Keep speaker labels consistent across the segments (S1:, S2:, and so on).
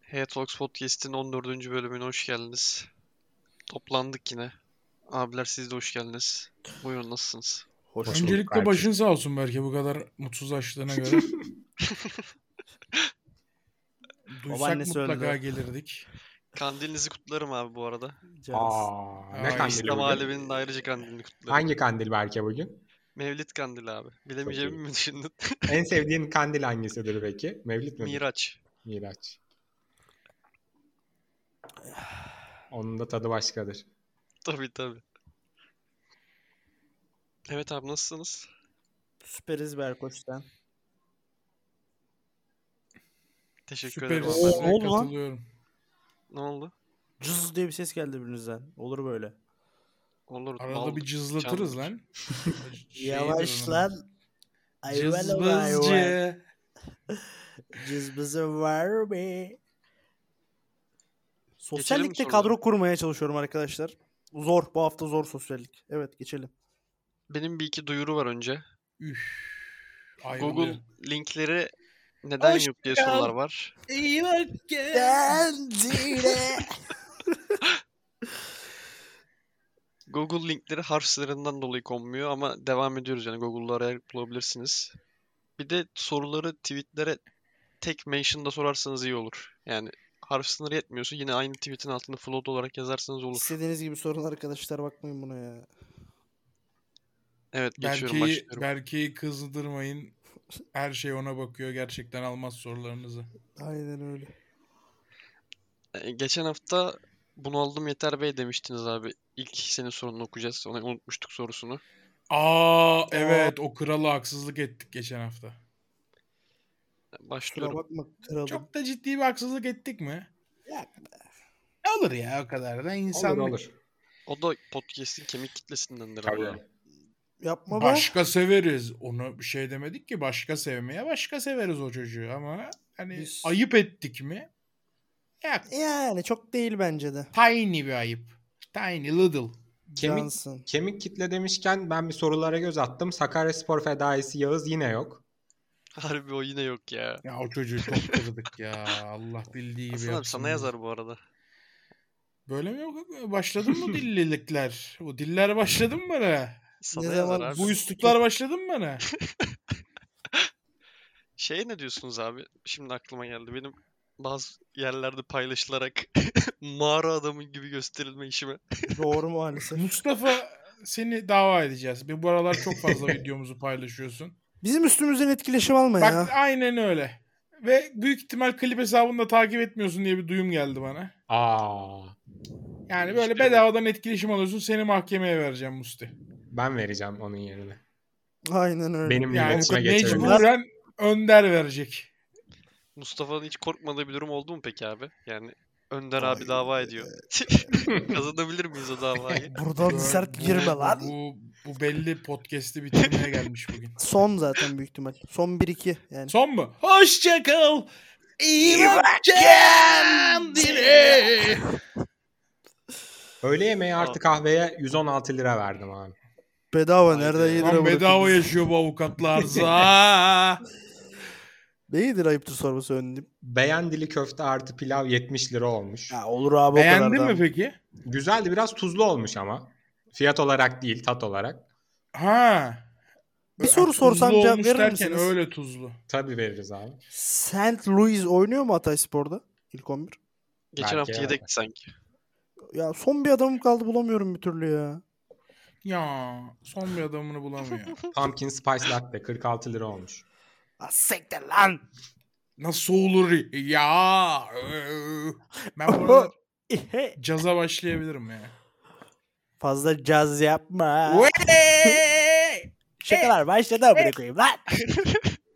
S1: Hey Talks Podcast'in 14. bölümüne hoş geldiniz. Toplandık yine. Abiler siz de hoş geldiniz. Buyurun nasılsınız?
S2: Hoş bulduk
S3: Öncelikle
S2: kardeşim.
S3: başın sağ olsun belki bu kadar mutsuzlaştığına göre. Duysak
S2: Babaannesi
S3: mutlaka
S2: öldü.
S3: gelirdik.
S1: Kandilinizi kutlarım abi bu arada.
S2: Aa,
S3: Aa,
S2: ne kandili
S1: İslam
S3: İstanbul
S2: bugün?
S1: aleminin de ayrıca kandilini kutlarım.
S2: Hangi kandil Berke bugün?
S1: Mevlid kandili abi. Bilemeyeceğimi mi düşündün?
S2: en sevdiğin kandil hangisidir peki? Mevlid mi?
S1: Miraç.
S2: Miraç. Onun da tadı başkadır.
S1: Tabii tabii. Evet abi nasılsınız?
S4: Süperiz Berkoç'tan.
S1: Teşekkür
S3: Süper.
S1: ederim
S4: Oo,
S1: abi.
S3: Ben
S4: oldu lan.
S3: katılıyorum.
S1: Ne oldu?
S4: Cız diye bir ses geldi birinizden. Olur böyle.
S1: Olur.
S3: Arada
S1: bal-
S3: bir cızlatırız
S1: Candır.
S3: lan. Şey Şeydir
S4: Yavaş
S3: onun.
S4: lan. oh, Ayvalı var var.
S3: Cızbızcı.
S4: Cızbızı var mı?
S1: Geçelim mi
S4: Sosyallikte
S1: sorulara?
S4: kadro kurmaya çalışıyorum arkadaşlar. Zor. Bu hafta zor sosyallik. Evet geçelim.
S1: Benim bir iki duyuru var önce.
S3: Üf. Ayrıldı.
S1: Google linkleri neden
S4: Hoş
S1: yok diye sorular var.
S4: Kendine.
S1: Google linkleri harf sınırından dolayı konmuyor ama devam ediyoruz yani Google'da arayarak bulabilirsiniz. Bir de soruları tweetlere tek mention'da sorarsanız iyi olur. Yani harf sınırı yetmiyorsa yine aynı tweetin altında float olarak yazarsanız olur.
S4: İstediğiniz gibi sorun arkadaşlar bakmayın buna ya.
S1: Evet geçiyorum
S3: Berke'yi,
S1: başlıyorum.
S3: Berke'yi kızdırmayın. Her şey ona bakıyor. Gerçekten almaz sorularınızı.
S4: Aynen öyle.
S1: Ee, Geçen hafta bunu aldım yeter bey demiştiniz abi. İlk senin sorununu okuyacağız. Onu unutmuştuk sorusunu.
S3: Aa evet o krala haksızlık ettik geçen hafta.
S4: Kusura
S1: Başlıyorum.
S4: bakma kralım.
S3: Çok da ciddi bir haksızlık ettik mi?
S4: Ya,
S3: Olur ya o kadar da
S2: Olur
S3: insanlık.
S2: olur.
S1: O da podcast'in kemik kitlesindendir abi.
S2: Tabii.
S4: Yapma be.
S3: Başka severiz. Onu bir şey demedik ki başka sevmeye başka severiz o çocuğu ama hani
S4: Biz-
S3: ayıp ettik mi? Ya
S4: Yani çok değil bence de.
S3: tiny bir ayıp. Tiny little.
S2: Kemik-
S4: Johnson.
S2: Kemik kitle demişken ben bir sorulara göz attım. Sakaryaspor fedaisi Yağız yine yok.
S1: Harbi o yine yok ya.
S3: Ya o çocuğu çok kırdık ya. Allah bildiği gibi
S1: Hasan abi
S3: yapsın
S1: sana
S3: bunu.
S1: yazar bu arada.
S3: Böyle mi yok? Başladı mı dillilikler? O diller başladı mı bana?
S1: Sana
S4: Ne
S1: yazar
S4: zaman
S1: abi.
S3: Bu üsluplar başladı mı bana?
S1: Şey ne diyorsunuz abi? Şimdi aklıma geldi. Benim bazı yerlerde paylaşılarak mağara adamı gibi gösterilme işime.
S4: Doğru maalesef.
S3: Mustafa seni dava edeceğiz. Bir bu aralar çok fazla videomuzu paylaşıyorsun.
S4: Bizim üstümüzden etkileşim alma ya.
S3: Bak aynen öyle. Ve büyük ihtimal klip hesabını da takip etmiyorsun diye bir duyum geldi bana.
S2: Aa,
S3: Yani
S1: Hiç
S3: böyle
S1: bilmiyorum.
S3: bedavadan etkileşim alıyorsun seni mahkemeye vereceğim Musti.
S2: ben vereceğim onun yerine.
S4: Aynen öyle.
S2: Benim
S3: Yani
S2: iletişime geçelim.
S3: mecburen Önder verecek.
S1: Mustafa'nın hiç korkmadığı bir durum oldu mu peki abi? Yani Önder
S4: Ay, e,
S1: abi dava ediyor. Kazanabilir miyiz o davayı?
S4: Buradan
S3: Bu-
S4: sert
S3: bu-
S4: girme lan.
S3: Bu, bu belli podcast'i bitirmeye gelmiş bugün.
S4: Son zaten büyük ihtimal. Son 1-2 yani.
S3: Son mu? Hoşça kal. İyi bak kendine.
S2: Öğle yemeği artı kahveye 116 lira verdim abi.
S4: Bedava
S1: Haydi
S4: nereden
S1: ya.
S4: yedir
S3: Lan
S4: amına
S3: bedava
S4: koyayım?
S3: yaşıyor bu avukatlar. za.
S4: Ne yedir ayıptır sorması önlüğüm.
S2: Beğendili köfte artı pilav 70 lira olmuş.
S4: Ya olur abi o
S3: Beğendin
S4: kadar
S3: mi peki?
S2: Güzeldi biraz tuzlu olmuş ama. Fiyat olarak değil tat olarak.
S3: Ha.
S4: Bir soru
S3: Tuzlu
S4: sorsam cevap
S3: olmuş
S4: verir
S3: derken
S4: misiniz?
S3: Öyle tuzlu.
S2: Tabii veririz abi.
S4: St. Louis oynuyor mu Hatay Spor'da? İlk 11.
S1: Geçen
S2: Belki
S1: hafta
S2: abi.
S1: yedekti sanki.
S4: Ya son bir adamım kaldı bulamıyorum bir türlü ya.
S3: Ya son bir adamını bulamıyor.
S2: Pumpkin Spice Latte 46 lira olmuş.
S4: Ah, Siktir lan.
S3: Nasıl olur ya? Ben bu arada
S4: İhe.
S3: caza başlayabilirim ya.
S4: Fazla caz yapma. Şakalar başladı amına koyayım lan.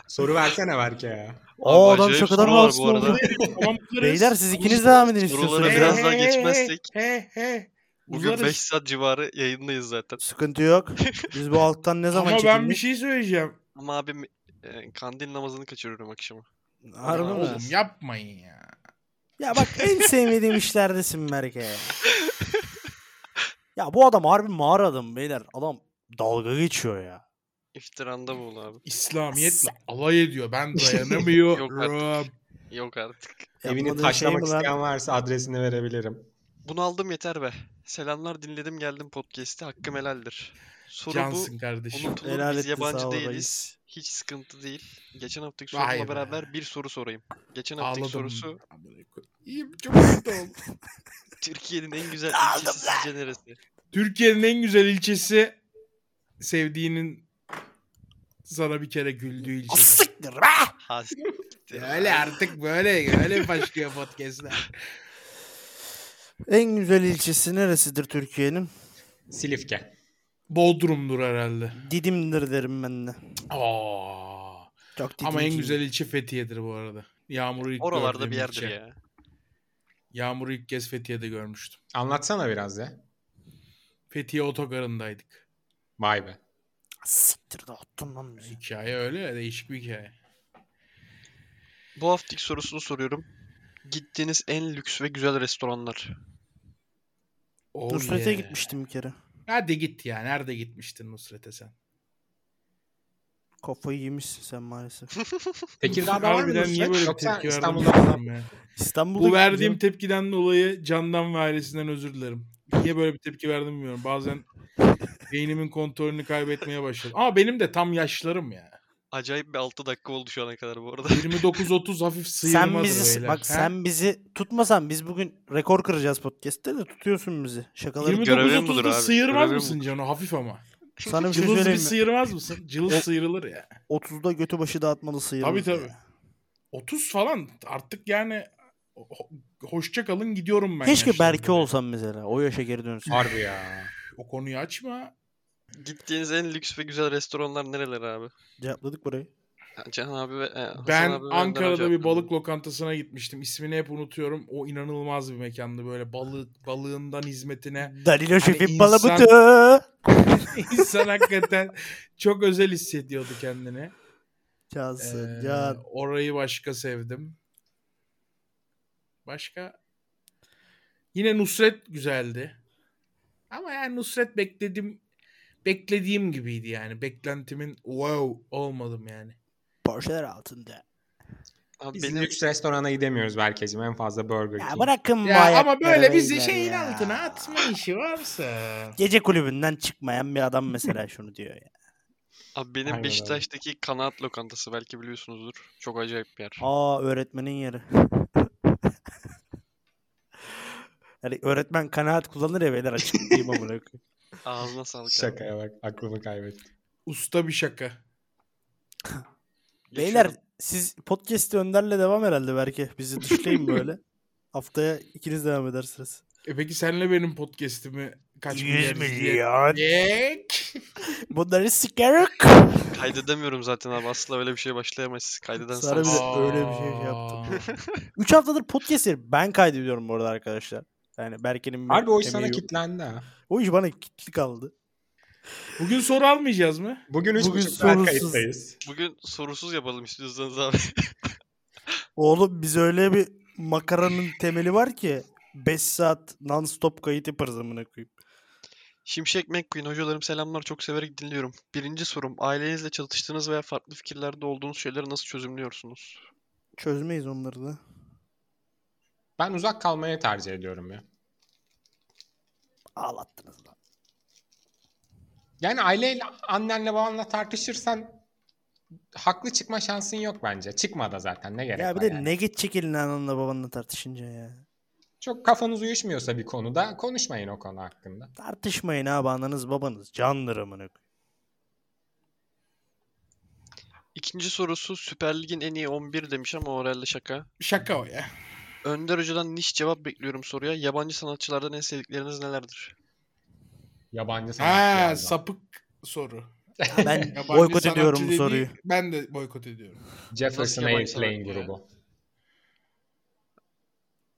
S2: Soru versene Berke ya.
S4: O adam
S1: acayip
S4: şakadan
S1: soru var bu
S4: rahatsız
S1: arada.
S4: oldu.
S3: Tamam, uzarız.
S4: Beyler siz ikiniz devam edin
S1: Soruları
S4: istiyorsunuz.
S1: biraz
S4: ya.
S1: daha geçmezsek.
S3: He he.
S1: Bugün 5 saat civarı yayındayız zaten.
S4: Sıkıntı yok. Biz bu halktan ne zaman
S3: Ama ben bir
S4: çekildik?
S3: şey söyleyeceğim.
S1: Ama abim e, kandil namazını kaçırıyorum akşama.
S4: Harbi
S1: Ya
S4: mi?
S3: şey- Oğlum yapmayın ya.
S4: Ya bak en sevmediğim işlerdesin Berke. ya. Ya bu adam harbi mağara adam beyler. Adam dalga geçiyor ya.
S1: İftiranda bul abi.
S3: İslamiyetle alay ediyor. Ben dayanamıyorum.
S1: Yok artık. Yok artık.
S2: Evini
S4: Yapmadığın şey mi
S2: taşlamak
S4: lan?
S2: isteyen varsa adresini verebilirim.
S1: Bunu aldım yeter be. Selamlar dinledim geldim podcast'i. Hakkım helaldir. Soru
S3: Cansın
S1: bu.
S3: kardeşim.
S1: Unutulur
S4: Helal
S1: biz
S4: ettin, sağ
S1: yabancı
S4: ol
S1: değiliz.
S4: reis.
S1: Hiç sıkıntı değil. Geçen haftaki
S3: Vay
S1: sorumla
S3: be.
S1: beraber bir soru sorayım. Geçen haftaki
S3: Ağladım.
S1: sorusu
S3: Amına koyayım. İyiyim çok mutlu oldum.
S1: Türkiye'nin en güzel
S4: Aldım
S1: ilçesi sizce neresi?
S3: Türkiye'nin en güzel ilçesi sevdiğinin sana bir kere güldüğü
S4: Ah,
S3: ilçesi.
S4: Siktir be!
S1: Ha, siktir.
S3: Öyle artık böyle böyle başlıyor podcastler.
S4: En güzel ilçesi neresidir Türkiye'nin?
S2: Silifke.
S3: Bodrum'dur herhalde.
S4: Didim'dir derim ben de.
S3: Aa.
S4: Çok
S3: Ama en
S4: didimciyim.
S3: güzel ilçe Fethiye'dir bu arada. Yağmur'u ilk
S1: Oralarda
S3: gördüğüm
S1: bir yerdir
S3: ilçe.
S1: ya.
S3: Yağmur'u ilk kez Fethiye'de görmüştüm.
S2: Anlatsana biraz ya.
S3: Fethiye otogarındaydık.
S2: Vay be.
S4: Ah, Siktir de attın lan bizi.
S3: Hikaye öyle değişik bir hikaye.
S1: Bu haftaki sorusunu soruyorum. Gittiğiniz en lüks ve güzel restoranlar.
S3: Oh
S4: Nusret'e
S3: yeah.
S4: gitmiştim bir kere.
S3: Hadi git ya. Nerede gitmiştin Nusret'e sen?
S4: Kafayı yemişsin sen maalesef.
S2: Tekirdağ'da var mı
S3: Harbiden
S2: Nusret?
S3: niye böyle bir
S2: Yoksa
S3: tepki verdin
S2: İstanbul'da
S3: bilmiyorum
S2: falan.
S3: ya.
S4: İstanbul'da
S3: Bu
S4: gittim
S3: verdiğim
S4: canım.
S3: tepkiden dolayı Candan ve ailesinden özür dilerim. Niye böyle bir tepki verdim bilmiyorum. Bazen beynimin kontrolünü kaybetmeye başladım. Ama benim de tam yaşlarım ya.
S1: Acayip bir 6 dakika oldu şu ana kadar bu arada.
S3: 29-30 hafif
S4: sen
S3: sıyırmadır
S4: bizi
S3: beyler.
S4: bak
S3: Ha?
S4: sen bizi tutmasan biz bugün rekor kıracağız podcast'te de tutuyorsun bizi. Şakaları
S1: Görevim budur
S3: 29-30'da
S1: abi,
S3: sıyırmaz
S1: görevim
S3: mısın canım? Hafif ama.
S4: sana bir şey
S3: Cılız bir
S4: söyleyeyim mi? E-
S3: sıyırmaz mısın? Cılız sıyırılır ya.
S4: 30'da götü başı dağıtmalı sıyırırız.
S3: Tabii tabii.
S4: ya.
S3: 30 falan artık yani ho- hoşça kalın gidiyorum ben.
S4: Keşke
S3: yaşlarımda.
S4: Berke olsam mesela. O yaşa geri dönsün.
S2: Harbi ya.
S3: O konuyu açma.
S1: Gittiğiniz en lüks ve güzel restoranlar nereler abi?
S4: Cevapladık burayı.
S1: Ha, Can abi ve e, Hasan
S3: Ben
S1: abi ve Önder
S3: Ankara'da
S1: Hoca
S3: bir
S1: hakkında.
S3: balık lokantasına gitmiştim. İsmini hep unutuyorum. O inanılmaz bir mekandı böyle balık balığından hizmetine.
S4: Dalilo şefin
S3: Hani insan-
S4: balabıtı.
S3: İnsan hakikaten çok özel hissediyordu kendini.
S4: Cansın
S3: Ee,
S4: can.
S3: orayı başka sevdim. Başka yine Nusret güzeldi. Ama yani Nusret bekledim beklediğim gibiydi yani. Beklentimin wow olmadım yani.
S4: Porsche'ler altında.
S1: Abi
S2: Biz
S1: benim
S2: lüks restorana gidemiyoruz merkezim. En fazla Burger King.
S4: Ya bırakın bu
S3: Ya ama Hmm, böyle
S4: ayakları
S3: bizi
S4: beyler
S3: şeyin
S4: ya.
S3: altına atma işi varsa.
S4: Gece kulübünden çıkmayan bir adam mesela şunu diyor ya.
S1: Abi benim
S2: Aynen öyle.
S1: Beşiktaş'taki kanaat lokantası belki biliyorsunuzdur. Çok acayip bir yer.
S4: Aa öğretmenin yeri. yani öğretmen kanaat kullanır ya beyler açıklayayım amına koyayım.
S1: Ağzına sağlık abi.
S2: Şakaya bak. Aklımı kaybettim.
S3: Usta bir şaka.
S4: Beyler
S1: Geçiyorum.
S4: siz podcast'i Önder'le devam herhalde belki. Bizi dışlayın böyle. Haftaya ikiniz devam edersiniz.
S3: E peki senle benim podcast'imi kaç Yek.
S4: Bunları sikerek.
S1: kaydedemiyorum zaten abi. Asla öyle bir şeye başlayamayız. Kaydeden
S4: Sarı
S1: sensin.
S4: bir- öyle bir şey yaptım. 3 haftadır podcast yeri ben kaydediyorum bu arada arkadaşlar. Yani Berke'nin bir
S2: Harbi o iş
S4: emeği
S2: sana
S4: yok.
S2: kitlendi ha.
S4: O iş bana kitli kaldı.
S3: Bugün soru almayacağız mı?
S2: Bugün üç
S4: Bugün
S2: buçuk saat
S4: sorunsuz.
S2: kayıttayız.
S1: Bugün sorusuz yapalım istiyorsanız abi.
S4: Oğlum biz öyle bir makaranın temeli var ki 5 saat non-stop kayıt yaparız amına koyayım.
S1: Şimşek McQueen hocalarım selamlar çok severek dinliyorum. Birinci sorum ailenizle çatıştığınız veya farklı fikirlerde olduğunuz şeyleri nasıl çözümlüyorsunuz?
S4: Çözmeyiz onları da.
S2: Ben uzak kalmayı tercih ediyorum ya.
S4: Ağlattınız lan.
S2: Yani aileyle, annenle babanla tartışırsan haklı çıkma şansın yok bence. Çıkma da zaten ne gerek
S4: Ya bir
S2: var
S4: de
S2: yani.
S4: ne geçecek eline ananla babanla tartışınca ya.
S2: Çok kafanız uyuşmuyorsa bir konuda konuşmayın o konu hakkında.
S4: Tartışmayın abi ananız babanız candır amına koyayım.
S1: İkinci sorusu Süper Lig'in en iyi 11 demiş ama o herhalde şaka.
S3: Şaka o ya.
S1: Önder Hoca'dan niş cevap bekliyorum soruya. Yabancı sanatçılardan en sevdikleriniz nelerdir?
S2: Yabancı
S3: Ha
S2: sanatçılardan.
S3: sapık soru.
S4: Ben
S3: Yabancı
S4: boykot
S3: sanatçı
S4: ediyorum bu
S3: dediği-
S4: soruyu.
S3: Ben de boykot ediyorum.
S2: Jefferson
S1: Nasıl yabancı
S2: Airplane
S1: sanatçı ya?
S2: grubu.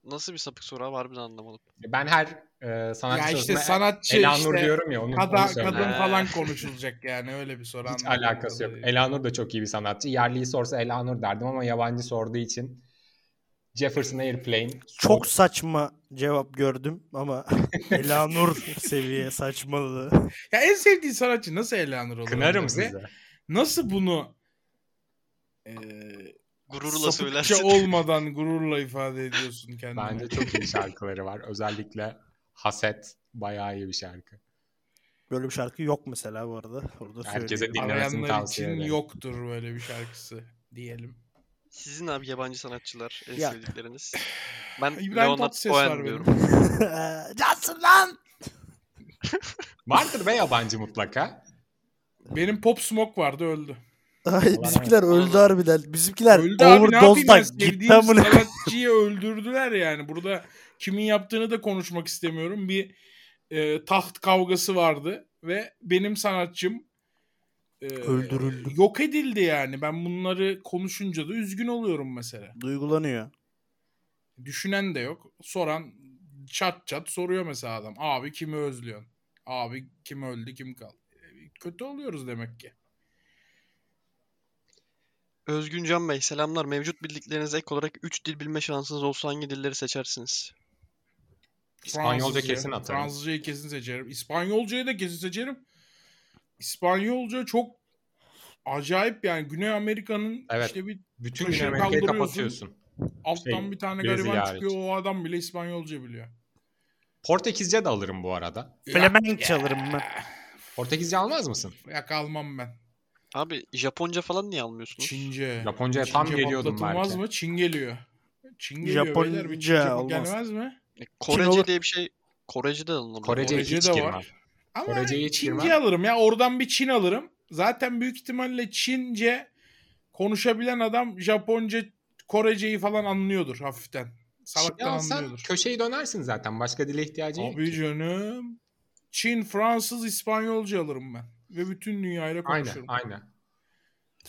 S1: Nasıl bir sapık soru abi harbiden anlamadım.
S2: Ben her e, sanatçı
S3: ya işte
S2: sözüne
S3: sanatçı
S2: Elanur
S3: işte
S2: diyorum ya onun,
S3: kada-
S2: onu söylüyorum.
S3: kadın
S1: Ha.
S3: falan konuşulacak yani öyle bir soru.
S2: Hiç
S3: anladığım
S2: alakası yok.
S3: kadarıyla.
S2: Elanur da çok iyi bir sanatçı. Yerliyi sorsa Elanur derdim ama yabancı sorduğu için Jefferson Airplane
S4: Çok saçma cevap gördüm ama Elanur seviye saçmalığı.
S3: Ya en sevdiğin sanatçı nasıl Elanur olur?
S2: kınarım
S3: acaba?
S2: size.
S3: Nasıl bunu e,
S1: Gururla
S3: Sapıkça
S1: söylersin.
S3: olmadan gururla ifade ediyorsun kendini.
S2: Bence çok iyi şarkıları var. Özellikle Haset bayağı iyi bir şarkı.
S4: Böyle bir şarkı yok mesela bu arada. Orada
S2: Herkese
S4: söyleyeyim.
S2: dinle- Dinlemesini
S3: Arayanlar
S2: tavsiye
S3: için
S2: ederim.
S3: yoktur böyle bir şarkısı diyelim.
S1: Sizin abi yabancı sanatçılar en
S4: Ya.
S1: sevdikleriniz. Ben
S3: İbrahim
S1: Leonard
S3: Tatlıses var
S1: Cohen
S3: benim.
S1: diyorum.
S4: Cansın lan!
S2: Vardır be yabancı mutlaka.
S3: Benim Pop Smoke vardı öldü.
S4: Ay, bizimkiler öldü harbiden. Bizimkiler
S3: Öldü abi ne yapayım
S4: overdose'dan
S3: ben
S4: gitti
S3: sevdiğim
S4: amına.
S3: sanatçıyı öldürdüler yani. Burada kimin yaptığını da konuşmak istemiyorum. Bir e, taht kavgası vardı ve benim sanatçım e,
S4: Öldürüldü.
S3: Yok edildi yani. Ben bunları konuşunca da üzgün oluyorum mesela.
S4: Duygulanıyor.
S3: Düşünen de yok. Soran çat çat soruyor mesela adam. Abi kimi özlüyorsun? Abi kim öldü kim kaldı? E, Kötü oluyoruz demek ki.
S1: Özgün Can Bey selamlar. Mevcut bildiklerinize ek olarak 3 dil bilme şansınız olsa hangi dilleri seçersiniz?
S2: İspanyolca
S3: Fransızca.
S2: kesin atarım.
S3: Fransızcayı kesin seçerim. İspanyolcayı da kesin seçerim. İspanyolca çok acayip yani Güney Amerika'nın
S2: Evet.
S3: işte bir
S2: Bütün
S3: Köşeyi
S2: Güney Amerika'yı
S3: kaldırıyorsun.
S2: kapatıyorsun.
S3: alttan
S2: Şey,
S3: bir tane
S2: Brezilya
S3: gariban
S2: hariç.
S3: çıkıyor o adam bile İspanyolca biliyor.
S2: Portekizce de alırım bu arada.
S4: Flemenk çalarım ben.
S2: Portekizce almaz mısın?
S3: Ya kalmam ben.
S1: Abi Japonca falan niye almıyorsunuz? E,
S3: Çince.
S2: Japonca'ya tam
S3: Çince
S2: geliyordum
S3: patlatılmaz
S2: belki.
S3: mı? Çin geliyor. Çin geliyor
S4: Japonca
S3: beyler. Bir Çince
S4: olmaz.
S3: gelmez mi?
S1: E, Korece
S4: olur.
S1: diye bir şey Korece de alınır.
S2: Korece
S3: Korece
S2: hiç
S3: de
S2: girmem.
S3: var. Ama hani
S2: Korece'yi hiç
S3: Çince
S2: girmem.
S3: alırım ya. Oradan bir Çin alırım. Zaten büyük ihtimalle Çince konuşabilen adam Japonca, Korece'yi falan anlıyordur hafiften.
S2: Çince
S3: Salaktan
S2: alsan
S3: anlıyordur.
S2: köşeyi dönersin zaten. Başka dile ihtiyacın yok.
S3: Abi canım. Çin, Fransız, İspanyolca alırım ben. Ve bütün dünyayla
S2: Aynen
S3: konuşurum.
S2: aynen.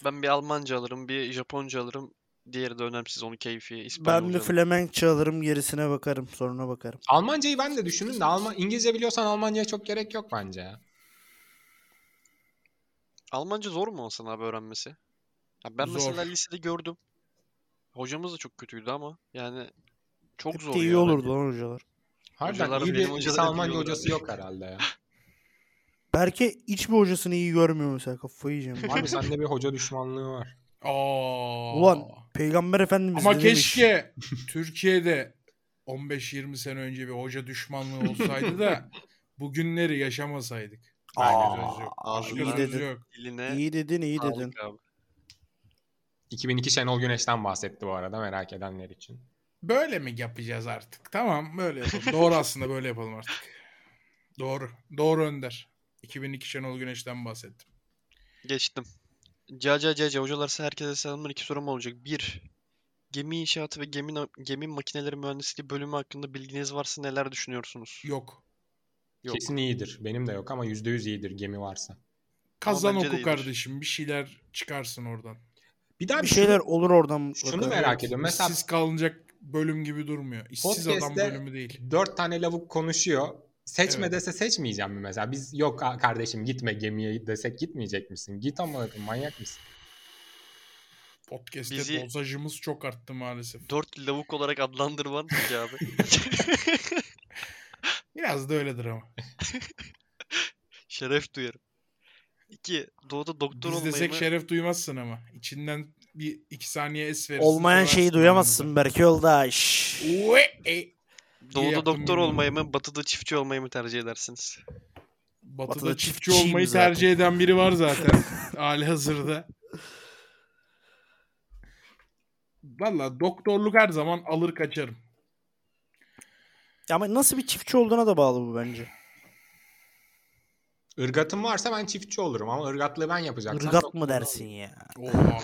S1: Ben bir Almanca alırım, bir Japonca alırım. Diğeri de önemsiz onun keyfi.
S4: Ben
S1: İspanyolca
S4: bir
S1: alırım.
S4: Flemenk çalarım gerisine bakarım. Sonuna bakarım.
S2: Almancayı ben de düşündüm de Alman İngilizce biliyorsan Almanca'ya çok gerek yok bence ya.
S1: Almanca zor mu Hasan abi öğrenmesi? Ya ben
S3: Zor.
S1: mesela lisede gördüm. Hocamız da çok kötüydü ama yani çok
S4: Hep de
S1: zor
S4: iyi
S1: ya
S4: olurdu
S1: bence.
S4: lan hocalar.
S2: Harbiden
S1: Hocalarım
S2: iyi
S1: benim
S2: bir
S1: hocalarım
S2: lise Almanca
S1: biliyorlar.
S2: hocası yok herhalde ya.
S4: Berke hiçbir hocasını iyi görmüyor mesela kafayı yiyeceğim.
S2: Abi sende bir hoca düşmanlığı var.
S3: Aa.
S4: Ulan Peygamber Efendimiz
S3: Ama
S4: ne demiş?
S3: keşke Türkiye'de 15-20 sene önce bir hoca düşmanlığı olsaydı da bugünleri yaşamasaydık.
S4: Aa,
S3: Başka söz yok.
S1: abi
S3: Başka
S1: iyi
S3: söz
S4: dedin.
S3: yok.
S1: Diline
S4: İyi dedin iyi
S1: sağlık
S4: dedin.
S1: abi.
S2: 2002 Şenol Güneş'ten bahsetti bu arada merak edenler için.
S3: Böyle mi yapacağız artık? Tamam böyle yapalım. Doğru aslında böyle yapalım artık. Doğru. Doğru Önder. 2002 Şenol Güneş'ten bahsettim.
S1: Geçtim. Caca caca hocalar herkese selamlar. İki sorum olacak. Bir, gemi inşaatı ve gemi, gemi makineleri mühendisliği bölümü hakkında bilginiz varsa neler düşünüyorsunuz?
S3: Yok.
S1: Yok.
S2: Kesin iyidir. Benim de yok ama %100 iyidir gemi varsa.
S3: Kazan
S1: bence de
S3: oku
S1: iyidir.
S3: kardeşim. Bir şeyler çıkarsın oradan.
S2: Bir daha
S4: Bir şeyler olur oradan.
S2: şunu, şunu
S4: bakarım.
S2: merak ediyorum. Mesela
S3: İşsiz kalınacak bölüm gibi durmuyor. İşsiz adam
S2: Podcast'te-
S3: bölümü değil.
S2: Dört tane lavuk konuşuyor. Seçme
S3: Evet.
S2: dese seçmeyeceğim mi mesela? Biz yok a- kardeşim gitme gemiye desek gitmeyecek misin? Git ama bakın, manyak mısın?
S3: Podcast'te
S1: Bizi-
S3: dozajımız çok arttı maalesef.
S1: Dört lavuk olarak adlandırman ki abi.
S3: Biraz da öyledir ama.
S1: Şeref duyarım. İki, doğuda doktor
S3: Biz
S1: olmayı
S3: desek
S1: mı?
S3: şeref duymazsın ama. İçinden bir iki saniye es verirsin.
S4: Olmayan
S3: sorarsın
S4: şeyi duyamazsın Berke yoldaş.
S3: anında. Ue, e. İyi
S1: Doğuda
S3: yaptın
S1: doktor
S3: bunu.
S1: olmayı mı, batıda çiftçi olmayı mı tercih edersiniz?
S3: Batıda,
S4: Batıda
S3: çiftçi
S4: çiftçiyim
S3: olmayı
S4: zaten.
S3: tercih eden biri var zaten. Hali hazırda. Valla doktorluk her zaman alır kaçarım.
S4: Ama nasıl bir çiftçi olduğuna da bağlı bu bence.
S2: Irgatım varsa ben çiftçi olurum ama ırgatlığı ben yapacaksam.
S4: Irgat
S2: çok-
S4: mı dersin ya?
S3: Oha.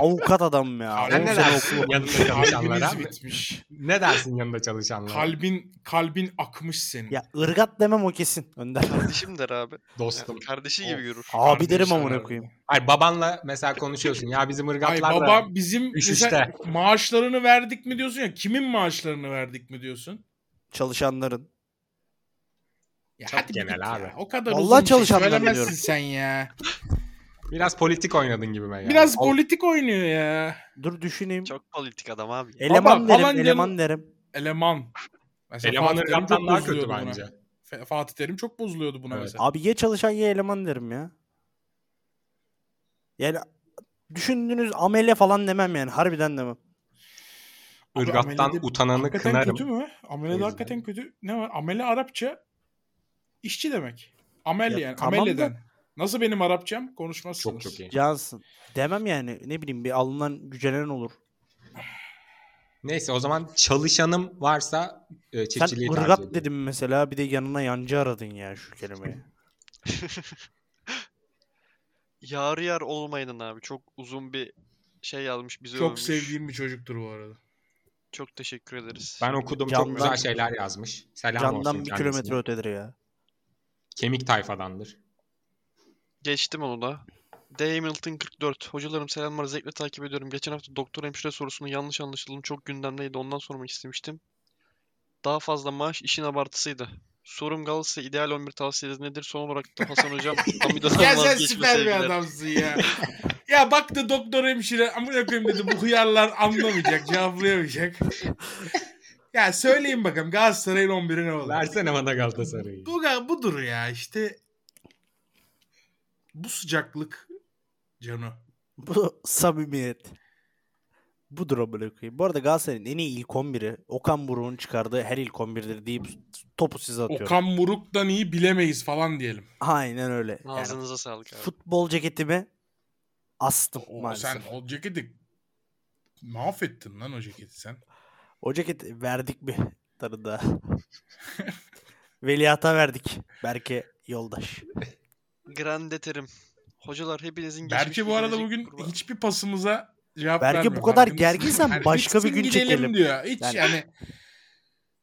S4: Avukat adam ya.
S3: Sen
S4: On
S2: ne
S4: sene
S2: dersin?
S4: okulu-
S2: Yanında çalışanlara.
S3: Kalbiniz bitmiş.
S2: Ne dersin yanında çalışanlara?
S3: Kalbin kalbin akmış senin.
S4: Ya ırgat demem o kesin. Önder.
S1: Kardeşim der abi.
S2: Dostum.
S1: Yani kardeşi gibi görür.
S4: Abi derim
S3: kardeşim
S4: amına
S3: herhalde.
S4: koyayım.
S2: Hayır babanla mesela konuşuyorsun. Ya bizim
S3: Ay
S2: ırgatlar
S3: baba
S2: da
S3: bizim
S2: üç
S3: mesela maaşlarını verdik mi diyorsun ya kimin maaşlarını verdik mi diyorsun?
S4: Çalışanların.
S3: Ya
S2: Çok
S3: hadi bir
S2: genel
S3: git ya.
S2: abi.
S3: O kadar
S4: Vallahi
S3: uzun bir şey
S4: çalışanlar
S3: söylemezsin
S4: diyorum.
S3: sen ya.
S2: biraz politik oynadın gibi ben.
S3: Biraz politik oynuyor ya.
S4: Dur düşüneyim.
S1: Çok politik adam abi. ya.
S4: Eleman
S3: Baba,
S4: derim,
S3: baban
S4: eleman
S3: yanı-
S4: derim.
S3: Eleman. Mesela
S2: Eleman
S3: Fatih Terim
S2: ırgattan
S3: çok
S2: daha kötü
S3: bozuluyordu buna.
S2: bence.
S3: Fe- Fatih Terim çok bozuluyordu buna
S2: Evet.
S3: mesela.
S4: Abi ya çalışan ya eleman derim ya. Yani düşündüğünüz amele falan demem yani. Harbiden demem.
S2: Irgattan
S3: ameliyatı-
S2: utananı
S3: Hakikaten
S2: kınarım.
S3: kötü mü? Amele de
S2: yüzden.
S3: hakikaten kötü. Ne var? Amele Arapça işçi demek. Amel
S4: Ya
S3: yani.
S4: tamam da-
S3: Ameleden. Nasıl benim Arapçam?
S2: Çok
S3: Konuşmazsınız.
S2: çok iyi.
S4: Cansın. Demem yani. Ne bileyim bir alınan gücelen olur.
S2: Neyse o zaman çalışanım varsa e, çiftçiliği
S4: Sen
S2: tercih
S4: ırgat
S2: ediyorum.
S4: dedim mesela bir de yanına yancı aradın ya şu kelimeyi.
S1: Yar yar olmayının abi. Çok uzun bir şey yazmış bizi
S3: Çok
S1: övmüş.
S3: sevdiğim bir çocuktur bu arada.
S1: Çok teşekkür ederiz.
S2: Ben okudum
S4: Candan-
S2: çok güzel şeyler yazmış. Selam olsun
S4: Candan bir
S2: kendisine.
S4: kilometre ötedir ya.
S2: Kemik tayfadandır.
S1: Geçtim onu da. D. Hamilton 44. Hocalarım selamlar zevkle takip ediyorum. Geçen hafta doktor hemşire sorusunun yanlış anlaşıldığını çok gündemdeydi. Ondan sormak istemiştim. Daha fazla maaş işin abartısıydı. Sorum Galatasaray ideal 11 tavsiyeniz nedir? Son olarak da Hasan Hocam Amida'dan
S3: Ya sen
S1: vazgeçme
S3: süper bir
S1: sevgiler.
S3: adamsın ya. ya bak da doktor hemşire amına koyayım dedi bu hıyarlar anlamayacak, cevaplayamayacak. ya söyleyin bakalım Galatasaray'ın 11'i ne olur?
S2: Versene bana Galatasaray'ı.
S3: Bu ga- budur ya işte bu sıcaklık canı.
S4: Bu samimiyet. Budur amına koyayım. Bu arada Galatasaray'ın en iyi ilk 11'i Okan Buruk'un çıkardığı her ilk 11'dir deyip topu size atıyorum.
S3: Okan Muruk'tan iyi bilemeyiz falan diyelim.
S4: Aynen öyle. Yani
S1: Ağzınıza sağlık abi.
S4: futbol ceketimi astım
S3: O,
S4: maalesef.
S3: sen o ceketi mahvettin lan o ceketi sen.
S4: O ceketi verdik bir tarıda. Veliaht'a verdik. Berke yoldaş.
S1: Grande terim. Hocalar hepinizin geçmiş
S3: Berke bu
S1: ve
S3: arada
S1: gelecek
S3: bugün
S1: kurban-
S3: hiçbir pasımıza cevap
S4: Berke bu
S3: vermiyor.
S4: kadar
S3: Farkındasın.
S4: gerginsen başka bir gün
S3: bitsin gidelim
S4: çekelim.
S3: diyor. Hiç
S4: Yani-
S3: yani.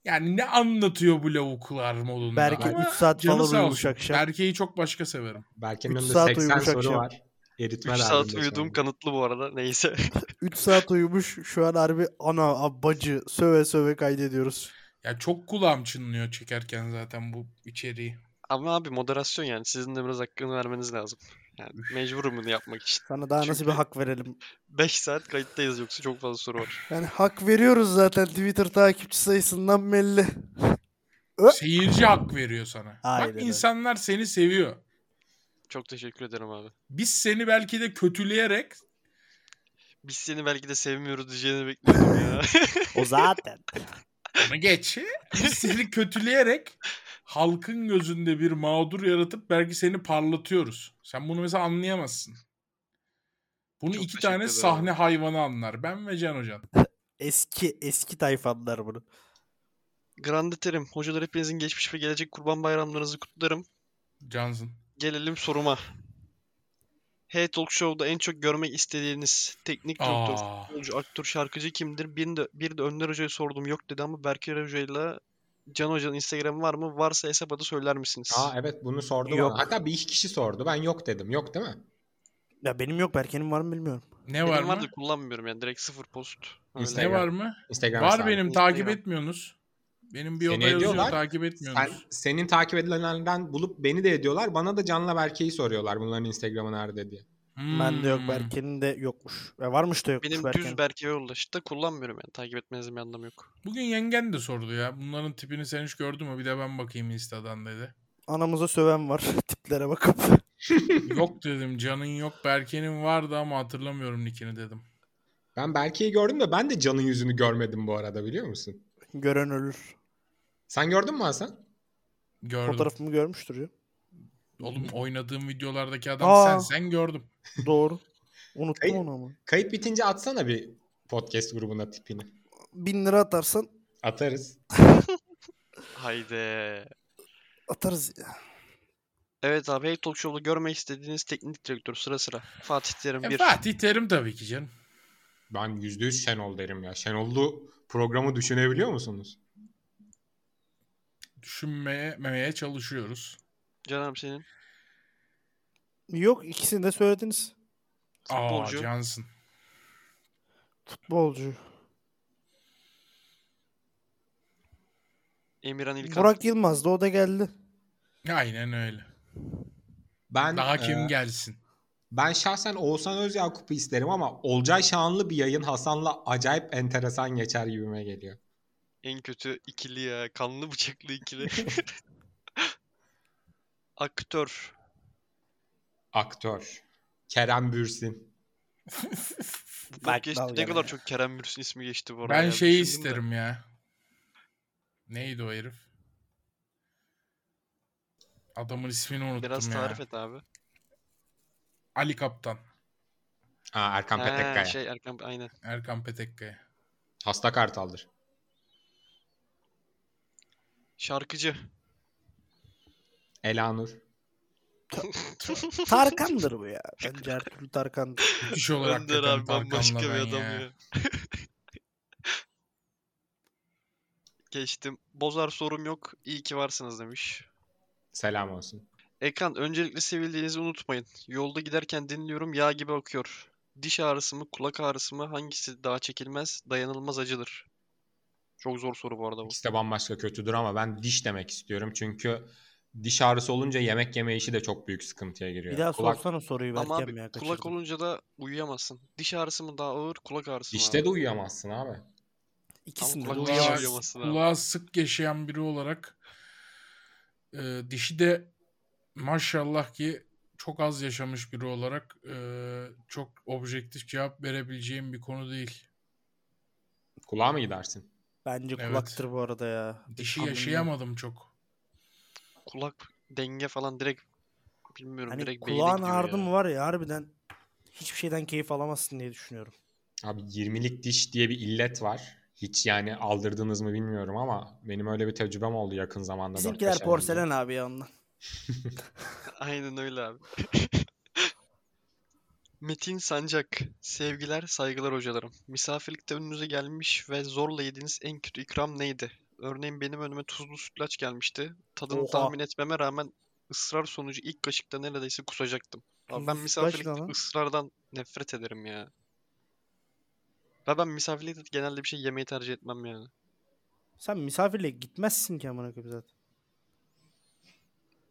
S3: yani ne anlatıyor bu lavuklar modunda.
S4: Berke
S3: Ama
S4: üç saat
S3: canı
S4: falan
S3: sağ
S4: uyumuş
S3: olsun.
S4: akşam.
S3: Berke'yi çok başka severim.
S2: Berke'nin
S4: Üç
S2: önünde
S4: saat
S2: 80
S4: uyumuş
S2: soru
S4: akşam.
S2: var. Eritme
S1: 3 saat
S2: derdinde şu
S1: uyuduğum
S2: anda.
S1: kanıtlı bu arada. Neyse.
S4: 3 saat uyumuş. Şu an harbi ana ab- bacı söve söve kaydediyoruz.
S3: Ya çok kulağım çınlıyor çekerken zaten bu içeriği.
S1: Ama abi moderasyon yani. Sizin de biraz hakkını vermeniz lazım. Yani mecburum bunu yapmak için.
S4: Sana daha nasıl
S1: Çünkü-
S4: bir hak verelim.
S1: 5 saat kayıttayız yoksa çok fazla soru var.
S4: Yani hak veriyoruz zaten Twitter takipçi sayısından belli.
S3: Seyirci hak veriyor sana.
S4: Aynen
S3: Bak
S4: öyle.
S3: insanlar seni seviyor.
S1: Çok teşekkür ederim abi.
S3: Biz seni belki de kötüleyerek
S1: Biz seni belki de sevmiyoruz diyeceğini bekliyordum ya.
S4: O zaten.
S3: Onu geç. Biz seni kötüleyerek halkın gözünde bir mağdur yaratıp belki seni parlatıyoruz. Sen bunu mesela anlayamazsın. Bunu
S1: Çok
S3: iki
S1: teşekkür
S3: tane
S1: ederim.
S3: sahne hayvanı anlar. Ben ve Can Hocam.
S4: Eski eski tayfanlar bunu.
S1: Grande terim. Hocalar hepinizin geçmiş ve gelecek kurban bayramlarınızı kutlarım.
S3: Cansın.
S1: Gelelim soruma. Hey Talk Show'da en çok görmek istediğiniz teknik direktör,
S3: Aa.
S1: futbolcu, aktör, şarkıcı kimdir? Bir de, bir de Önder Hoca'ya sordum yok dedi ama Berker Hoca'yla Can Hoca'nın Instagram var mı? Varsa hesap adı söyler misiniz?
S3: e,
S2: Aa evet bunu sordu
S4: Yok.
S2: bana. Hatta bir iki kişi sordu. Ben yok dedim. Yok değil mi?
S4: Ya benim yok Berke'nin var mı bilmiyorum.
S3: Ne
S1: Benim
S3: var
S1: var
S3: mı?
S1: da kullanmıyorum yani direkt sıfır post. Öyle.
S3: Ne
S2: Instagram.
S3: var mı?
S2: Instagram
S3: Var
S2: hesabı.
S3: benim takip
S1: Instagram.
S3: etmiyorsunuz. Benim bir
S2: Seni
S3: oda yazıyor
S2: ediyorlar.
S3: takip
S2: Sen,
S3: etmiyorsunuz.
S2: senin takip edilenlerden bulup beni de ediyorlar. Bana da Can'la Berke'yi soruyorlar bunların Instagram'ı nerede diye.
S4: Bende yok
S3: Hmm.
S4: Berke'nin de yokmuş. Ya varmış da yokmuş
S1: Benim
S4: Berke'nin.
S1: düz Berker Yoldaş'ta kullanmıyorum yani takip etmenizin bir anlamı yok.
S3: Bugün yengen de sordu ya. Bunların tipini sen hiç gördün mü? Bir de ben bakayım Insta'dan dedi.
S4: Anamıza söven var tiplere bakıp.
S3: yok dedim. Can'ın yok. Berke'nin vardı ama hatırlamıyorum nickini dedim.
S2: Ben Berke'yi gördüm de ben de Can'ın yüzünü görmedim bu arada biliyor musun?
S4: Gören ölür.
S2: Sen gördün mü Hasan?
S3: Gördüm.
S4: Fotoğrafımı görmüştür ya.
S3: Oğlum oynadığım videolardaki adam
S4: Aa.
S3: sen sen gördüm.
S4: Doğru. Unuttum
S2: Hayır.
S4: onu ama.
S2: Kayıt bitince atsana bir podcast grubuna tipini.
S4: Bin lira atarsan
S2: Atarız.
S1: Haydi.
S4: atarız ya.
S1: Evet abi Hey Talk Show'da görmek istediğiniz teknik direktör sıra sıra. Fatih Terim
S3: E,
S1: 1.
S3: Fatih Terim tabii ki canım.
S2: Ben %100 Şenol derim ya. Şenol'lu programı düşünebiliyor musunuz?
S3: Düşünmeye memeye çalışıyoruz.
S1: Can abi senin.
S4: Yok ikisini de söylediniz.
S3: Aa
S1: Futbolcu.
S3: Cansın.
S4: Futbolcu.
S1: Emirhan İlkan.
S4: Burak Yılmaz da o da geldi.
S3: Aynen öyle.
S2: Ben
S3: Daha kim
S2: e,
S3: gelsin?
S2: ben şahsen Oğuzhan Özyakup'u isterim ama Olcay Şanlı bir yayın Hasan'la acayip enteresan geçer gibime geliyor.
S1: En kötü ikili ya. Kanlı bıçaklı ikili. Aktör.
S2: Aktör. Kerem Bürsin.
S1: Bu
S4: Bak,
S1: geçti.
S4: dalga
S1: Ne kadar
S4: ya.
S1: çok Kerem Bürsin ismi geçti bu arada.
S3: Ben
S1: ya,
S3: şeyi
S1: düşündüm de.
S3: isterim ya. Neydi o herif? Adamın ismini unuttum
S1: Biraz
S3: ya.
S1: tarif et abi.
S3: Ali Kaptan.
S2: Aa, Erkan
S1: Ha,
S2: Petekkaya.
S1: şey Erkan aynen.
S3: Erkan Petekkaya.
S2: Hasta Kartal'dır.
S1: Şarkıcı.
S2: Elanur.
S4: Tarkan'dır bu ya. Bence her türlü Tarkan'dır.
S3: Müthiş olarak
S1: Önder abi
S3: hakikaten
S1: bambaşka bir
S3: Tarkan'la ben
S1: adam ya. Geçtim. Bozar sorum yok. İyi ki varsınız demiş.
S2: Selam olsun.
S1: Ekan öncelikle sevildiğinizi unutmayın. Yolda giderken dinliyorum yağ gibi akıyor. Diş ağrısı mı kulak ağrısı mı hangisi daha çekilmez dayanılmaz acıdır. Çok zor soru bu arada bu.
S2: İkisi de bambaşka kötüdür ama ben diş demek istiyorum. Çünkü diş ağrısı olunca yemek yeme işi de çok büyük sıkıntıya giriyor.
S4: Bir daha
S2: Kulak-
S4: sorsana soruyu
S1: Ama
S4: Berkem
S1: abi
S4: ya.
S1: kulak
S4: kaçırdım.
S1: olunca da uyuyamazsın. Diş ağrısı mı daha ağır kulak ağrısı mı
S2: Dişte
S1: abi?
S2: de uyuyamazsın abi.
S4: İkisinde de
S1: kulak-
S3: Kulağı,
S4: uyuyamaz.
S1: uyuyamazsın abi.
S3: kulağı sık yaşayan biri olarak e, dişi de maşallah ki çok az yaşamış biri olarak e, çok objektif cevap verebileceğim bir konu değil.
S2: Kulağa mı gidersin?
S4: Bence
S3: Evet.
S4: kulaktır bu arada ya.
S3: Dişi
S4: Anladım.
S3: yaşayamadım çok.
S1: Kulak denge falan direkt bilmiyorum
S4: Hani
S1: direkt
S4: kulağın
S1: beyine
S4: ağrıdı
S1: gidiyor
S4: mı
S1: ya.
S4: var ya harbiden hiçbir şeyden keyif alamazsın diye düşünüyorum.
S2: Abi 20'lik diş diye bir illet var. Hiç yani aldırdınız mı bilmiyorum ama benim öyle bir tecrübem oldu yakın zamanda.
S4: Bizimkiler
S2: 4-5 ay önce.
S4: porselen abi ya ondan.
S1: Aynen öyle abi. Metin Sancak, sevgiler, saygılar hocalarım. Misafirlikte önünüze gelmiş ve zorla yediğiniz en kötü ikram neydi? Örneğin benim önüme tuzlu sütlaç gelmişti. Tadını
S4: Oha.
S1: tahmin etmeme rağmen ısrar sonucu ilk kaşıkta neredeyse kusacaktım. Abi ben
S4: Tuzlu sütlaç ne
S1: misafirlikte
S4: lan?
S1: ısrardan nefret ederim ya. Ve ben misafirlikte genelde bir şey yemeyi tercih etmem yani.
S4: Sen misafirle gitmezsin ki amına koyayım zaten.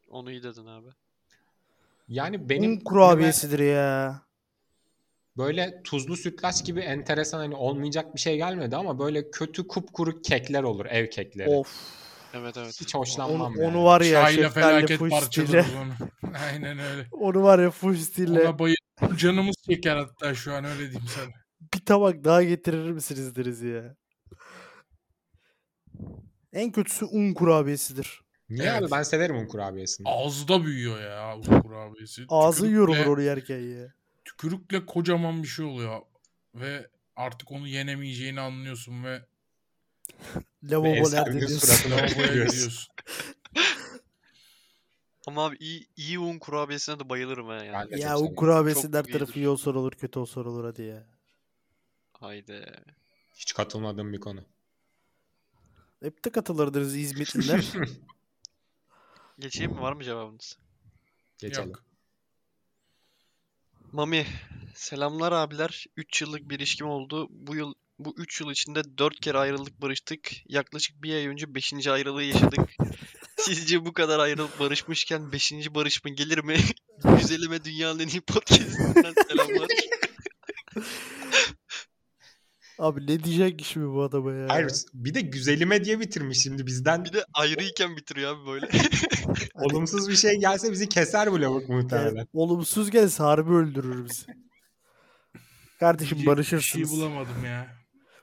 S1: Onu iyi dedin abi.
S4: Benim
S2: Yani benim
S4: kurabiyesidir ya.
S2: Böyle tuzlu sütlaç gibi enteresan hani olmayacak bir şey gelmedi ama böyle kötü kupkuru kekler olur ev kekleri.
S4: Of.
S1: Evet evet.
S2: Hiç
S4: Onu,
S2: hoşlanmam yani.
S4: onu var ya
S3: Çayla
S4: şeftali
S3: felaket
S4: full
S3: parçalarız
S4: stille.
S3: onu. Aynen öyle.
S4: Onu var ya full stille.
S3: Ona bayılırım. Canımız çeker hatta şu an öyle diyeyim sana.
S4: Bir tabak daha getirir misiniz deriz ya. En kötüsü un kurabiyesidir.
S2: Niye abi
S3: Evet.
S2: ben severim un kurabiyesini.
S3: Ağzı da büyüyor ya bu kurabiyesi.
S4: Ağzı
S3: Tükürükle-
S4: yorulur onu yerken ya.
S3: Tükürükle kocaman bir şey oluyor. Ve artık onu yenemeyeceğini anlıyorsun ve
S4: Lavabo
S2: Ve Eser
S4: nerede
S2: Gül
S4: diyorsun?
S2: suratına
S3: lavaboya
S2: bakıyorsun.
S3: gidiyorsun.
S1: Ama abi iyi, iyi un kurabiyesine de bayılırım ha yani.
S2: Ben de
S4: Ya
S2: çok
S4: un
S2: severim.
S4: kurabiyesinin
S1: Çok
S4: her tarafı iyi
S1: iyidir.
S4: olsa olur kötü olsa olur hadi ya.
S1: Haydi.
S2: Hiç katılmadığım bir konu.
S4: Hep de katılırdınız İzmitliler.
S1: Geçeyim mi? Var mı cevabınız?
S2: Geçelim.
S3: Yok.
S1: Mami, selamlar abiler. 3 yıllık bir ilişkim oldu. Bu yıl bu 3 yıl içinde 4 kere ayrıldık, barıştık. Yaklaşık bir ay önce 5. ayrılığı yaşadık. Sizce bu kadar ayrılıp barışmışken 5. barış mı gelir mi? Güzelime dünyanın en iyi podcastinden selamlar.
S4: Abi ne diyecek ki şimdi bu adama ya?
S2: Hayır
S3: Ee,
S2: bir de güzelime diye bitirmiş şimdi bizden.
S1: Bir de ayrıyken bitiriyor abi böyle.
S2: Olumsuz bir şey gelse bizi keser bu lavuk muhtemelen.
S4: Yani olumsuz gelse harbi öldürür bizi. Kardeşim
S3: Bir- Bir
S4: barışırsınız.
S3: şey bulamadım ya.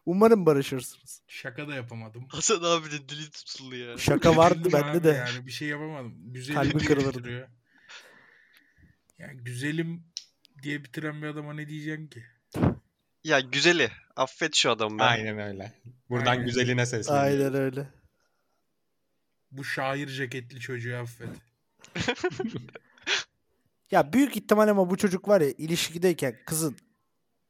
S4: Umarım barışırsınız.
S3: Şaka da yapamadım.
S1: Hasan abi de dili tutuldu ya.
S4: Şaka vardı
S3: Üzüldüm
S4: bende
S3: abi
S4: de.
S3: Yani bir şey yapamadım. Güzelim
S4: Kalbi
S3: diye
S4: kırılırdı.
S3: bitiriyor. Yani güzelim diye bitiren bir adama ne diyeceksin ki?
S1: Ya güzeli, affet şu adamı be.
S2: Aynen öyle. Buradan
S3: Aynen.
S2: güzeline sesleniyorum.
S4: Aynen öyle.
S3: Bu şair ceketli çocuğu affet.
S4: Ya büyük ihtimal ama bu çocuk var ya ilişkideyken kızın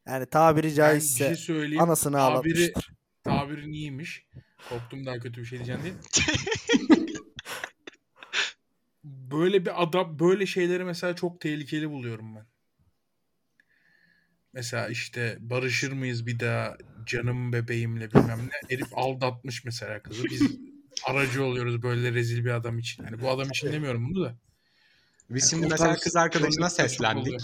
S4: yani tabiri
S3: Ben bir şey
S4: caizse
S3: söyleyeyim.
S4: anasını
S3: Tabiri,
S4: ağlatmıştır.
S3: tabirin iyiymiş. Korktum daha kötü bir şey diyeceğim diye. böyle bir adam böyle şeyleri mesela çok tehlikeli buluyorum ben. Mesela işte barışır mıyız bir daha canım bebeğimle bilmem ne. Herif aldatmış mesela kızı. Biz aracı oluyoruz böyle rezil bir adam için. Yani bu adam için demiyorum bunu da.
S2: Biz şimdi
S3: O
S2: mesela
S3: tarz
S2: kız arkadaşına
S3: çocuklar çok
S2: seslendik.
S3: oluyor.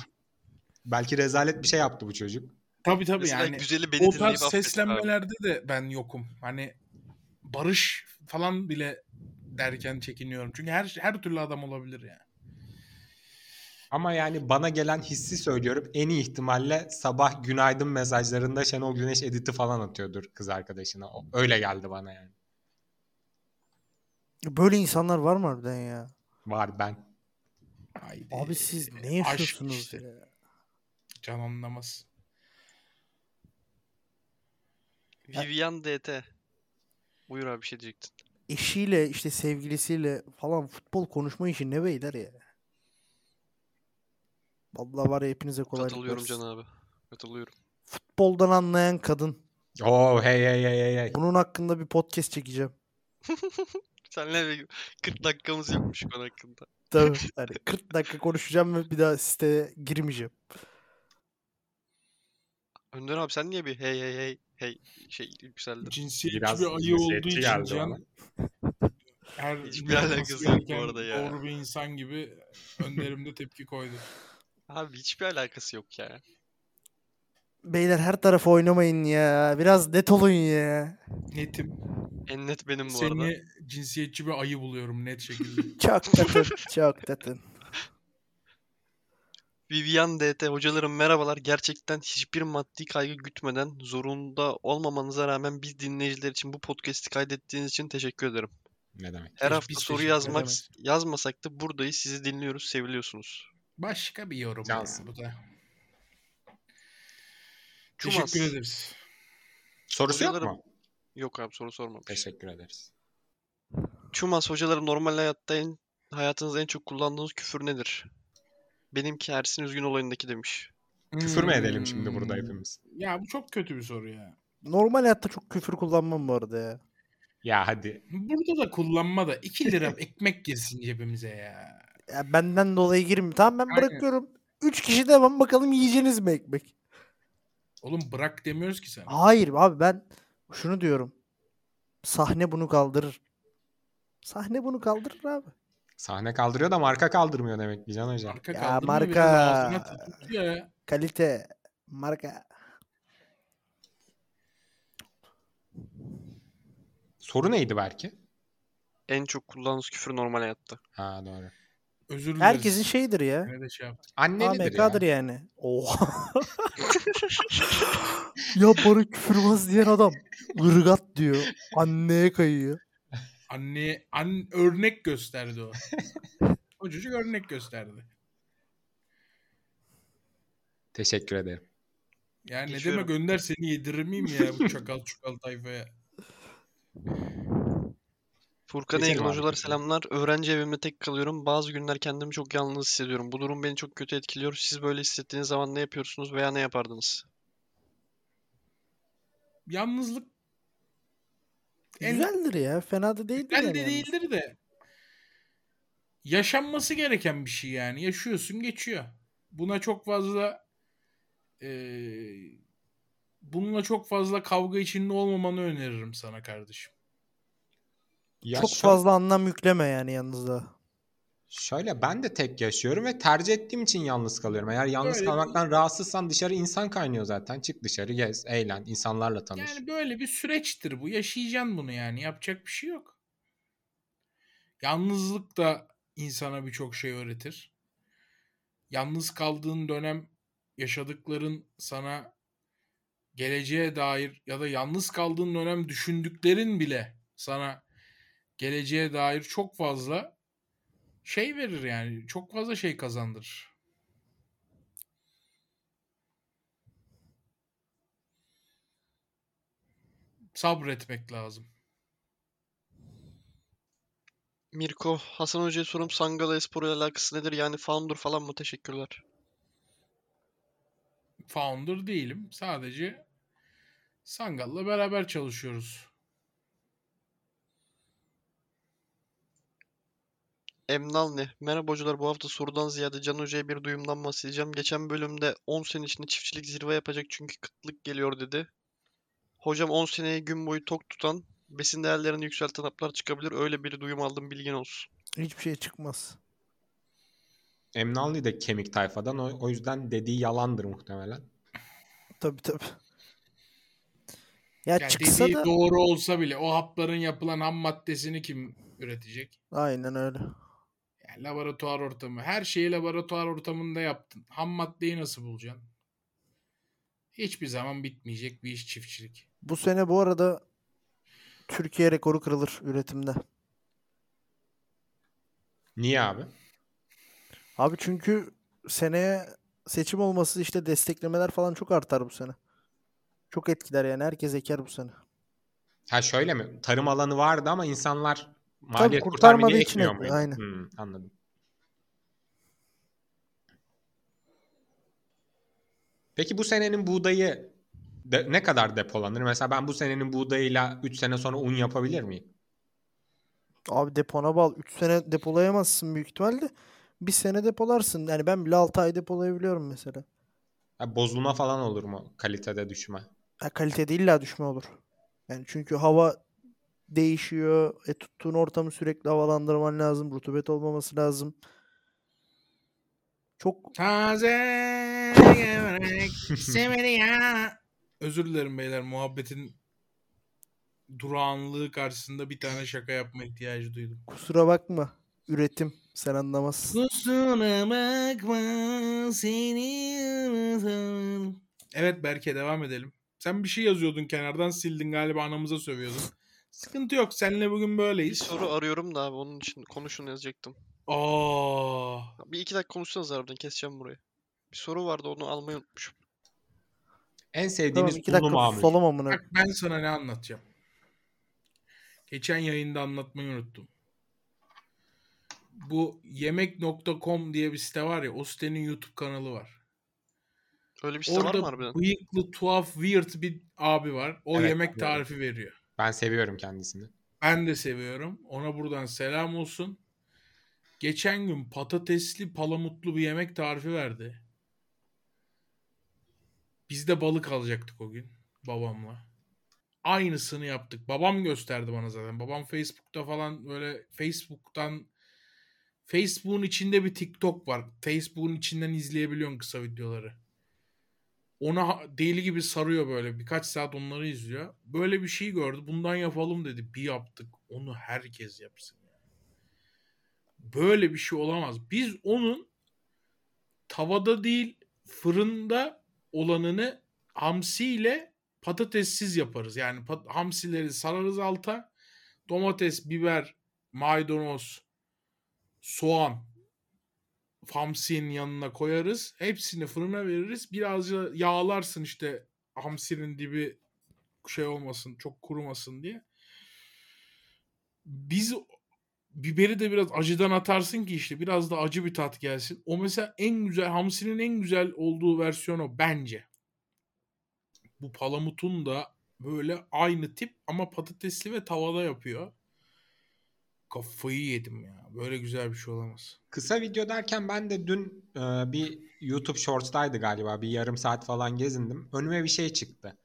S2: Belki rezalet bir şey yaptı bu çocuk.
S3: Tabii tabii
S1: Mesela
S3: yani.
S1: güzeli beni
S3: O
S1: dinleyip
S3: tarz
S1: affet abi.
S3: seslenmelerde de ben yokum. Hani barış falan bile derken çekiniyorum. Çünkü her her türlü adam olabilir yani.
S2: Ama yani bana gelen hissi söylüyorum. En iyi ihtimalle sabah günaydın mesajlarında Şenol Güneş editi falan atıyordur kız arkadaşına. O- Öyle geldi bana yani.
S4: Böyle insanlar var mı harbiden ya?
S2: Var ben.
S3: Haydi.
S4: Abi siz ne
S3: Ee, aşk
S4: yaşıyorsunuz
S3: işte.
S4: ya?
S3: Can anlamaz.
S1: Vivian DT. Buyur abi bir şey diyecektin.
S4: Eşiyle işte sevgilisiyle falan futbol konuşma işi ne beyler ya? Vallahi var ya hepinize kolaylık
S1: Katılıyorum
S4: versin.
S1: Can abi. Katılıyorum.
S4: Futboldan anlayan kadın.
S2: Oo hey hey hey hey. hey.
S4: Bunun hakkında bir podcast çekeceğim.
S1: Senle bir 40 dakikamız yokmuş konu hakkında.
S4: Tabii. Yani 40 dakika konuşacağım ve bir daha siteye girmeyeceğim.
S1: Önder abi sen niye bir hey hey hey hey şey yükseldin?
S3: Cinsiyetçi
S2: Biraz
S3: bir ayı olduğu
S2: cinsiyetçi
S3: için
S2: geldi
S3: Can
S2: bana.
S3: her
S1: Hiçbir
S3: yapması
S1: alakası yok bu
S3: gereken
S1: arada ya.
S3: Doğru bir insan gibi önlerimde tepki koydu.
S1: Abi hiçbir alakası yok ya.
S4: Beyler her tarafa oynamayın ya. Biraz net olun ya.
S3: Netim.
S1: En net benim bu arada.
S3: Seni cinsiyetçi bir ayı buluyorum net şekilde.
S4: Çok tatın. çok tatın.
S1: Vivian DT hocalarım merhabalar. Gerçekten hiçbir maddi kaygı gütmeden zorunda olmamanıza rağmen biz dinleyiciler için bu podcast'i kaydettiğiniz için teşekkür ederim.
S2: Ne demek?
S1: Her
S3: Biz-
S1: hafta
S3: biz
S1: soru
S3: teşekkür
S1: yazmak
S3: edemeyiz.
S1: yazmasak da buradayız. Sizi dinliyoruz, seviliyorsunuz.
S3: Başka bir yorum
S2: Cansın.
S3: ya bu da.
S1: Cumas.
S3: Teşekkür ederiz.
S2: Sorusu yok
S1: Hocalarım-
S2: mu?
S1: Yok abi soru sormamış.
S2: Teşekkür ederiz.
S1: Çumas hocalarım normal hayatta en, hayatınızda en çok kullandığınız küfür nedir? Benimki Ersin Üzgün olayındaki demiş.
S2: Küfür mü edelim şimdi
S3: Hmm.
S2: burada hepimiz?
S3: Ya bu çok kötü bir soru ya.
S4: Normal hayatta çok küfür kullanmam bu arada ya.
S2: Ya hadi.
S3: Burada da kullanma da 2 lira ekmek girsin cebimize ya.
S4: ya benden dolayı girmiyor. Tamam ben
S3: Aynen.
S4: bırakıyorum. 3 kişi devam bakalım yiyeceğiniz mi ekmek?
S3: Oğlum bırak demiyoruz ki sana.
S4: Hayır abi ben şunu diyorum. Sahne bunu kaldırır. Sahne bunu kaldırır abi.
S2: Sahne kaldırıyor da marka kaldırmıyor demek ki Can Hoca.
S3: Marka
S4: Ya
S3: kaldı mı
S4: marka.
S3: biraz ağzına tutuldu ya.
S4: Kalite, marka.
S2: Soru neydi belki?
S1: En çok kullandığınız küfür normal hayatta.
S2: Ha doğru.
S3: Özür dileriz.
S4: Herkesin şeyidir ya.
S3: Ne de şey yaptık.
S2: Annenidir ya.
S4: AMK'dır yani. Oha. ya bana küfürbaz diyen adam ırgat diyor. Anneye kayıyor.
S3: Anne, an, örnek gösterdi o. o çocuk örnek gösterdi.
S2: Teşekkür ederim.
S3: Ya ne
S1: Geçiyorum.
S3: deme gönder seni yedirir miyim ya bu çakal çukal tayfaya.
S1: Furkan
S2: Geçelim
S1: Engin
S2: abi,
S1: hocalar
S2: geçelim.
S1: selamlar. Öğrenci evimde tek kalıyorum. Bazı günler kendimi çok yalnız hissediyorum. Bu durum beni çok kötü etkiliyor. Siz böyle hissettiğiniz zaman ne yapıyorsunuz veya ne yapardınız?
S3: Yalnızlık En-
S4: Güzeldir ya. Fena da değildir.
S3: güzel
S4: yani
S3: de
S4: yalnız.
S3: değildir de yaşanması gereken bir şey yani. Yaşıyorsun geçiyor. Buna çok fazla eee, bununla çok fazla kavga içinde olmamanı öneririm sana kardeşim.
S2: Ya
S4: Çok
S2: şö-
S4: fazla anlam yükleme yani yalnızlığa.
S2: Şöyle ben de tek yaşıyorum ve tercih ettiğim için yalnız kalıyorum. Eğer yalnız
S3: Öyle
S2: kalmaktan rahatsızsan dışarı insan kaynıyor zaten. Çık dışarı gez, eğlen, insanlarla tanış.
S3: Yani böyle bir süreçtir bu. Yaşayacaksın bunu yani. Yapacak bir şey yok. Yalnızlık da insana birçok şey öğretir. Yalnız kaldığın dönem yaşadıkların sana geleceğe dair ya da yalnız kaldığın dönem düşündüklerin bile sana geleceğe dair çok fazla şey verir yani. Çok fazla şey kazandırır. Sabretmek lazım.
S1: Mirko, Hasan Hoca'ya sorum Sangala Espor'la alakası nedir? Yani founder falan mı? Teşekkürler.
S3: founder değilim. Sadece Sangal'la beraber çalışıyoruz.
S1: Emnal ne? Merhaba hocalar. Bu hafta sorudan ziyade Can Hoca'ya bir duyumdan bahsedeceğim. Geçen bölümde 10 sene içinde çiftçilik zirve yapacak çünkü kıtlık geliyor dedi. Hocam 10 seneyi gün boyu tok tutan, besin değerlerini yükselten haplar çıkabilir. Öyle bir duyum aldım bilgin olsun.
S4: Hiçbir şey çıkmaz.
S2: Emnallı da kemik tayfadan o, o yüzden dediği yalandır muhtemelen.
S4: Tabii tabii. Ya
S3: Yani
S4: çıksa
S3: dediği
S4: da
S3: doğru olsa bile o hapların yapılan ham maddesini kim üretecek?
S4: aynen öyle.
S3: Yani Yani laboratuvar ortamı. Her şeyi laboratuvar ortamında yaptın. Ham maddeyi nasıl bulacaksın? Hiçbir zaman bitmeyecek bir iş çiftçilik.
S5: Bu sene bu arada Türkiye rekoru kırılır üretimde.
S2: Niye abi?
S5: Abi çünkü seneye seçim olması işte desteklemeler falan çok artar bu sene. Çok etkiler yani herkes eker bu sene.
S2: Ha şöyle mi? Tarım alanı vardı ama insanlar
S5: Tabii
S2: maliyet
S5: kurtarmadığı
S2: kurtarmadığı için
S5: için ekmiyor, aynen.
S2: Hmm, anladım. Peki bu senenin buğdayı de- ne kadar depolanır? Mesela ben bu senenin buğdayıyla 3 sene sonra un yapabilir miyim?
S5: Abi depona bal 3 sene depolayamazsın büyük ihtimalle. Bir sene depolarsın. Yani ben bile 6 ay depolayabiliyorum mesela.
S2: Ha, bozulma falan olur mu kalitede düşme?
S5: Ha, kalitede illa düşme olur. Yani çünkü hava değişiyor. E, tuttuğun ortamı sürekli havalandırman lazım. Rutubet olmaması lazım. Çok
S3: Taze gevrek istemedi ya. Özür dilerim beyler muhabbetin durağanlığı karşısında bir tane şaka yapma ihtiyacı duydum.
S5: kusura bakma. Üretim. Sen anlamazsın.
S3: Kusura bakma seni unutamam. Evet Berke devam edelim. Sen bir şey yazıyordun kenardan sildin galiba anamıza sövüyordun. Sıkıntı yok seninle bugün
S1: Bir
S3: böyleyiz.
S1: soru arıyorum da abi onun için konuşun yazacaktım.
S3: Aa,
S1: Bir iki dakika konuşsanız harbiden keseceğim burayı. Bir soru vardı onu almayı unutmuşum.
S2: En
S5: Tamam
S2: sevdiğiniz
S5: 2
S2: unu
S5: dakika
S2: mamul.
S5: susalım amına.
S3: bak ben sana ne anlatacağım. Geçen yayında anlatmayı unuttum. Bu yemek.com diye bir site var ya o sitenin YouTube kanalı var.
S1: Öyle bir site var mı harbiden?
S3: Orada bıyıklı tuhaf weird bir abi var. O
S2: Evet,
S3: yemek
S2: biliyorum.
S3: tarifi veriyor.
S2: Ben seviyorum kendisini.
S3: Ben de seviyorum. Ona buradan selam olsun. Geçen gün patatesli palamutlu bir yemek tarifi verdi. Biz de balık alacaktık o gün babamla. Aynısını yaptık. Babam gösterdi bana zaten. Babam Facebook'ta falan böyle Facebook'tan Facebook'un içinde bir TikTok var. Facebook'un içinden izleyebiliyorsun kısa videoları. Ona ha- deli gibi sarıyor böyle. Birkaç saat onları izliyor. Böyle bir şey gördü. Bundan yapalım dedi. Bir yaptık. Onu herkes yapsın. yani. Böyle bir şey olamaz. Biz onun tavada değil fırında olanını hamsiyle patatessiz yaparız. Yani pat- hamsileri sararız alta. Domates, biber, maydanoz, soğan hamsinin yanına koyarız. Hepsini fırına veririz. Birazcık yağlarsın işte hamsinin dibi şey olmasın, çok kurumasın diye. Biz biberi de biraz acıdan atarsın ki işte biraz da acı bir tat gelsin. O mesela en güzel hamsinin en güzel olduğu versiyonu bence. Bu palamutun da böyle aynı tip ama patatesli ve tavada yapıyor. Kafayı yedim ya. Böyle güzel bir şey olamaz.
S2: Kısa video derken ben de dün e, bir YouTube Shorts'taydı galiba. Bir yarım saat falan gezindim. Önüme bir şey çıktı.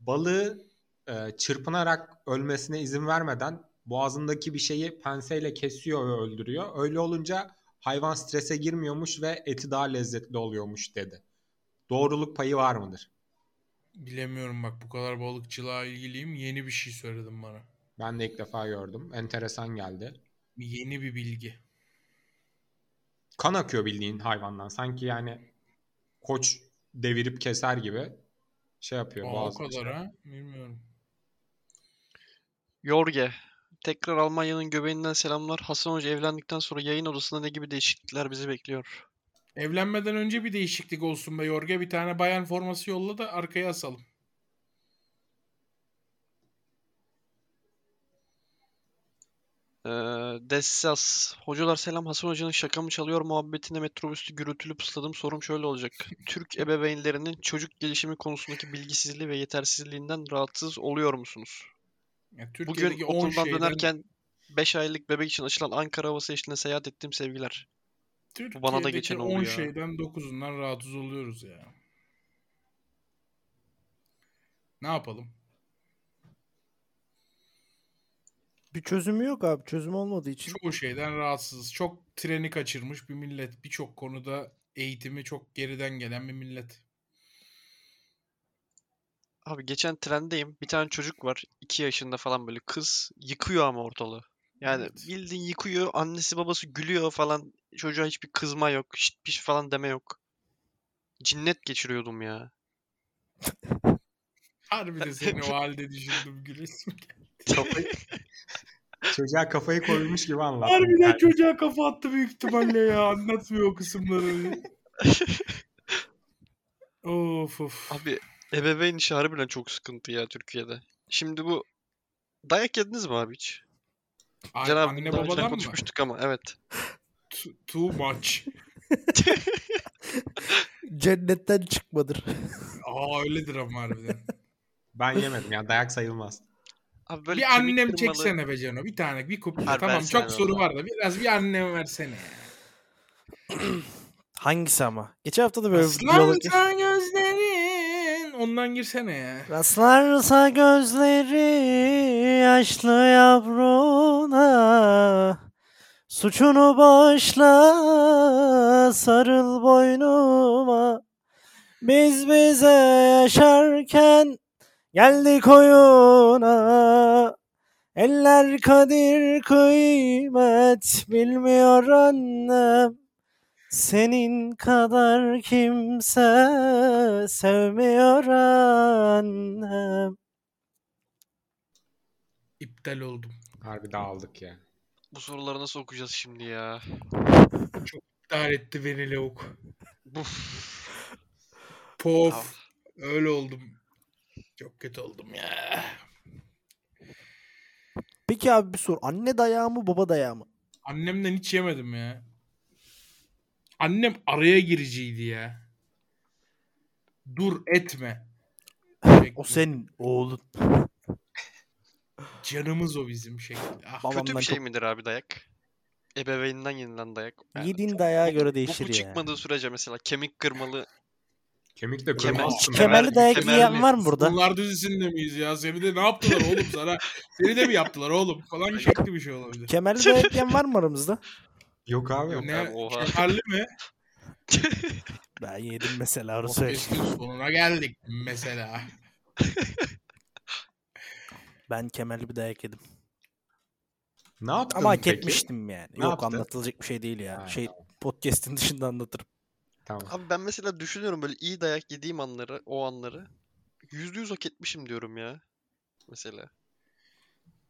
S2: Balığı e, çırpınarak ölmesine izin vermeden boğazındaki bir şeyi penseyle kesiyor ve öldürüyor. Öyle olunca hayvan strese girmiyormuş ve eti daha lezzetli oluyormuş dedi. Doğruluk payı var mıdır?
S3: Bilemiyorum bak bu kadar balıkçılığa ilgiliyim. Yeni bir şey söyledim bana.
S2: Ben de ilk defa gördüm. Enteresan geldi.
S3: Yeni bir bilgi.
S2: Kan akıyor bildiğin hayvandan. Sanki yani koç devirip keser gibi şey yapıyor.
S3: Aa, o
S2: boğazını şey
S3: kadar ha? Bilmiyorum.
S1: Jorge. Tekrar Almanya'nın göbeğinden selamlar. Hasan Hoca evlendikten sonra yayın odasında ne gibi değişiklikler bizi bekliyor?
S3: Evlenmeden önce bir değişiklik olsun be Yorge. Bir tane bayan forması yolla da arkaya asalım.
S1: Ee, Dessas. Hocalar selam. Hasan Hoca'nın şaka mı çalıyor muhabbetine metrobüste gürültülü pısladım. Sorum şöyle olacak. Türk ebeveynlerinin çocuk gelişimi konusundaki bilgisizliği ve yetersizliğinden rahatsız oluyor musunuz?
S3: Ya
S1: Bugün
S3: Türkiye'deki 10
S1: okuldan
S3: şeyden-
S1: dönerken 5 aylık bebek için açılan Ankara havası eşliğinde seyahat ettiğim sevgiler.
S3: Türkiye'deki
S1: bana da geçen oldu
S3: 10
S1: ya.
S3: şeyden 9'undan rahatsız oluyoruz ya. Ne yapalım?
S5: Bir çözümü yok abi. Çözüm olmadığı için.
S3: Çoğu şeyden rahatsızız. Çok treni kaçırmış bir millet. Birçok konuda eğitimi çok geriden gelen bir millet.
S1: Abi geçen trendeyim. Bir tane çocuk var. 2 yaşında falan böyle kız. Yıkıyor ama ortalığı. Yani
S3: Evet.
S1: bildiğin yıkıyor, annesi babası gülüyor falan. Çocuğa hiçbir kızma yok, şit piş falan deme yok. Cinnet geçiriyordum ya.
S3: Harbi de seni o halde düşündüm gülesim.
S2: Kafayı, çocuğa kafayı koymuş gibi anlat.
S3: Harbiden çocuğa kafa attı büyük ihtimalle ya. Anlatmıyor o kısımları. of of.
S1: Abi ebeveyn işi harbiden çok sıkıntı ya Türkiye'de. Şimdi bu dayak yediniz mi abi hiç?
S3: Ay,
S1: Can abi
S3: anne
S1: daha önceden
S3: babadan mı?
S1: konuşmuştuk ama evet.
S3: T- too much.
S4: Cennetten çıkmadır.
S3: Aa öyledir ama harbiden.
S2: Ben yemedim ya dayak sayılmaz.
S1: Abi böyle
S3: bir
S1: kemik
S3: annem
S1: kırmalı-
S3: çeksene be Cano. Bir tane bir kup.
S1: Ver,
S3: Tamam
S1: versene
S3: çok soru
S1: baba.
S3: var da biraz bir annem versene.
S4: Hangisi ama? Geçen hafta da böyle bir diyalog...
S3: Aslansa gözlerin. Ondan girsene ya.
S4: Rastlarsa gözleri yaşlı yavruna Suçunu bağışla sarıl boynuma Biz bize yaşarken geldik oyuna Eller kadir kıymet bilmiyor annem senin kadar kimse sevmiyor annem.
S3: İptal oldum.
S2: Harbi dağıldık ya.
S1: Bu soruları nasıl okuyacağız şimdi ya?
S3: İptal etti beni lavuk.
S1: Buf.
S3: Pof.
S1: Tamam.
S3: Öyle oldum. Çok kötü oldum ya.
S4: Peki abi bir soru. Anne dayağı mı baba dayağı mı?
S3: Annemden hiç yemedim ya. Annem araya giriciydi ya. Dur etme.
S4: O
S3: Şekli.
S4: senin oğlun.
S3: Canımız o bizim şekli. Ah,
S4: Babamdan
S1: Kötü bir şey
S4: çok...
S1: midir abi dayak? Ebeveyninden yenilen dayak. Yani
S4: Yediğin dayağa
S1: boku-
S4: göre
S1: boku
S4: değişir ya.
S1: çıkmadığı sürece mesela kemik kırmalı
S2: Kemik de
S1: Kemal-
S2: kırmazsın.
S1: Kemal-
S2: herhalde.
S4: Kemerli dayak
S1: kemerli.
S4: yiyen var mı burada?
S3: Bunlar dizisinde miyiz ya? Seni de ne yaptılar oğlum sana? Seni de mi yaptılar oğlum? Falan şekli bir şey olabilir.
S4: Kemerli dayak yiyen var mı aramızda?
S2: Yok abi.
S1: Yok.
S3: Ne?
S1: abi, oha.
S3: Kemerli mi?
S4: Ben yedim mesela onu söyleyeyim.
S3: Podcast'in sonuna geldik mesela.
S4: Ben kemerli bir dayak yedim.
S2: Ne yaptın
S4: Ama hak
S2: peki?
S4: etmiştim yani.
S2: Ne
S4: Yok
S2: yaptın?
S4: anlatılacak bir şey değil ya.
S2: Ha,
S4: şey podcast'in dışında anlatırım.
S2: Tamam.
S1: Abi ben mesela düşünüyorum böyle iyi dayak yediğim anları, o anları. Yüzde yüz hak etmişim diyorum ya. Mesela.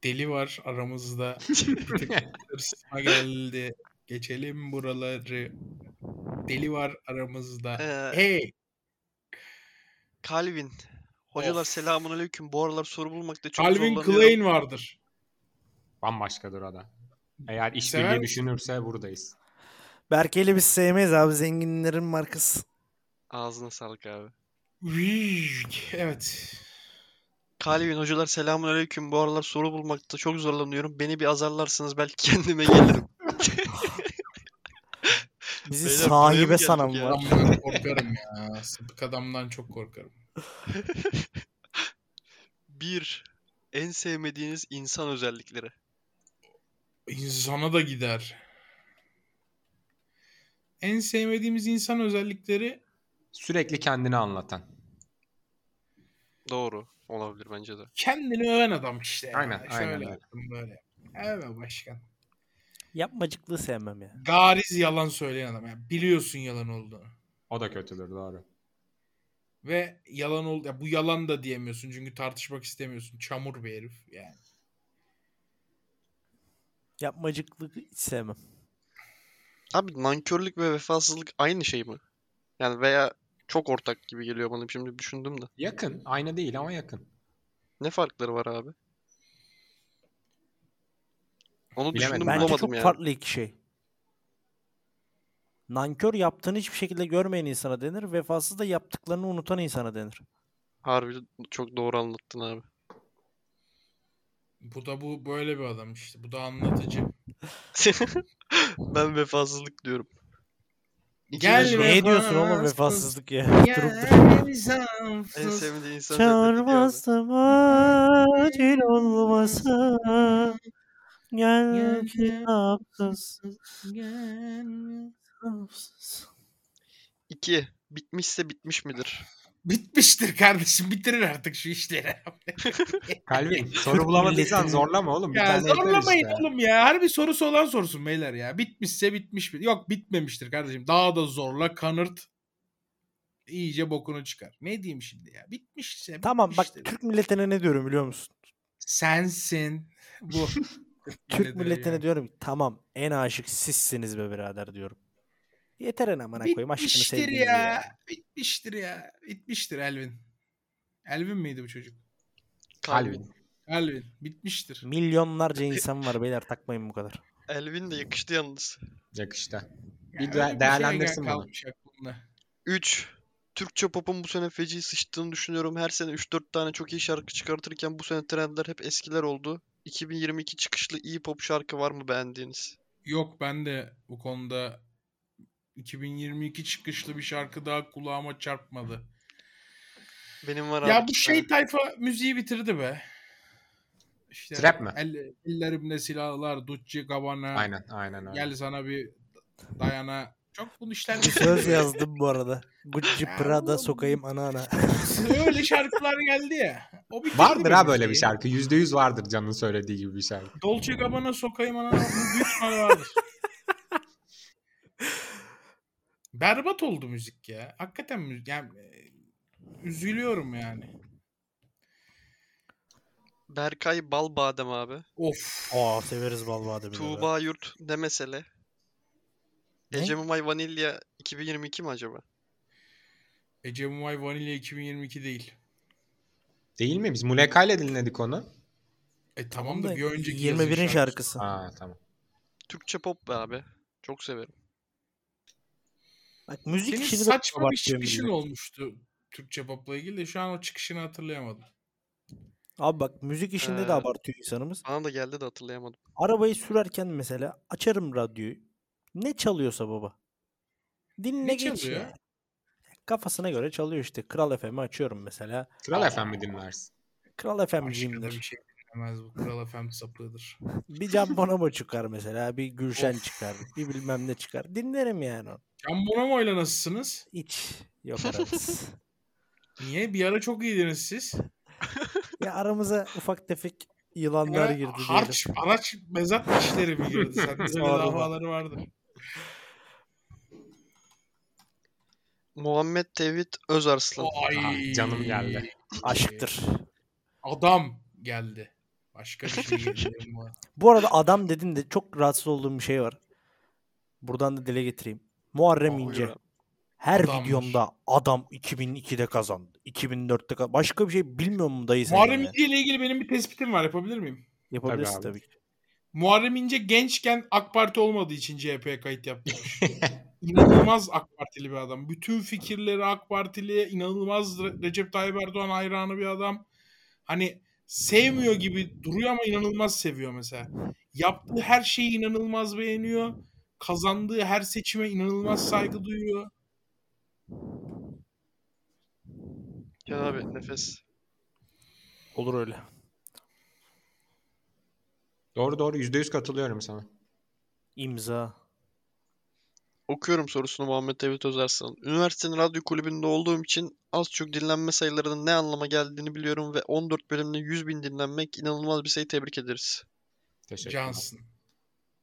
S3: Deli var aramızda. Bir tek hırsıma geldi. Geçelim buraları. Deli var aramızda.
S1: Ee,
S3: Hey.
S1: Calvin. Hocalar
S3: Of.
S1: selamun aleyküm. Bu aralar soru bulmakta çok
S3: Calvin
S1: zorlanıyorum.
S3: Klein vardır.
S2: Bambaşkadır o da. Eğer
S3: Sever
S2: işbirliği
S3: misin?
S2: düşünürse buradayız.
S4: Berke'yle biz sevmeyiz abi zenginlerin markası.
S1: Ağzına sağlık abi.
S3: Vıyyk. Evet.
S1: Calvin hocalar selamun aleyküm. Bu aralar soru bulmakta çok zorlanıyorum. Beni bir azarlarsınız belki kendime gelirim.
S4: Bizi
S1: Beyler, buraya mı
S4: sahibe
S1: geldik
S4: sanan
S1: ya?
S4: var.
S3: Adamdan korkarım ya. Sıdık adamdan çok korkarım.
S1: Bir. En sevmediğiniz insan özellikleri.
S3: İnsana da gider. En sevmediğimiz insan özellikleri
S2: Sürekli kendini anlatan.
S1: Doğru. Olabilir bence de.
S3: kendini öven adam işte. ya.
S2: Aynen, aynen
S3: Şöyle
S2: öyle.
S3: yaptım böyle. Evet başkan.
S4: Yapmacıklığı sevmem ya.
S3: Gariz yalan söyleyen adam. Yani biliyorsun yalan olduğunu.
S2: O da kötüdür doğru.
S3: Ve yalan oldu. ya bu yalan da diyemiyorsun çünkü tartışmak istemiyorsun. Çamur bir herif yani.
S4: Yapmacıklığı hiç sevmem.
S1: Abi nankörlük ve vefasızlık aynı şey mi? Yani veya çok ortak gibi geliyor bana şimdi düşündüm de.
S2: Yakın. Aynı değil ama yakın.
S1: Ne farkları var abi? Onu
S2: Bilemedim.
S1: düşündüm
S4: Bence
S1: bulamadım
S4: çok
S1: yani.
S4: farklı iki şey. Nankör yaptığını hiçbir şekilde görmeyen insana denir. Vefasız da yaptıklarını unutan insana denir.
S1: Harbi çok doğru anlattın abi.
S3: Bu da bu böyle bir adam işte. Bu da anlatıcı.
S1: Ben vefasızlık diyorum.
S3: Gel
S1: İkimiz
S3: be.
S1: var.
S4: Ne diyorsun oğlum
S3: vefasız.
S4: vefasızlık ya? Durup durup.
S1: En sevmediğin insan özellikleri diyor abi.
S4: Çağırmazdım acil olmasa Gel ki hapsız hapsız.
S1: İki. Bitmişse bitmiş midir?
S3: Bitmiştir kardeşim. Bitirir artık şu işleri.
S2: Kalvin soru bulamadıysan zorlama oğlum. Bir
S3: ya
S2: tane ekler
S3: zorlamayın
S2: işte.
S3: oğlum ya. Harbi sorusu olan sorsun beyler ya. Bitmişse bitmiş. bir- Yok bitmemiştir kardeşim. Daha da zorla kanırt. İyice bokunu çıkar. Ne diyeyim şimdi ya? Bitmişse
S4: Tamam bak
S3: bitmiştir.
S4: Türk milletine ne diyorum biliyor musun?
S3: sensin bu.
S4: Türk milletine diyorum ki, tamam en aşık sizsiniz be birader diyorum. Yeter en amına koyayım aşkını
S3: Bitmiştir
S4: sevdiğini
S3: ya.
S4: ya.
S3: Bitmiştir ya. Bitmiştir Elvin. Elvin miydi bu çocuk?
S1: Calvin.
S2: Calvin.
S3: Elvin. Bitmiştir.
S4: Milyonlarca insan var beyler takmayın bu kadar.
S1: Elvin de yakıştı yalnız.
S2: Yakıştı.
S3: Ya
S2: Bir
S3: öyle
S2: de-
S3: şey
S2: değerlendirsin bunu.
S3: kalmış aklımda.
S1: 3. Türkçe pop'un bu sene feci sıçtığını düşünüyorum. Her sene 3-4 tane çok iyi şarkı çıkartırken bu sene trendler hep eskiler oldu. 2022 çıkışlı iyi pop şarkı var mı beğendiğiniz?
S3: Yok ben de bu konuda 2022 çıkışlı bir şarkı daha kulağıma çarpmadı.
S1: Benim var
S3: ya
S1: abi
S3: bu
S1: iki
S3: şey
S1: tane.
S3: tayfa müziği bitirdi be. İşte
S2: Trap mi?
S3: El, ellerimde silahlar, Ducci, Gabbana.
S2: Aynen aynen öyle.
S3: Gel sana bir dayana. Çok bunu işler.
S4: Bir söz yazdım bu arada. Gucci
S3: Ya
S4: Prada
S3: oğlum.
S4: sokayım ana ana.
S3: Öyle şarkılar geldi ya. O bitirdi
S2: Vardır ha
S3: benim
S2: böyle bir
S3: şeyi.
S2: şarkı. Yüzde yüz vardır Can'ın söylediği gibi bir şarkı.
S3: Dolce Gabbana sokayım ana. Bu büyük ihtimal vardır. Berbat oldu müzik ya. Hakikaten müzik. Yani, e, üzülüyorum yani.
S1: Berkay Balbadem abi.
S3: Of.
S4: Aa severiz vallahi de birader.
S1: Tuğba Yurt ne mesele?
S4: Ne?
S1: Ece Mumay Vanilya 2022 mi acaba?
S3: Ece Mumay Vanilya 2022 değil.
S2: Değil mi? Biz Muleka ile dinledik onu.
S3: E tamam da bir önceki yazın
S4: 21'in
S3: şarkısı.
S4: şarkısı.
S2: Aa tamam.
S1: Türkçe pop be abi. Çok severim.
S4: Bak müzik
S3: Senin
S4: işini de
S3: saçma bir şey
S4: abartıyorum
S3: çıkışın
S4: millet.
S3: olmuştu Türkçe popla ilgili de şu an o çıkışını hatırlayamadım.
S4: Abi bak müzik işinde
S1: Ee,
S4: de abartıyor insanımız.
S1: Bana da geldi de hatırlayamadım.
S4: Arabayı sürerken mesela açarım radyoyu. Ne çalıyorsa baba. Dinle
S3: Ne
S4: geç
S3: çalıyor?
S4: ya. Kafasına göre çalıyor işte. Kral FM'i açıyorum mesela.
S2: Kral efendi dinlersin.
S4: Kral
S3: Başka da bir
S4: FM'ciyimdir.
S3: şey dinlemez bu. Kral FM sapığıdır.
S4: Bir Can Bonomo çıkar mesela. Bir Gülşen çıkar. Bir bilmem ne çıkar. Dinlerim yani onu.
S3: Can Bonomo ile nasılsınız?
S4: Hiç yok aramız.
S3: Niye? Bir ara çok iyiydiniz siz.
S4: ya aramıza ufak tefek
S3: Bir
S4: yılanlar
S3: ara
S4: girdi diyelim.
S3: harç, araç, mezat işleri mi girdi? Sende de
S4: Doğru.
S3: davaları vardı.
S1: Muhammed Tevhid Özarslan.
S3: Ay.
S2: Ah, canım geldi.
S4: Aşktır.
S3: Adam geldi. Başka bir şey geldi.
S4: Bu arada adam dedin de çok rahatsız olduğum bir şey var. Buradan da dile getireyim. Muharrem
S1: Buyur
S4: İnce.
S1: abi.
S4: Her
S3: Adammış.
S4: videomda adam 2002'de kazandı. 2004'te kazandı. Başka bir şey bilmiyor mu dayı sen?
S3: Muharrem
S4: ya?
S3: İnce ile ilgili benim bir tespitim var. Yapabilir miyim?
S4: Yapabilirsin
S2: Tabii abi.
S4: tabii. ki.
S3: Muharrem İnce gençken AK Parti olmadığı için CHP'ye kayıt yaptırmış. inanılmaz AK Partili bir adam. Bütün fikirleri AK Partili, inanılmaz Re- Recep Tayyip Erdoğan hayranı bir adam. Hani sevmiyor gibi duruyor ama inanılmaz seviyor mesela. Yaptığı her şeyi inanılmaz beğeniyor. Kazandığı her seçime inanılmaz saygı duyuyor.
S1: Gel abi nefes.
S4: Olur öyle.
S2: Doğru doğru. Yüzde yüz katılıyorum sana.
S4: İmza.
S1: Okuyorum sorusunu Muhammed Tevhid Özarslan. Üniversitenin radyo kulübünde olduğum için az çok dinlenme sayılarının ne anlama geldiğini biliyorum ve 14 bölümde 100 bin dinlenmek inanılmaz bir şey tebrik ederiz.
S2: Teşekkürler.
S3: Cansın.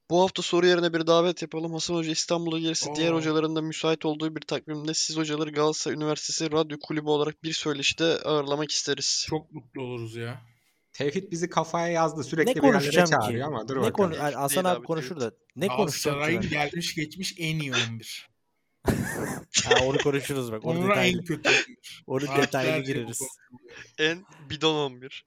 S1: Bu hafta soru yerine bir davet yapalım. Hasan Hoca İstanbul'a gelirse diğer
S3: Oo.
S1: hocaların da müsait olduğu bir takvimde siz hocaları Galatasaray Üniversitesi Radyo Kulübü olarak bir söyleşide ağırlamak isteriz.
S3: Çok mutlu oluruz ya.
S2: Tevfik bizi kafaya yazdı. Sürekli
S4: Ne
S2: bir yerlere
S4: konuşacağım ki?
S2: çağırıyor ama dur
S4: ne
S2: bakalım.
S4: konu yani
S3: şey
S4: Hasan
S1: Değil
S4: abi
S1: abi,
S4: konuşur da ne konuşacağım ki
S3: Galatasaray'ın gelmiş geçmiş en iyi 11.
S4: ben? Ha, onu konuşuruz bak. Onu
S3: Onura en
S4: detaylı,
S3: kötü 11.
S4: onu detaylı
S3: Saatlerce bu
S4: gireriz.
S1: En bidon 11.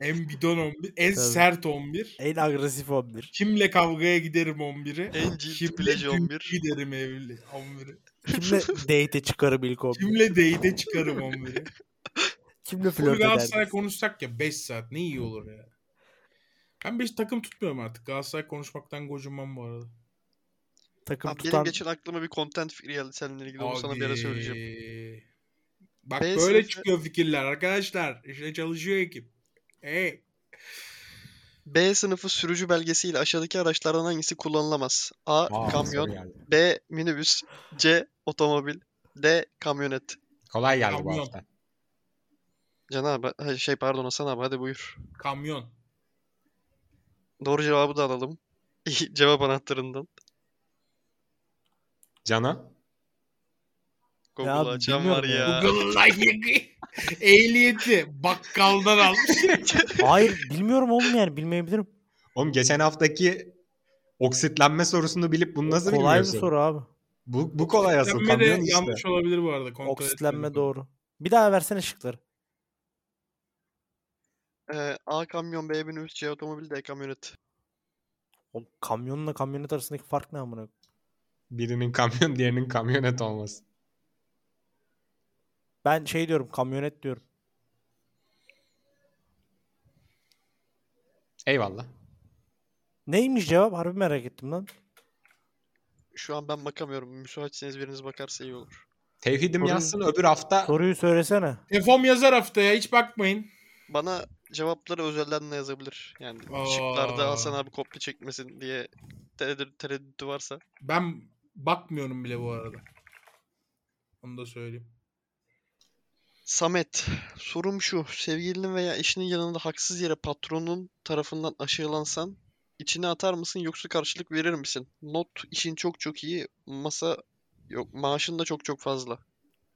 S3: En bidon 11, en
S4: Tabii.
S3: sert 11.
S4: En agresif 11.
S3: Kimle kavgaya giderim 11'i?
S1: En cilt
S3: Kimle
S1: plaj
S3: dün
S1: 11.
S3: giderim evli 11'i?
S4: Kimle date çıkarım ilk 11?
S3: Kimle date'e çıkarım 11'i?
S4: Kimle
S3: Full
S4: flört
S3: Galatasaray
S4: eder?
S3: konuşsak ya 5 saat ne iyi olur ya. Ben 5 takım tutmuyorum artık. Galatasaray konuşmaktan gocunmam bu arada.
S4: Takım
S1: Abi benim
S4: tutan
S1: geçen aklıma bir content fikri geldi seninle ilgili. Onu sana bir ara söyleyeceğim.
S3: Abi. Bak
S1: B
S3: böyle
S1: sınıfı-
S3: çıkıyor fikirler arkadaşlar. İşte çalışıyor ekip. E, Hey.
S1: B sınıfı sürücü belgesiyle aşağıdaki araçlardan hangisi kullanılamaz? A.
S2: Aa,
S1: Kamyon.
S2: soru geldi.
S1: B. Minibüs. C. Otomobil. D. Kamyonet.
S2: Kolay geldi bu
S3: Kamyon.
S2: hafta.
S1: Can abi ha, şey pardon Hasan abi hadi buyur.
S3: Kamyon.
S1: Doğru cevabı da alalım. Cevap anahtarından.
S2: Cana.
S1: Google
S4: abi
S1: açan var
S4: bilmiyorum ya.
S1: ya.
S3: Google'la ilgili ehliyeti bakkaldan almış.
S4: Hayır bilmiyorum oğlum yani bilmeyebilirim.
S2: Oğlum geçen haftaki oksitlenme sorusunu bilip bunu nasıl
S4: Kolay bir
S2: bilmiyorsun?
S4: soru abi.
S2: Bu, bu kolay asıl.
S3: Oksitlenme de
S2: Kamyon işte.
S3: yanlış olabilir bu arada. kontrol
S4: Oksitlenme
S3: etmedim.
S4: doğru. Bir daha versene şıkları.
S1: Ee, A kamyon, B minibüs, C otomobil, D kamyonet.
S4: Oğlum, kamyonla kamyonet arasındaki fark ne amına?
S2: Birinin kamyon diğerinin kamyonet olması.
S4: Ben şey diyorum kamyonet diyorum.
S2: Eyvallah.
S4: Neymiş cevap? Harbi merak ettim lan.
S1: Şu an ben bakamıyorum. Müsaitseniz biriniz bakarsa iyi olur.
S2: Tevhidim
S4: Sorun-
S2: yazsın öbür hafta
S4: Soruyu söylesene.
S3: Tefom yazar haftaya hiç bakmayın.
S1: Bana cevapları özelden de yazabilir. Yani
S3: Aa.
S1: şıklarda Hasan abi kopya çekmesin diye tereddüt, tereddütü varsa.
S3: Ben bakmıyorum bile bu arada. Onu da söyleyeyim.
S1: Samet, sorum şu. Sevgilinin veya eşinin yanında haksız yere patronun tarafından aşağılansan içine atar mısın yoksa karşılık verir misin? Not işin çok çok iyi. Masa yok maaşın da çok çok fazla.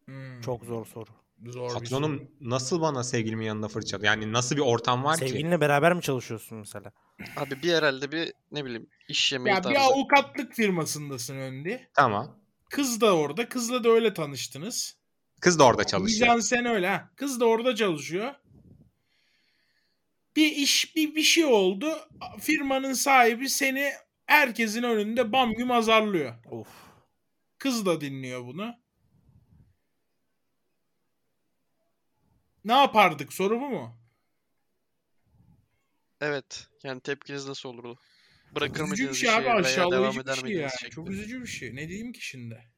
S3: Hmm,
S4: Çok zor soru.
S3: zor bir soru.
S2: patronum nasıl bana sevgilimin yanında fırçaladı? Yani nasıl bir ortam var ki?
S4: Sevgilinle beraber mi çalışıyorsun mesela?
S1: Abi bir herhalde bir ne bileyim iş yemeği
S3: Ya
S1: tarzı.
S3: bir avukatlık firmasındasın önde.
S2: Tamam.
S3: Kız da orada. Kızla da öyle tanıştınız.
S2: Kız da orada çalışıyor.
S3: Mizan sen öyle ha. Kız da orada çalışıyor. Bir iş bir bir şey oldu. Firmanın sahibi seni herkesin önünde bam güm azarlıyor.
S4: Of.
S3: Kız da dinliyor bunu. Ne yapardık? Soru bu mu?
S1: Evet. Yani tepkiniz nasıl olurdu? Bırakır
S3: Üzücü bir
S1: mıydınız
S3: şey
S1: işi
S3: abi
S1: veya devam
S3: aşağılayıcı bir
S1: eder
S3: şey
S1: miydiniz
S3: yani. Çok
S1: şeklinde?
S3: üzücü bir şey. Ne diyeyim ki şimdi?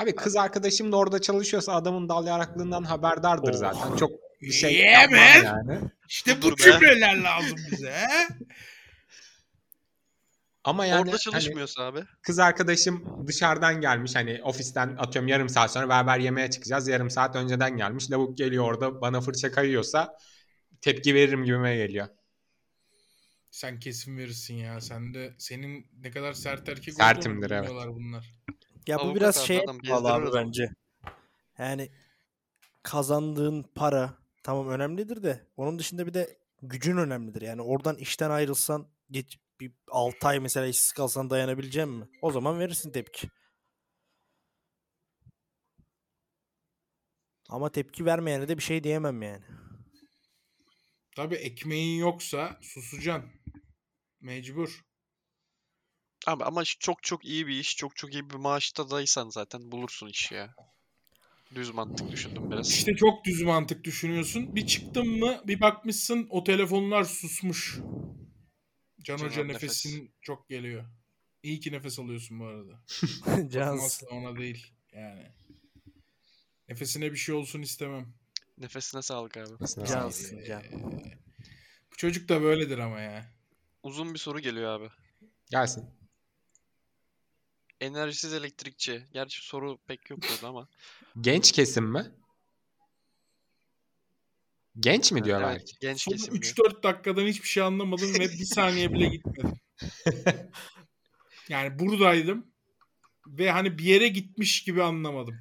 S2: Abi kız arkadaşım da orada çalışıyorsa adamın dal yaraklığından haberdardır
S4: Oh.
S2: zaten. Çok bir şey
S3: Yeah,
S2: yapmam
S3: man.
S2: yani.
S3: İşte bu
S1: Budur be.
S3: cümleler lazım bize. he?
S2: Ama yani
S1: Orada
S2: hani
S1: çalışmıyorsa abi.
S2: kız arkadaşım dışarıdan gelmiş hani ofisten atıyorum yarım saat sonra beraber yemeğe çıkacağız. Yarım saat önceden gelmiş. Lavuk geliyor orada bana fırça kayıyorsa tepki veririm gibime geliyor.
S3: Sen kesin verirsin ya. Sen de senin ne kadar sert erkek
S2: Sertimdir, evet.
S3: bilmiyorlar bunlar.
S4: Ya bu
S1: Avukat
S4: biraz
S1: abi,
S4: şey
S1: adam
S4: bağlı
S1: gezdirir
S4: abi
S1: o zaman.
S4: bence. Yani kazandığın para tamam önemlidir de onun dışında bir de gücün önemlidir. Yani oradan işten ayrılsan geç bir 6 ay mesela işsiz kalsan dayanabilecek mi? O zaman verirsin tepki. Ama tepki vermeyene de bir şey diyemem yani.
S3: Tabii ekmeğin yoksa susacaksın. Mecbur.
S1: Abi ama iş çok çok iyi bir iş, çok çok iyi bir maaştadaysan zaten bulursun işi ya. Düz mantık düşündüm biraz.
S3: İşte çok düz mantık düşünüyorsun. Bir çıktın mı bir bakmışsın o telefonlar susmuş. Can
S1: Can
S3: Hoca
S1: abi nefes.
S3: nefesin çok geliyor. İyi ki nefes alıyorsun bu arada. Bakım
S4: Cans.
S3: asla ona değil yani. Nefesine bir şey olsun istemem.
S1: Nefesine sağlık abi.
S2: Aslında
S4: Cans. Can.
S3: Ee, bu çocuk da böyledir ama ya.
S1: Uzun bir soru geliyor abi.
S2: Gelsin.
S1: Enerjisiz elektrikçi. Gerçi soru pek yok burada ama.
S2: Genç kesim mi? Genç mi diyor
S1: Evet,
S2: belki?
S1: genç
S3: Son
S1: kesim diyor.
S3: 3-4 dakikadan hiçbir şey anlamadım ve bir saniye bile gitmedim. Yani buradaydım ve hani bir yere gitmiş gibi anlamadım.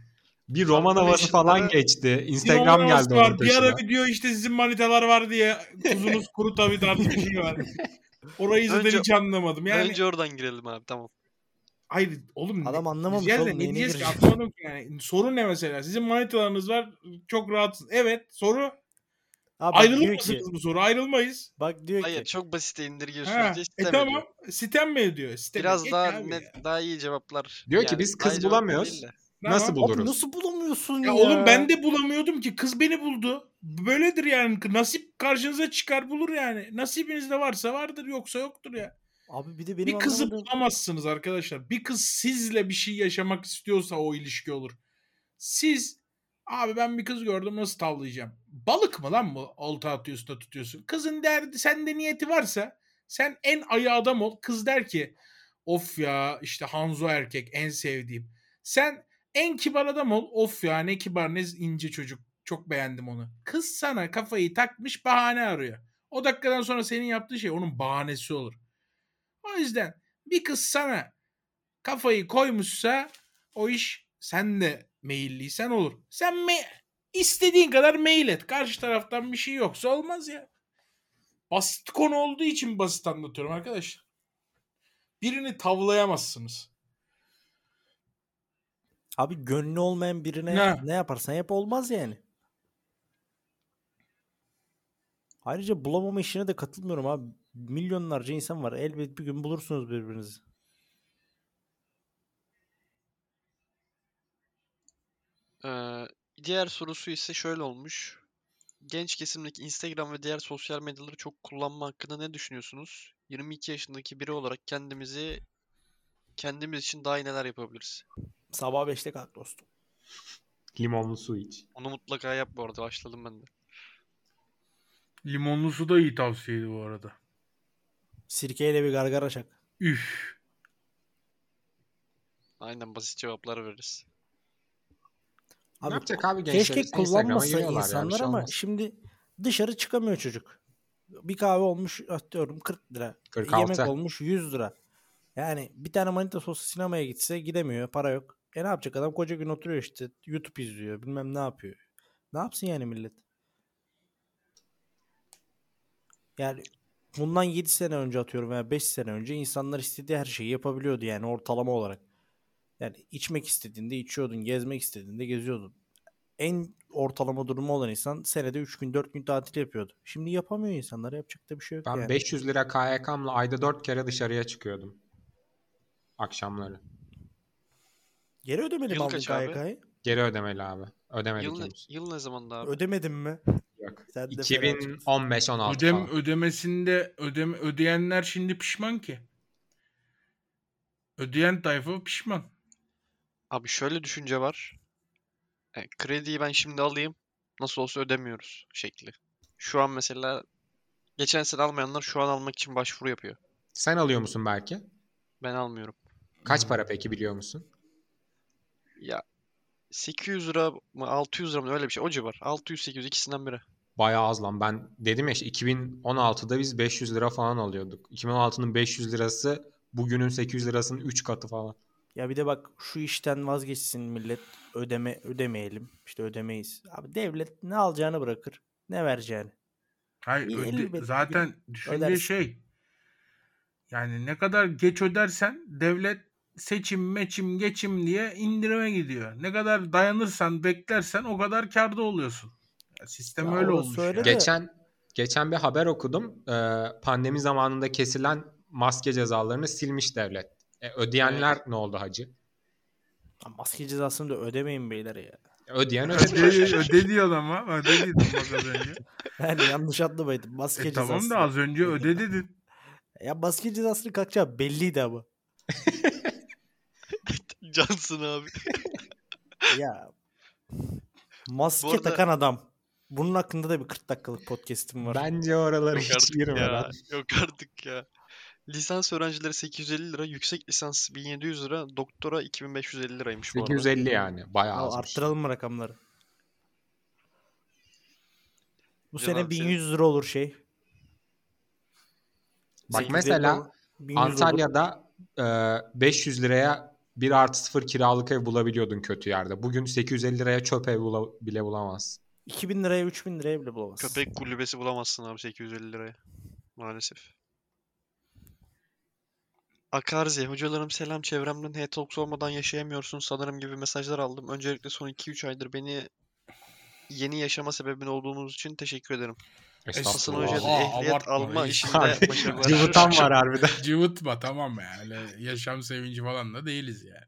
S2: Bir roman havası
S1: yaşında da-
S2: falan geçti.
S3: Bir
S2: Instagram
S3: romanası
S2: geldi onun
S3: var. Bir
S2: peşine.
S3: ara bir diyor işte sizin manitalar var diye kuzunuz kuru tabi tarzı bir şey var. Orayı zaten
S1: Önce-
S3: hiç anlamadım. Yani
S1: Önce oradan girelim abi tamam.
S3: hayır oğlum ne-
S4: Adam anlamamış
S3: Güzel de
S4: oğlum,
S3: ne
S4: neyine
S3: diyeceğiz ki
S4: girecek?
S3: anlamadım ki yani. Soru ne mesela? Sizin manitalarınız var çok rahatsız. Evet soru
S4: Abi bak
S3: ayrılır
S4: diyor ki,
S3: mısınız bu soru? Ayrılmayız.
S4: bak diyor
S1: Hayır
S4: ki
S1: çok basite indirgiyorsun.
S3: Ha,
S1: Diye
S3: e
S1: sitem
S3: tamam.
S1: ediyor.
S3: Sitem mi ediyor? Sitem
S1: Biraz
S3: Geç
S1: daha
S3: abi
S1: net,
S3: ya.
S1: daha iyi cevaplar.
S2: Diyor ki,
S1: Yani
S2: "Biz
S1: daha
S2: kız
S1: iyi cevaplar
S2: bulamıyoruz."
S1: değil de.
S2: Nasıl
S3: Tamam.
S4: abi
S2: buluruz?
S4: nasıl bulamıyorsun ya?
S3: Ya oğlum ben de bulamıyordum ki. Kız beni buldu. Böyledir yani. Nasip karşınıza çıkar bulur yani. Nasibinizde varsa vardır yoksa yoktur ya.
S4: Abi bir de benim
S3: bir kızı
S4: anlamadığım-
S3: bulamazsınız arkadaşlar. Bir kız sizle bir şey yaşamak istiyorsa o ilişki olur. Siz abi ben bir kız gördüm nasıl tavlayacağım? Balık mı lan bu? Olta atıyorsun da tutuyorsun. Kızın derdi sende niyeti varsa sen en ayı adam ol. Kız der ki of ya işte Hanzo erkek en sevdiğim. Sen en kibar adam ol. Of ya ne kibar ne ince çocuk. Çok beğendim onu. Kız sana kafayı takmış bahane arıyor. O dakikadan sonra senin yaptığın şey onun bahanesi olur. O yüzden bir kız sana kafayı koymuşsa o iş sen de meyilliysen olur. Sen me- istediğin kadar mail et. Karşı taraftan bir şey yoksa olmaz ya. Basit konu olduğu için basit anlatıyorum arkadaşlar. Birini tavlayamazsınız.
S4: Abi gönlü olmayan birine
S3: Ne?
S4: ne, yaparsan yap olmaz yani. Ayrıca bulamama işine de katılmıyorum abi. Milyonlarca insan var. Elbet bir gün bulursunuz birbirinizi.
S1: Ee, diğer sorusu ise şöyle olmuş. Genç kesimdeki Instagram ve diğer sosyal medyaları çok kullanma hakkında ne düşünüyorsunuz? 22 yaşındaki biri olarak kendimizi kendimiz için daha iyi neler yapabiliriz?
S4: Sabah 5'te kalk dostum.
S2: Limonlu su iç.
S1: Onu mutlaka yap bu arada. Başladım ben de.
S3: Limonlu su da iyi tavsiyeydi bu arada.
S4: Sirkeyle bir gargara çak.
S3: Üf.
S1: Aynen basit cevaplar veririz.
S2: ne
S4: Abi
S2: yapacak abi gençler?
S4: keşke
S2: İşte Instagram'a
S4: kullanmasa
S2: giriyorlar ya, bir
S4: insanlar
S2: şey
S4: ama
S2: olmaz.
S4: şimdi dışarı çıkamıyor çocuk. Bir kahve olmuş atıyorum 40 lira.
S2: 46.
S4: Yemek olmuş 100 lira. Yani bir tane manita sosu sinemaya gitse gidemiyor. Para yok. E ne yapacak adam koca gün oturuyor işte. YouTube izliyor. Bilmem ne yapıyor. Ne yapsın yani millet? Yani bundan 7 sene önce atıyorum veya 5 sene önce insanlar istediği her şeyi yapabiliyordu yani ortalama olarak. Yani içmek istediğinde içiyordun, gezmek istediğinde geziyordun. En ortalama durumu olan insan senede 3 gün 4 gün tatil yapıyordu. Şimdi yapamıyor insanlar yapacak da bir şey yok
S2: Ben
S4: yani.
S2: 500 lira KYK'mla ayda 4 kere dışarıya çıkıyordum. Akşamları.
S4: Geri ödemeli mi
S1: Yıl
S4: aldın
S1: kaç abi?
S4: KYK'yı?
S2: Geri ödemeli abi. Ödemedik
S1: Yıl, ne-
S2: henüz.
S1: yıl ne zamanda abi?
S4: Ödemedim mi?
S2: Yok.
S4: Sen de fena çıktın.
S2: 2015-16
S3: Ödem,
S2: falan.
S3: ödemesinde ödem, ödeyenler şimdi pişman ki. Ödeyen tayfa pişman.
S1: Abi şöyle düşünce var. E, krediyi ben şimdi alayım. Nasıl olsa ödemiyoruz şekli. Şu an mesela geçen sene almayanlar şu an almak için başvuru yapıyor.
S2: Sen alıyor musun belki?
S1: Ben almıyorum.
S2: Kaç
S4: Hmm.
S2: para peki biliyor musun?
S1: Ya 800 lira mı 600 lira mı öyle bir şey. O civar. 600-800 ikisinden biri.
S2: Bayağı az lan. Ben dedim ya işte 2016'da biz 500 lira falan alıyorduk. 2016'nın 500 lirası bugünün 800 lirasının 3 katı falan.
S4: Ya bir de bak şu işten vazgeçsin millet. Ödeme ödemeyelim. İşte ödemeyiz. Abi devlet ne alacağını bırakır, ne vereceğini.
S3: Hayır
S4: İyi,
S3: öde-
S4: elbette ki
S3: zaten düşünce
S4: ödersin.
S3: şey yani ne kadar geç ödersen devlet seçim meçim geçim diye indirime gidiyor. Ne kadar dayanırsan beklersen o kadar karda oluyorsun. Ya sistem
S4: Ya
S3: öyle
S4: orası
S3: olmuş.
S4: öyle
S3: yani.
S4: de-
S2: Geçen geçen bir haber okudum. Ee, pandemi zamanında kesilen maske cezalarını silmiş devlet. E, ödeyenler ne oldu hacı?
S4: Lan Maske cezasını da ödemeyin beyler ya.
S2: Ödeyen ödedi.
S3: Öde, öde diyor ama öde diyordun bak az önce.
S4: Yani yanlış anlamaydım. Maske
S3: E,
S4: cezası.
S3: tamam da az önce öde dedin.
S4: Ya maske cezasını kalkacağı belliydi ama.
S1: Cansın abi.
S4: Ya. Maske
S1: Bu arada-
S4: takan adam. Bunun hakkında da bir 40 dakikalık podcast'im var.
S2: Bence oralara
S1: Yok
S2: hiç
S1: artık
S2: girme
S1: ya.
S2: lan.
S1: Yok artık ya. Lisans öğrencileri 850 lira, yüksek lisans 1700 lira, doktora 2550 liraymış bu arada.
S2: 850 yani. Bayağı
S4: Al,
S2: azmış.
S4: arttıralım mı rakamları? Bu
S1: Can
S4: sene
S1: abi senin-
S4: 1100 lira olur şey.
S2: Bak
S4: 850
S2: mesela
S4: olur, 1100 olur.
S2: Antalya'da e, 500 liraya 1 artı 0 kiralık ev bulabiliyordun kötü yerde. Bugün 850 liraya çöp ev bula- bile bulamazsın.
S4: 2000 liraya 3000 liraya bile bulamazsın.
S1: Köpek kulübesi bulamazsın abi 850 liraya. Maalesef. Akarze, hocalarım selam çevremden H-Talks olmadan yaşayamıyorsun sanırım gibi mesajlar aldım. Öncelikle son 2-3 aydır beni yeni yaşama sebebin olduğunuz için teşekkür ederim. Hasan
S3: Estağfurullah.
S1: Hoca da
S3: Aa,
S1: ehliyet
S3: abartma
S1: alma
S3: reis.
S1: işinde
S2: Abi,
S1: başarılar.
S2: Cıvıtan var harbiden.
S3: Cıvıtma tamam ya. Öyle yaşam sevinci falan da değiliz yani.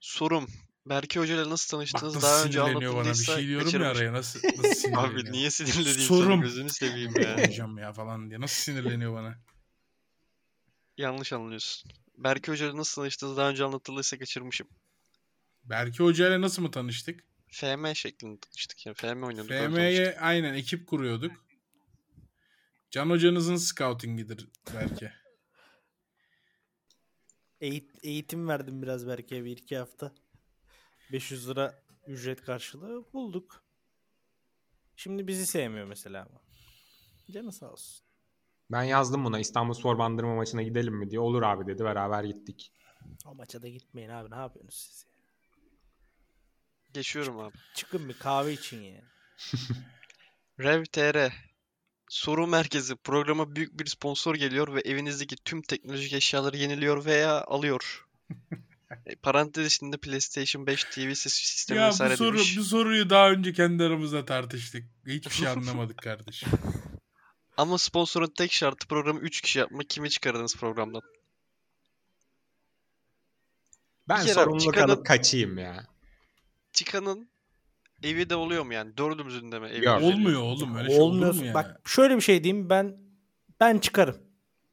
S1: Sorum. Berke Hoca ile nasıl
S3: Bak
S1: tanıştınız?
S3: nasıl
S1: Daha önce
S3: sinirleniyor bana bir
S1: anlatıldıysa
S3: şey diyorum ya
S1: kaçırmış.
S3: araya nasıl, nasıl sinirleniyor.
S1: Abi niye sinirleneyim
S3: Sorum.
S1: seni gözünü seveyim ya.
S3: Hocam ya falan diye. Nasıl sinirleniyor bana?
S1: Yanlış anlıyorsun. Berke Hoca ile nasıl tanıştınız? Daha önce anlatıldıysa kaçırmışım.
S3: Berke Hoca ile nasıl mı tanıştık?
S1: FM şeklinde tanıştık ya. FM oynuyorduk. öyle tanıştık.
S3: FM'ye aynen ekip kuruyorduk. Can hocanızın scoutingidir belki.
S4: Eğit- eğitim verdim biraz belki bir iki hafta. 500 lira ücret karşılığı bulduk. Şimdi bizi sevmiyor mesela ama. Canı sağ olsun.
S2: Ben yazdım buna İstanbul Spor Bandırma maçına gidelim mi diye. Olur abi dedi beraber gittik.
S4: O maça da gitmeyin abi ne yapıyorsunuz siz ya?
S1: Geçiyorum abi.
S4: Çıkın bir kahve için ya.
S1: Rev TR Soru merkezi programa büyük bir sponsor geliyor ve evinizdeki tüm teknolojik eşyaları yeniliyor veya alıyor. E, Parantez içinde PlayStation 5 TV sis- sistemi
S3: Ya bu,
S1: vesaire
S3: soru,
S1: demiş.
S3: bu soruyu daha önce kendi aramızda tartıştık. Hiçbir şey anlamadık kardeşim.
S1: Ama sponsorun tek şartı programı 3 kişi yapma. Kimi çıkarırız programdan?
S2: Ben
S1: Bir kere abi
S2: sorumluluk
S1: çıkanın-
S2: alıp kaçayım ya.
S1: Çıkanın evi de oluyor mu yani? Dördümüzün de mi evi
S2: Yok.
S1: düzeliyor?
S3: Olmuyor oğlum öyle şey olur
S4: Olmuyor.
S3: mu yani?
S4: Bak şöyle bir şey diyeyim ben ben çıkarım.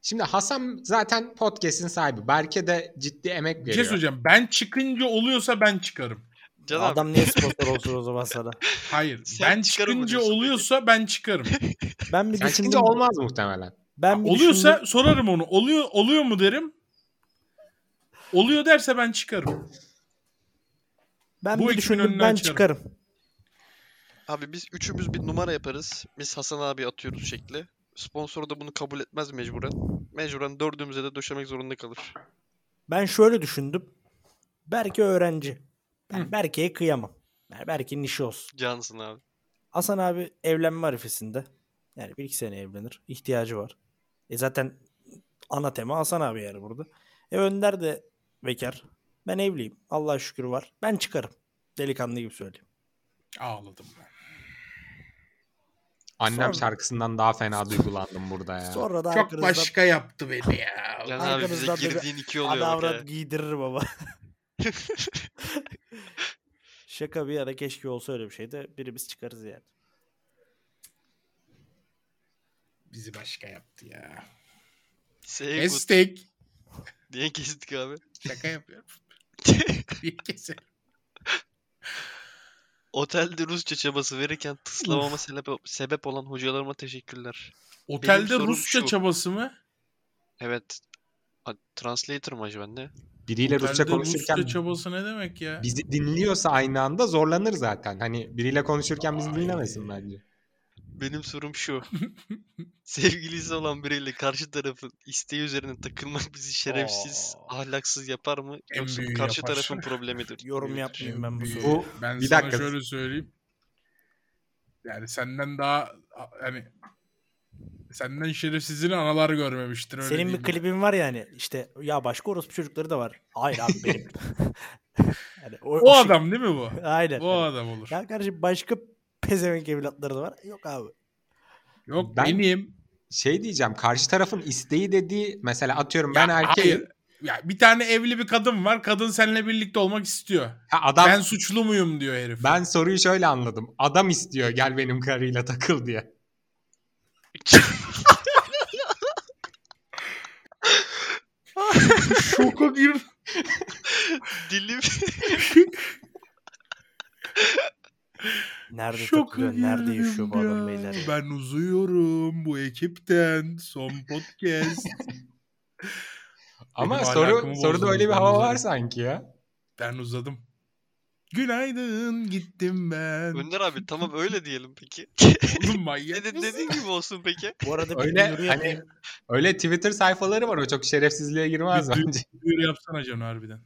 S2: Şimdi Hasan zaten podcast'in sahibi. Berke de ciddi emek
S3: bir şey
S2: veriyor.
S3: söyleyeceğim. Ben çıkınca oluyorsa ben çıkarım.
S1: Can abi,
S4: Adam niye sponsor olsun o zaman sana?
S3: Hayır.
S1: Sen
S3: ben
S1: çıkarım mı
S3: çıkınca
S1: diyorsun
S3: oluyorsa ben çıkarım.
S4: Ben bir
S2: Sen
S4: düşündüm.
S2: çıkınca olmaz muhtemelen.
S4: Ben bir
S3: oluyorsa
S4: düşündüm.
S3: sorarım onu. Oluyor oluyor mu derim. Oluyor derse ben çıkarım.
S4: ben
S3: bu
S4: bir
S3: ekibin önünü
S4: düşündüm ben
S3: açarım.
S4: çıkarım.
S1: abi biz üçümüz bir numara yaparız. Biz Hasan abi atıyoruz şekli. Sponsor da bunu kabul etmez mecburen. Mecburen dördümüze de döşemek zorunda kalır.
S4: Ben şöyle düşündüm. Berke öğrenci. Ben Berke'ye kıyamam. Yani Berke'nin işi olsun.
S1: Cansın abi.
S4: Hasan abi evlenme arifesinde. Yani bir iki sene evlenir. İhtiyacı var. E zaten ana tema Hasan abi yani burada. E Önder de bekar. Ben evliyim. Allah'a şükür var. Ben çıkarım. Delikanlı gibi söyleyeyim.
S3: Ağladım ben.
S2: Annem
S4: Sonra-
S2: şarkısından daha fena duygulandım burada ya.
S4: Sonra da
S3: Ee, Çok
S4: arkanızdan
S3: başka yaptı beni ya.
S1: Can abi bize
S4: Arkamızdan da bir
S1: girdiğin iki oluyor bak
S4: adavrat
S1: ya.
S4: giydirir baba. Şaka bir yana keşke olsa öyle bir şey de birimiz çıkarız yani.
S3: Bizi başka yaptı ya.
S1: Say good
S3: Estek.
S1: diye kestik abi.
S3: Şaka yapıyorum. Bir kese.
S1: Otelde Rusça çabası verirken tıslamama sebep, sebep olan hocalarıma teşekkürler. Benim
S3: Otelde
S1: sorum
S3: Rusça
S1: şu.
S3: çabası mı?
S1: Evet. A- Translator mı acaba ne?
S2: Biriyle Rusça
S3: Otelde
S2: konuşurken
S3: Rusça çabası ne demek ya?
S2: bizi dinliyorsa aynı anda zorlanır zaten. Hani biriyle konuşurken bizi
S3: Ay.
S2: dinlemesin bence.
S1: Benim sorum şu. Sevgilisi olan biriyle karşı tarafın isteği üzerine takılmak bizi şerefsiz,
S3: Aa.
S1: ahlakaksız yapar mı?
S3: En
S1: Yoksa
S3: büyüğü
S1: karşı
S3: yapar.
S1: tarafın problemidir.
S4: Yorum
S1: Büyüktür.
S4: yapmayayım ben bu
S3: Büyük.
S4: soruyu.
S2: Bu
S3: Ben
S2: bir
S3: sana
S2: dakika.
S3: şöyle söyleyeyim. Yani senden daha hani senden şerefsizini analar görmemiştir öyle
S4: Senin bir
S3: diyeyim.
S4: klibin var ya hani işte ya başka orospu çocukları da var. Hayır abi benim. Hani
S3: O
S4: şey-
S3: adam değil mi bu?
S4: Aynen.
S3: O adam olur.
S4: Ya kardeşim başka pezevenk evlatları da var. Yok abi.
S3: Yok
S2: Ben-
S3: benim.
S2: Şey diyeceğim karşı tarafın isteği dediği mesela atıyorum ben erkeğim.
S3: Hayır. Ya bir tane evli bir kadın var. Kadın seninle birlikte olmak istiyor.
S2: Ha, adam
S3: Ben
S2: ben...
S3: suçlu muyum diyor herif.
S2: soruyu şöyle anladım. Adam istiyor gel benim karıyla takıl diye.
S3: şoka girdim.
S1: Dilim
S4: Nerede
S3: Şoka
S4: takılıyor? Nerede
S3: girdim
S4: yaşıyor bu adam
S3: ya.
S4: beyler? ya?
S3: Ben uzuyorum bu ekipten. Son podcast.
S2: Ama
S3: Benim alakamı
S2: soru soruda
S3: bozdunuz,
S2: öyle bir
S3: ben
S2: hava var
S3: bozuyorum.
S2: sanki ya.
S3: ben uzadım. Günaydın gittim ben.
S1: Önder abi tamam öyle diyelim peki.
S3: Oğlum
S1: Ne
S3: manyak
S1: de-
S3: mısın?
S1: dediğin gibi olsun peki.
S4: Bu arada bir
S2: Öyle
S4: duyuru
S2: hani
S4: yapayım.
S2: öyle Twitter sayfaları var o çok şerefsizliğe girmez
S3: Bir-
S2: bence.
S3: Duyuru yapsana canım harbiden.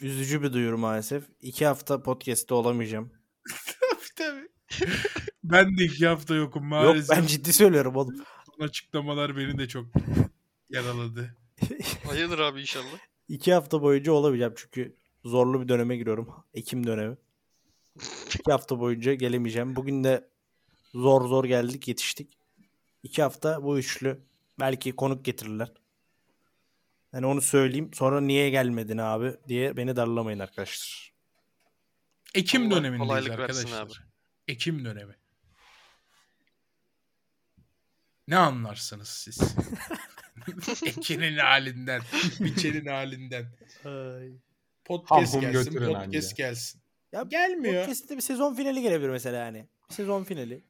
S4: Üzücü bir duyuru maalesef. İki hafta podcast'te olamayacağım.
S3: Tabii. ben de iki hafta yokum maalesef.
S4: Yok ben ciddi söylüyorum oğlum.
S3: Son açıklamalar beni de çok yaraladı.
S1: Hayırdır abi inşallah.
S4: İki hafta boyunca olamayacağım çünkü zorlu bir döneme giriyorum. Ekim dönemi. İki hafta boyunca gelemeyeceğim. Bugün de zor zor geldik yetiştik. İki hafta bu üçlü belki konuk getirirler. Yani onu söyleyeyim. Sonra niye gelmedin abi diye beni darlamayın arkadaşlar.
S3: Ekim
S1: Allah
S3: dönemindeyiz
S1: kolaylık versin
S3: arkadaşlar.
S1: abi.
S3: Ekim dönemi. Ne anlarsınız siz? Ekinin halinden, biçenin halinden. Podcast
S2: Ham hum
S3: gelsin,
S2: götürün
S3: podcast
S2: anca.
S3: gelsin.
S4: Ya
S3: Gelmiyor.
S4: Podcast'te bir sezon finali gelebilir mesela yani. Bir sezon finali.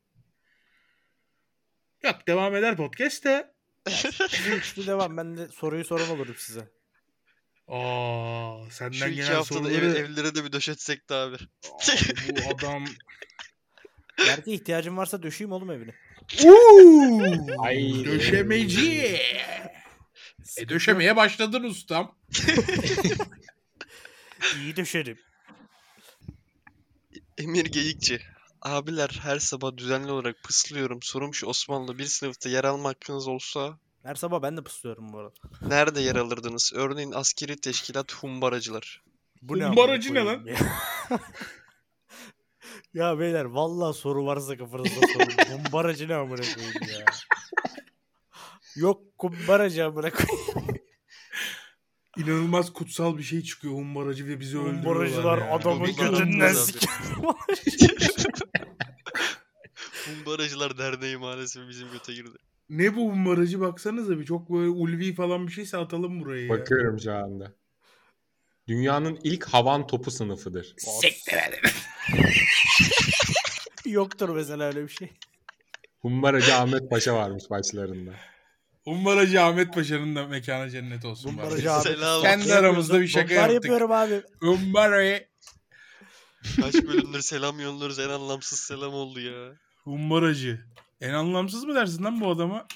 S3: Yok devam eder podcast de.
S4: Sizin üçlü devam. Ben de soruyu soran olurum size.
S3: Aa, senden
S1: Şu iki
S3: gelen
S1: haftada ev,
S3: soruları...
S1: evlere de bir döşetsek de abi.
S3: Abi bu adam
S4: Vergi ihtiyacın varsa döşeyim oğlum evini.
S2: Ay.
S3: Döşemeci. E döşemeye başladın ustam.
S4: İyi döşerim.
S1: Emir Geyikçi. Abiler her sabah düzenli olarak pıslıyorum. Sorum şu Osmanlı bir sınıfta yer alma hakkınız olsa
S4: Her sabah ben de pıslıyorum bu arada.
S1: nerede yer alırdınız? Örneğin askeri teşkilat humbaracılar.
S4: Bu
S3: Oğlum
S4: amına
S3: barajı ne
S4: koyayım Ya. Ya beyler vallahi soru varsa kafanızda sorun. Kumbaracı ne amına koyayım ya. Yok kumbaracı amına koyayım.
S3: İnanılmaz kutsal bir şey çıkıyor humbaracı ve bizi öldürüyorlar.
S4: Humbaracılar
S3: ya.
S4: adamı
S3: Tabii ki
S4: götünden
S3: humbaracı.
S4: siker.
S1: Humbaracılar Derneği maalesef bizim göte girdi.
S3: Ne bu humbaracı baksanıza bir çok böyle ulvi falan bir şeyse atalım buraya ya.
S2: Bakıyorum şu anda. Dünyanın ilk havan topu sınıfıdır.
S4: Yoktur mesela öyle bir şey.
S2: Humbaracı Ahmet Paşa varmış başlarında.
S3: Humbaracı Ahmet Paşa'nın da mekanı cennet olsun.
S4: Humbaracı
S3: bari.
S4: abi.
S1: Selam.
S3: Kendi aramızda bir şaka
S4: Kumbar
S3: yaptık.
S4: yapıyorum abi.
S3: Humbaracı.
S1: Kaç bölümdür selam yolluyoruz en anlamsız selam oldu ya.
S3: Humbaracı. En anlamsız mı dersin lan bu adama?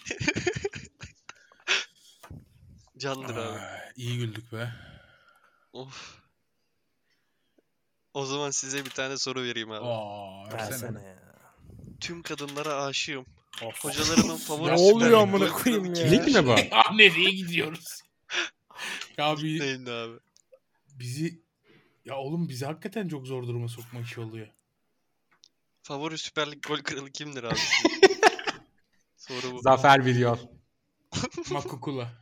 S1: Candır abi.
S3: iyi güldük be.
S1: Of. O zaman size bir tane soru vereyim abi.
S3: Aa, versene.
S4: Versene ya.
S1: Tüm kadınlara aşığım.
S4: Of.
S1: Hocalarımın favori
S4: Ne
S1: Süper
S4: oluyor
S1: Lig
S4: amına
S1: kulüpleri
S4: koyayım
S1: mi
S4: ya?
S1: kimmiş?
S2: Lig mi bu?
S3: Aa, nereye gidiyoruz? ya bir,
S1: Neydi abi?
S3: bizi ya oğlum bizi hakikaten çok zor duruma sokma işi oluyor.
S1: Favori Süper Lig gol kralı kimdir abi? Soru bu.
S2: Zafer Bilyol.
S3: Makukula.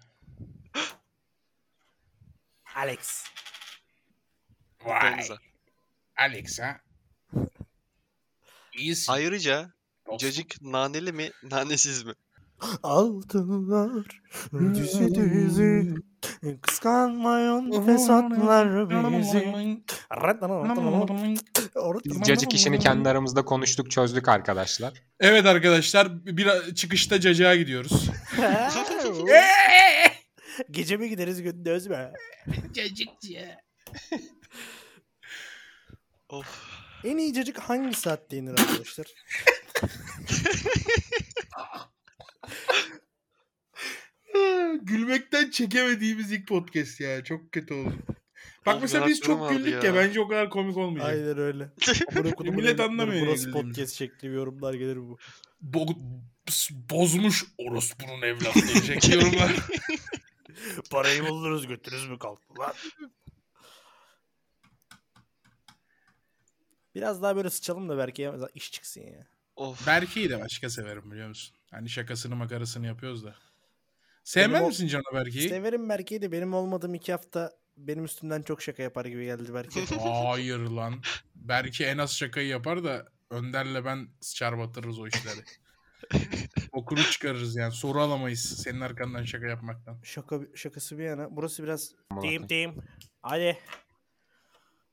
S4: Alex.
S3: Vay.
S1: Benza.
S3: Alex ha. İyisin.
S1: Ayrıca
S3: Dostum.
S1: cacık naneli mi, nanesiz mi?
S4: Altınlar düzü düzü Kıskanmayan fesatlar bizi
S2: Biz cacık işini kendi aramızda konuştuk çözdük arkadaşlar.
S3: Evet arkadaşlar bir çıkışta cacığa gidiyoruz.
S4: Gece mi gideriz gündüz mü?
S1: Of.
S5: En iyi cacık hangi saatte yenir arkadaşlar?
S3: Gülmekten çekemediğimiz ilk podcast ya. Çok kötü oldu. Bak
S1: Oğlum
S3: mesela biz
S1: yanaklarım
S3: çok
S1: ağrıdı
S3: güldük ya.
S1: ya.
S3: Bence o kadar komik olmayacak.
S5: Aynen öyle.
S3: Ya millet anlamıyor ya
S4: Burası
S3: güldüğümüzü.
S4: podcast şekli yorumlar gelir bu.
S3: Bo- bozmuş orospunun evlatları çekiyorum ben.
S4: Parayı buldunuz götürüz mü kalktı lan?
S5: Biraz daha böyle sıçalım da belki iş çıksın ya.
S1: Of.
S3: Berke'yi de başka severim biliyor musun? Hani şakasını makarasını yapıyoruz da. Sevmez
S5: Benim o-
S3: misin Cano Berke'yi?
S5: Severim Berke'yi de benim olmadığım iki hafta benim üstümden çok şaka yapar gibi geldi Berke.
S3: Hayır lan. Berke en az şakayı yapar da Önder'le ben sıçar batırırız o işleri. Okunu çıkarırız yani. Soru alamayız senin arkandan şaka yapmaktan.
S5: Şaka, şakası bir yana. Burası biraz
S4: Deyim deyim. Hadi.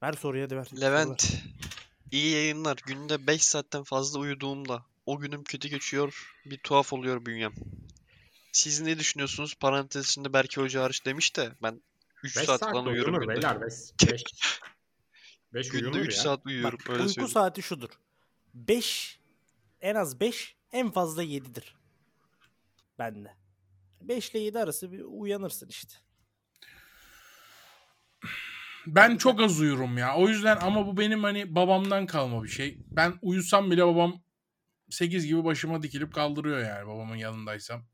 S4: Ver soruyu hadi ver.
S1: Levent. İyi yayınlar. Günde 5 saatten fazla uyuduğumda o günüm kötü geçiyor. Bir tuhaf oluyor bünyem. Siz ne düşünüyorsunuz? Parantez içinde Berke Hoca hariç demiş de ben 3
S2: 5
S1: saat
S2: saat
S1: falan uyuyorum
S2: uyunur
S1: günde.
S2: beyler. 5 5
S1: Günde
S2: uyunur
S1: 3
S2: ya.
S1: saat uyuyorum
S4: Bak,
S1: öyle
S4: uyku
S1: söyleyeyim.
S4: saati şudur. 5 en az 5 en fazla 7'dir. Bende. 5 ile 7 arası bir uyanırsın işte.
S3: Ben çok az uyurum ya. O yüzden ama bu benim hani babamdan kalma bir şey. Ben uyusam bile babam 8 gibi başıma dikilip kaldırıyor yani babamın yanındaysam.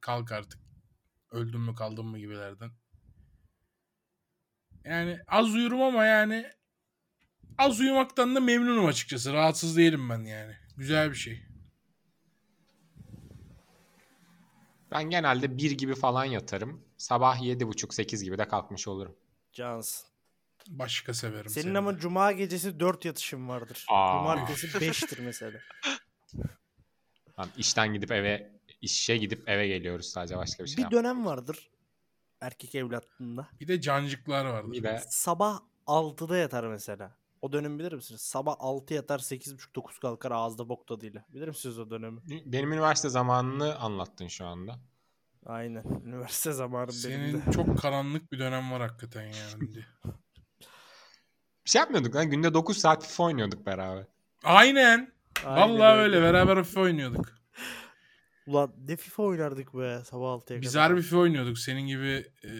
S3: Kalk artık. Öldün mü kaldın mı gibilerden. Yani az uyurum ama yani az uyumaktan da memnunum açıkçası. Rahatsız değilim ben yani. Güzel bir şey.
S2: Ben genelde 1 gibi falan yatarım. Sabah 7.30-8 gibi de kalkmış olurum.
S4: Cansın.
S3: Başka severim
S4: Senin
S3: seni
S4: ama
S3: de.
S4: cuma gecesi 4 yatışın vardır.
S2: Aa.
S4: Cumartesi 5'tir mesela.
S2: Lan işten gidip eve işe gidip eve geliyoruz sadece başka bir şey
S4: Bir dönem vardır erkek evlatlığında.
S3: Bir de cancıklar vardı.
S2: Bir de
S4: Sabah 6'da yatar mesela. O dönemi bilir misiniz? Sabah 6 yatar 8.30-9 kalkar ağızda bok tadıyla. Bilir misiniz o dönemi?
S2: benim üniversite zamanını anlattın şu anda.
S4: Aynen. Üniversite zamanı benim de.
S3: Senin çok karanlık bir dönem var hakikaten yani.
S2: Bir şey yapmıyorduk lan günde 9 saat FIFA oynuyorduk beraber.
S3: Aynen.
S4: Aynen
S3: Vallahi öyle beraber FIFA oynuyorduk.
S4: Ulan ne FIFA oynardık be sabah 6'ya kadar.
S3: Biz harbi FIFA oynuyorduk. Senin gibi e,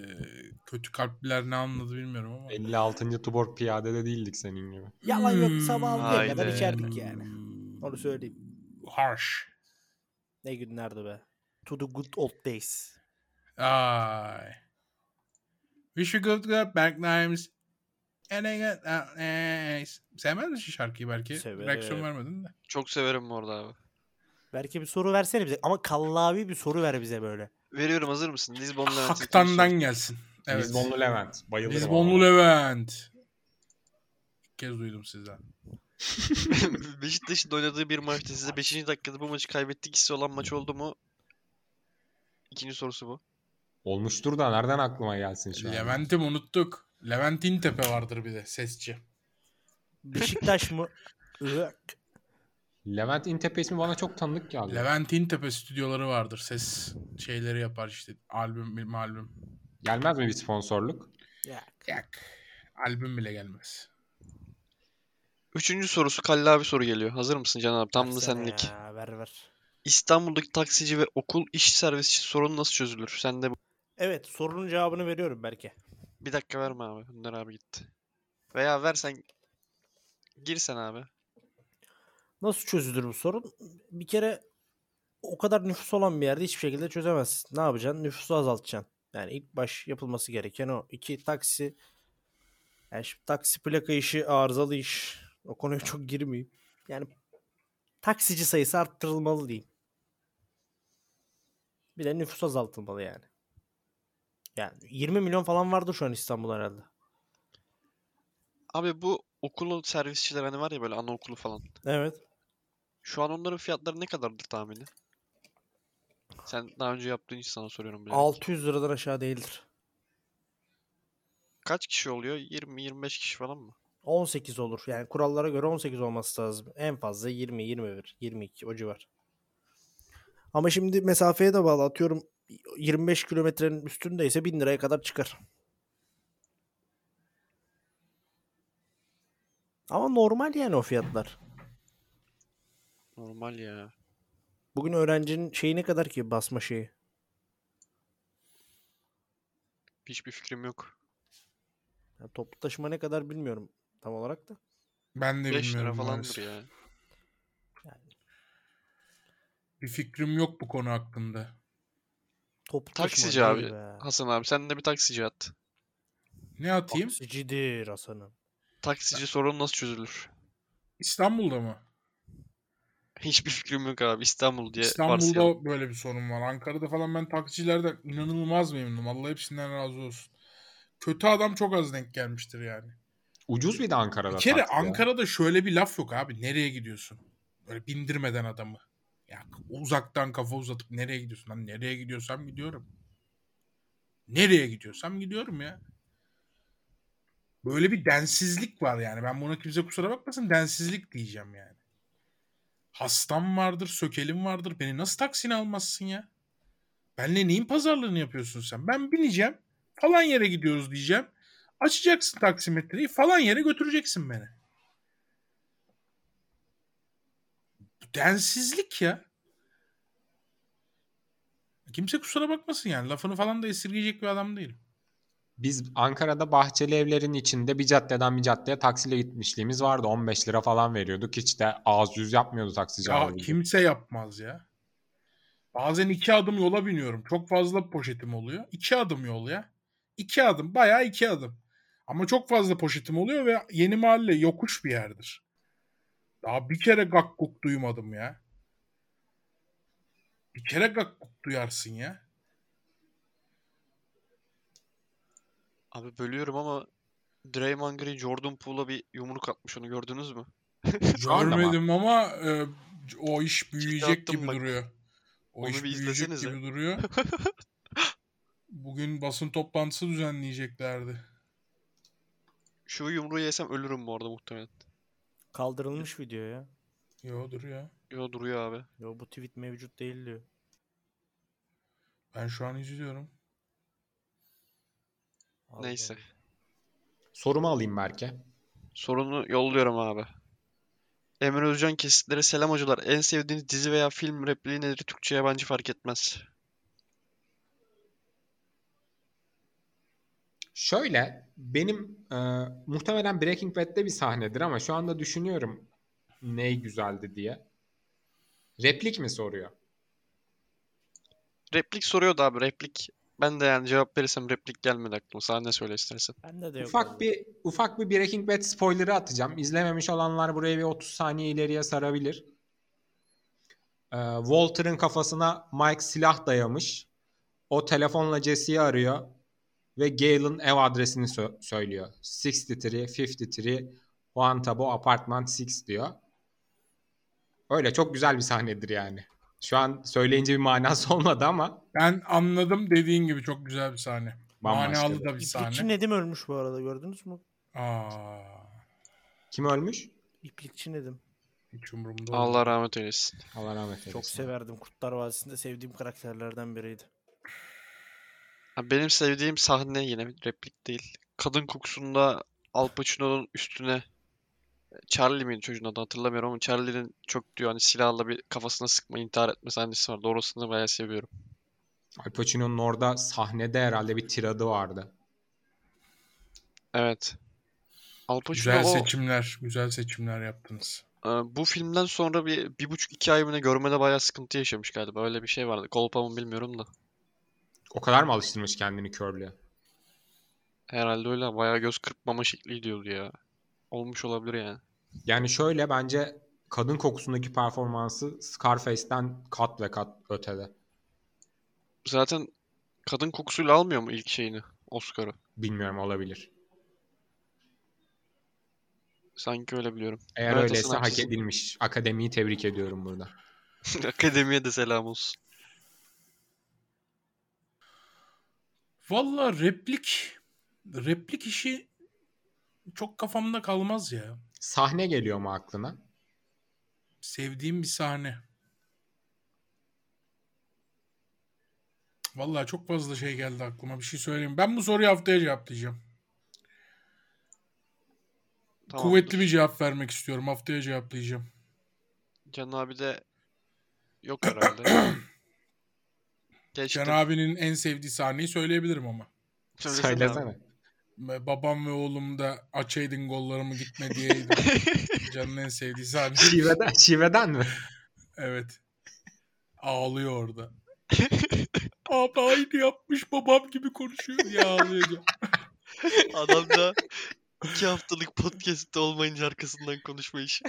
S3: kötü kalpliler ne anladı bilmiyorum ama.
S2: 56. Tuborg piyadede değildik senin gibi.
S4: Yalan yok
S3: Hmm,
S4: sabah 6'ya kadar
S1: aynen.
S4: içerdik yani. Onu söyleyeyim.
S3: Harsh.
S4: Ne günlerdi be. To the good old days.
S3: Ay. We should go to the back names. And I got out nice. Sevmez misin şarkıyı belki?
S4: Severim.
S3: Reaksiyon vermedin de.
S1: Çok severim bu arada abi.
S4: Belki bir soru versene bize. Ama kallavi bir soru ver bize böyle.
S1: Veriyorum hazır mısın? Lisbon Levent'i ikinci
S3: Haktan'dan
S1: soru.
S3: gelsin. Evet.
S2: Lisbonlu Levent. Bayılırım.
S3: Lisbonlu
S2: ona.
S3: Levent. İlk kez duydum sizden.
S1: Beşiktaş'ın oynadığı bir maçta size 5. dakikada bu maçı kaybettik hissi olan maç oldu mu? İkinci sorusu bu.
S2: Olmuştur da nereden aklıma gelsin şu an?
S3: Levent'im unuttuk. Levent İntepe vardır bir de sesçi.
S4: Beşiktaş mı? Irak.
S2: Levent İntepe ismi bana çok tanıdık geldi.
S3: Levent İntepe stüdyoları vardır. Ses şeyleri yapar işte. Albüm, bilmem albüm.
S2: Gelmez mi bir sponsorluk?
S4: Yak.
S3: Yak. Albüm bile gelmez.
S1: Üçüncü sorusu Kalli abi soru geliyor. Hazır mısın Can abi? Tam da
S4: Versene
S1: senlik.
S4: ya, ver ver.
S1: İstanbul'daki taksici ve okul iş servisi sorunu nasıl çözülür? Sen de
S4: Evet sorunun cevabını veriyorum belki.
S1: bir dakika verme abi. Önder abi gitti. Veya versen girsen abi.
S4: Nasıl çözülür bu sorun? Bir kere o kadar nüfus olan bir yerde hiçbir şekilde çözemezsin. Ne yapacaksın? Nüfusu azaltacaksın. Yani ilk baş yapılması gereken o. İki taksi. Yani şimdi taksi plaka işi arızalı iş. O konuya çok girmeyeyim. Yani taksici sayısı arttırılmalı diyeyim. Bir de nüfus azaltılmalı yani. Yani 20 milyon falan vardı şu an İstanbul herhalde.
S1: Abi bu okul servisçiler hani var ya böyle anaokulu falan.
S4: Evet.
S1: Şu an onların fiyatları ne kadardır tahmini? Sen daha önce yaptığın için sana soruyorum bile.
S4: 600 liradan aşağı değildir.
S1: Kaç kişi oluyor? 20-25 kişi falan mı?
S4: 18 olur. Yani kurallara göre 18 olması lazım. En fazla 20, 21, 22 o civar. Ama şimdi mesafeye de bağlı. Atıyorum 25 kilometrenin üstündeyse 1000 liraya kadar çıkar. Ama normal yani o fiyatlar.
S1: Normal ya.
S4: Bugün öğrencinin şeyi ne kadar ki basma şeyi?
S1: Hiçbir fikrim yok.
S4: Yani toplu taşıma ne kadar bilmiyorum tam olarak da.
S3: Ben de
S1: 5 lira
S3: bilmiyorum.
S1: falandır
S3: maalesef.
S1: ya.
S3: Bir fikrim yok bu konu hakkında.
S4: Toplu
S1: Taksici
S4: taşıma
S1: abi.
S4: değil be.
S1: Hasan abi sen de bir taksici at.
S3: Ne atayım?
S1: şey-
S4: Taksicidir Hasan'ım.
S1: Taksici sorunu nasıl çözülür?
S3: İstanbul'da mı?
S1: Hiçbir fikrim yok abi. İstanbul diye varsayalım.
S3: İstanbul'da böyle bir sorun var. Ankara'da falan ben taksicilerden inanılmaz memnunum. Allah hepsinden razı olsun. Kötü adam çok az denk gelmiştir yani.
S2: Ucuz bir de Ankara'da.
S3: Bir kere
S2: taksi ya.
S3: Ankara'da şöyle bir laf yok abi. Nereye gidiyorsun? Böyle bindirmeden adamı. Ya uzaktan kafa uzatıp nereye gidiyorsun? Lan nereye gidiyorsam gidiyorum. Nereye gidiyorsam gidiyorum ya. Böyle bir densizlik var yani. Ben buna kimse kusura bakmasın densizlik diyeceğim yani. Hastam vardır, sökelim vardır. Beni nasıl taksine almazsın ya? Benle neyin pazarlığını yapıyorsun sen? Ben bineceğim. Falan yere gidiyoruz diyeceğim. Açacaksın taksimetreyi falan yere götüreceksin beni. Bu densizlik ya. Kimse kusura bakmasın yani. Lafını falan da esirgeyecek bir adam değilim.
S2: Biz Ankara'da bahçeli evlerin içinde bir caddeden bir caddeye taksiyle gitmişliğimiz vardı. 15 lira falan veriyorduk. Hiç de ağız yüz yapmıyordu taksici.
S3: Ya
S2: abi.
S3: kimse yapmaz ya. Bazen iki adım yola biniyorum. Çok fazla poşetim oluyor. İki adım yol ya. İki adım. Bayağı iki adım. Ama çok fazla poşetim oluyor ve yeni mahalle yokuş bir yerdir. Daha bir kere gakkuk duymadım ya. Bir kere gakkuk duyarsın ya.
S1: Abi bölüyorum ama Draymond Green Jordan Poole'a bir yumruk atmış onu gördünüz mü?
S2: Şu anda mı?
S3: Görmedim ama e, o iş büyüyecek
S1: attım
S3: gibi
S1: bak.
S3: duruyor. O
S1: Onu
S3: iş
S1: bir
S3: büyüyecek
S1: izlesenize.
S3: gibi duruyor. Bugün basın toplantısı düzenleyeceklerdi.
S1: Şu yumruğu yesem ölürüm bu arada muhtemelen.
S4: Kaldırılmış video ya.
S3: Yo dur ya.
S1: Yo duruyor abi.
S4: Yo, bu tweet mevcut değil diyor.
S3: Ben şu an üzülüyorum.
S4: Allah
S1: Neyse.
S2: Sorumu alayım belki.
S1: Sorunu yolluyorum abi. Emre Özcan kesitlere selam hocalar. En sevdiğiniz dizi veya film repliği nedir? Türkçe yabancı fark etmez.
S2: Şöyle benim e, muhtemelen Breaking Bad'de bir sahnedir ama şu anda düşünüyorum ne güzeldi diye. Replik mi soruyor?
S1: Replik soruyordu abi replik. Ben de yani cevap verirsem replik gelmedi aklıma. Sahne söyle istersen.
S4: Bende de yok.
S2: Ufak
S4: vallahi.
S2: bir ufak bir Breaking Bad spoiler'ı atacağım. İzlememiş olanlar buraya bir 30 saniye ileriye sarabilir. Ee, Walter'ın kafasına Mike silah dayamış. O telefonla Jesse'yi arıyor ve Galen ev adresini sö- söylüyor. 63 53 Juan Tabo Apartment 6 diyor. Öyle çok güzel bir sahnedir yani. Şu an söyleyince bir manası olmadı ama
S3: Ben anladım dediğin gibi çok güzel bir sahne.
S2: Bambaşka
S3: Manalı
S2: bir-
S3: da bir sahne.
S4: İplikçi Nedim ölmüş bu arada gördünüz mü?
S3: Aa,
S2: kim ölmüş?
S4: İplikçi Nedim.
S3: hiç umurumda olmadı.
S1: Allah rahmet eylesin.
S2: Allah rahmet eylesin.
S4: Çok severdim. Kurtlar Vadisi'nde sevdiğim karakterlerden biriydi.
S1: Ha, Benim sevdiğim sahne yine bir replik değil. Kadın kokusunda Al Pacino'nun üstüne e, Charlie miydi çocuğun adı hatırlamıyorum ama Charlie'nin çok diyor hani silahla bir kafasına sıkma intihar etme sahnesi var. Doğrusunu bayağı seviyorum.
S2: Al Pacino'nun orada sahnede herhalde bir tiradı vardı.
S1: Evet. Al Pacino
S3: Güzel
S1: o
S3: seçimler, güzel seçimler yaptınız.
S1: e, bu filmden sonra bir, bir buçuk iki ay mı ne görmede bayağı sıkıntı yaşamış galiba. Öyle bir şey vardı. Kolpa mı bilmiyorum da.
S2: O kadar mı alıştırmış kendini körlüğe?
S1: Herhalde öyle. Bayağı göz kırpmama şekli diyordu ya. Olmuş olabilir yani.
S2: Yani şöyle bence kadın kokusundaki performansı Scarface'ten kat ve kat ötede.
S1: Zaten kadın kokusuyla almıyor mu ilk şeyini? Oscar'ı.
S2: Bilmiyorum olabilir.
S1: Sanki öyle biliyorum.
S2: Eğer
S1: Evet,
S2: öyleyse
S1: Hasan
S2: hak
S1: haklısın.
S2: edilmiş. Akademiyi tebrik ediyorum burada.
S1: Akademiye de selam olsun.
S3: Valla replik, replik işi çok kafamda kalmaz ya.
S2: Sahne geliyor mu aklına?
S3: Sevdiğim bir sahne. Vallahi çok fazla şey geldi aklıma. Bir şey söyleyeyim. Ben bu soruyu haftaya cevaplayacağım. Kuvvetli
S1: Tamamdır.
S3: bir cevap vermek istiyorum. Haftaya cevaplayacağım.
S1: Can abi de yok herhalde. Geçtim.
S3: Can abinin en sevdiği sahneyi söyleyebilirim ama.
S1: Söylesene abi.
S2: Söylesene.
S3: Ve Babam ve oğlum da açaydın gollarımı gitme diyeydi. Can'ın en sevdiği sahne.
S2: Şiveden, şiveden mi?
S3: Evet. Ağlıyor orada. Abi aynı yapmış babam gibi konuşuyor diye ağlıyor. Can.
S1: Adam da iki haftalık podcast'te olmayınca arkasından konuşma işi.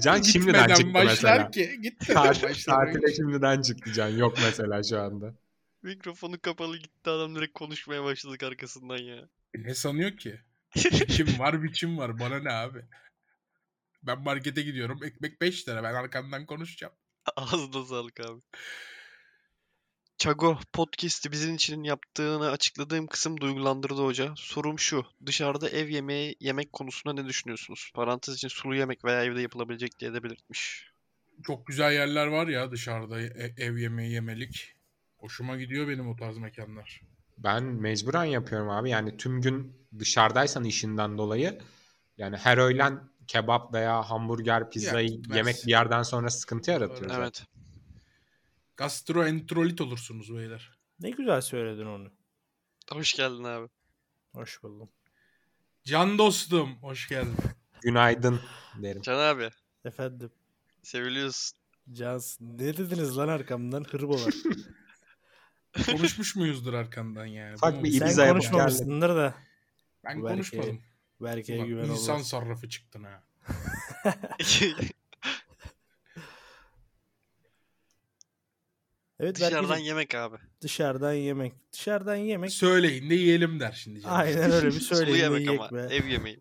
S2: Can şimdiden
S3: Gitmeden
S2: çıktı
S3: başlar
S2: mesela.
S3: ki. Gitmeden
S2: Tatil,
S3: başlar.
S2: tatile şimdiden çıktı Can. Yok mesela şu anda.
S1: Mikrofonu kapalı gitti adam direkt konuşmaya başladık arkasından ya.
S3: Ne sanıyor ki? Biçim var biçim var. Bana ne abi? Ben markete gidiyorum. Ekmek 5 lira. Ben arkamdan konuşacağım.
S1: Ağzına sağlık abi. Çago podcast'i bizim için yaptığını açıkladığım kısım duygulandırdı hoca. Sorum şu. Dışarıda ev yemeği yemek konusunda ne düşünüyorsunuz? Parantez için sulu yemek veya evde yapılabilecek diye de belirtmiş.
S3: Çok güzel yerler var ya dışarıda e- ev yemeği yemelik. Hoşuma gidiyor benim o tarz mekanlar.
S2: Ben mecburen yapıyorum abi. Yani tüm gün dışarıdaysan işinden dolayı yani her öğlen kebap veya hamburger, pizzayı
S3: gitmez.
S2: yemek bir yerden sonra sıkıntı yaratıyor. zaten.
S1: Evet.
S3: Gastroenterolit olursunuz beyler.
S4: Ne güzel söyledin onu.
S1: Hoş geldin abi.
S4: Hoş buldum.
S3: Can dostum hoş geldin.
S2: Günaydın derim.
S1: Can abi.
S4: Efendim.
S1: Seviliyorsun.
S4: Cans ne dediniz lan arkamdan hırbolar.
S3: Konuşmuş muyuzdur arkandan yani?
S2: Ufak
S3: Bu-
S2: bir ibiza
S4: Sen
S2: yapıp
S4: konuşmamışsındır da.
S3: Ben
S4: Bu belki-
S3: konuşmadım.
S4: Berke'ye
S3: Bak,
S4: güven
S3: insan
S4: olmaz.
S3: sarrafı çıktın ha.
S4: Evet
S1: Dışarıdan
S4: Berke'cim
S1: yemek abi.
S4: dışarıdan yemek. Dışarıdan yemek.
S3: Söyleyin de yiyelim der şimdi. Can.
S4: Aynen öyle bir
S1: Sulu
S4: söyleyin de
S1: yemek ama.
S4: yiyek be.
S1: Ev yemeği.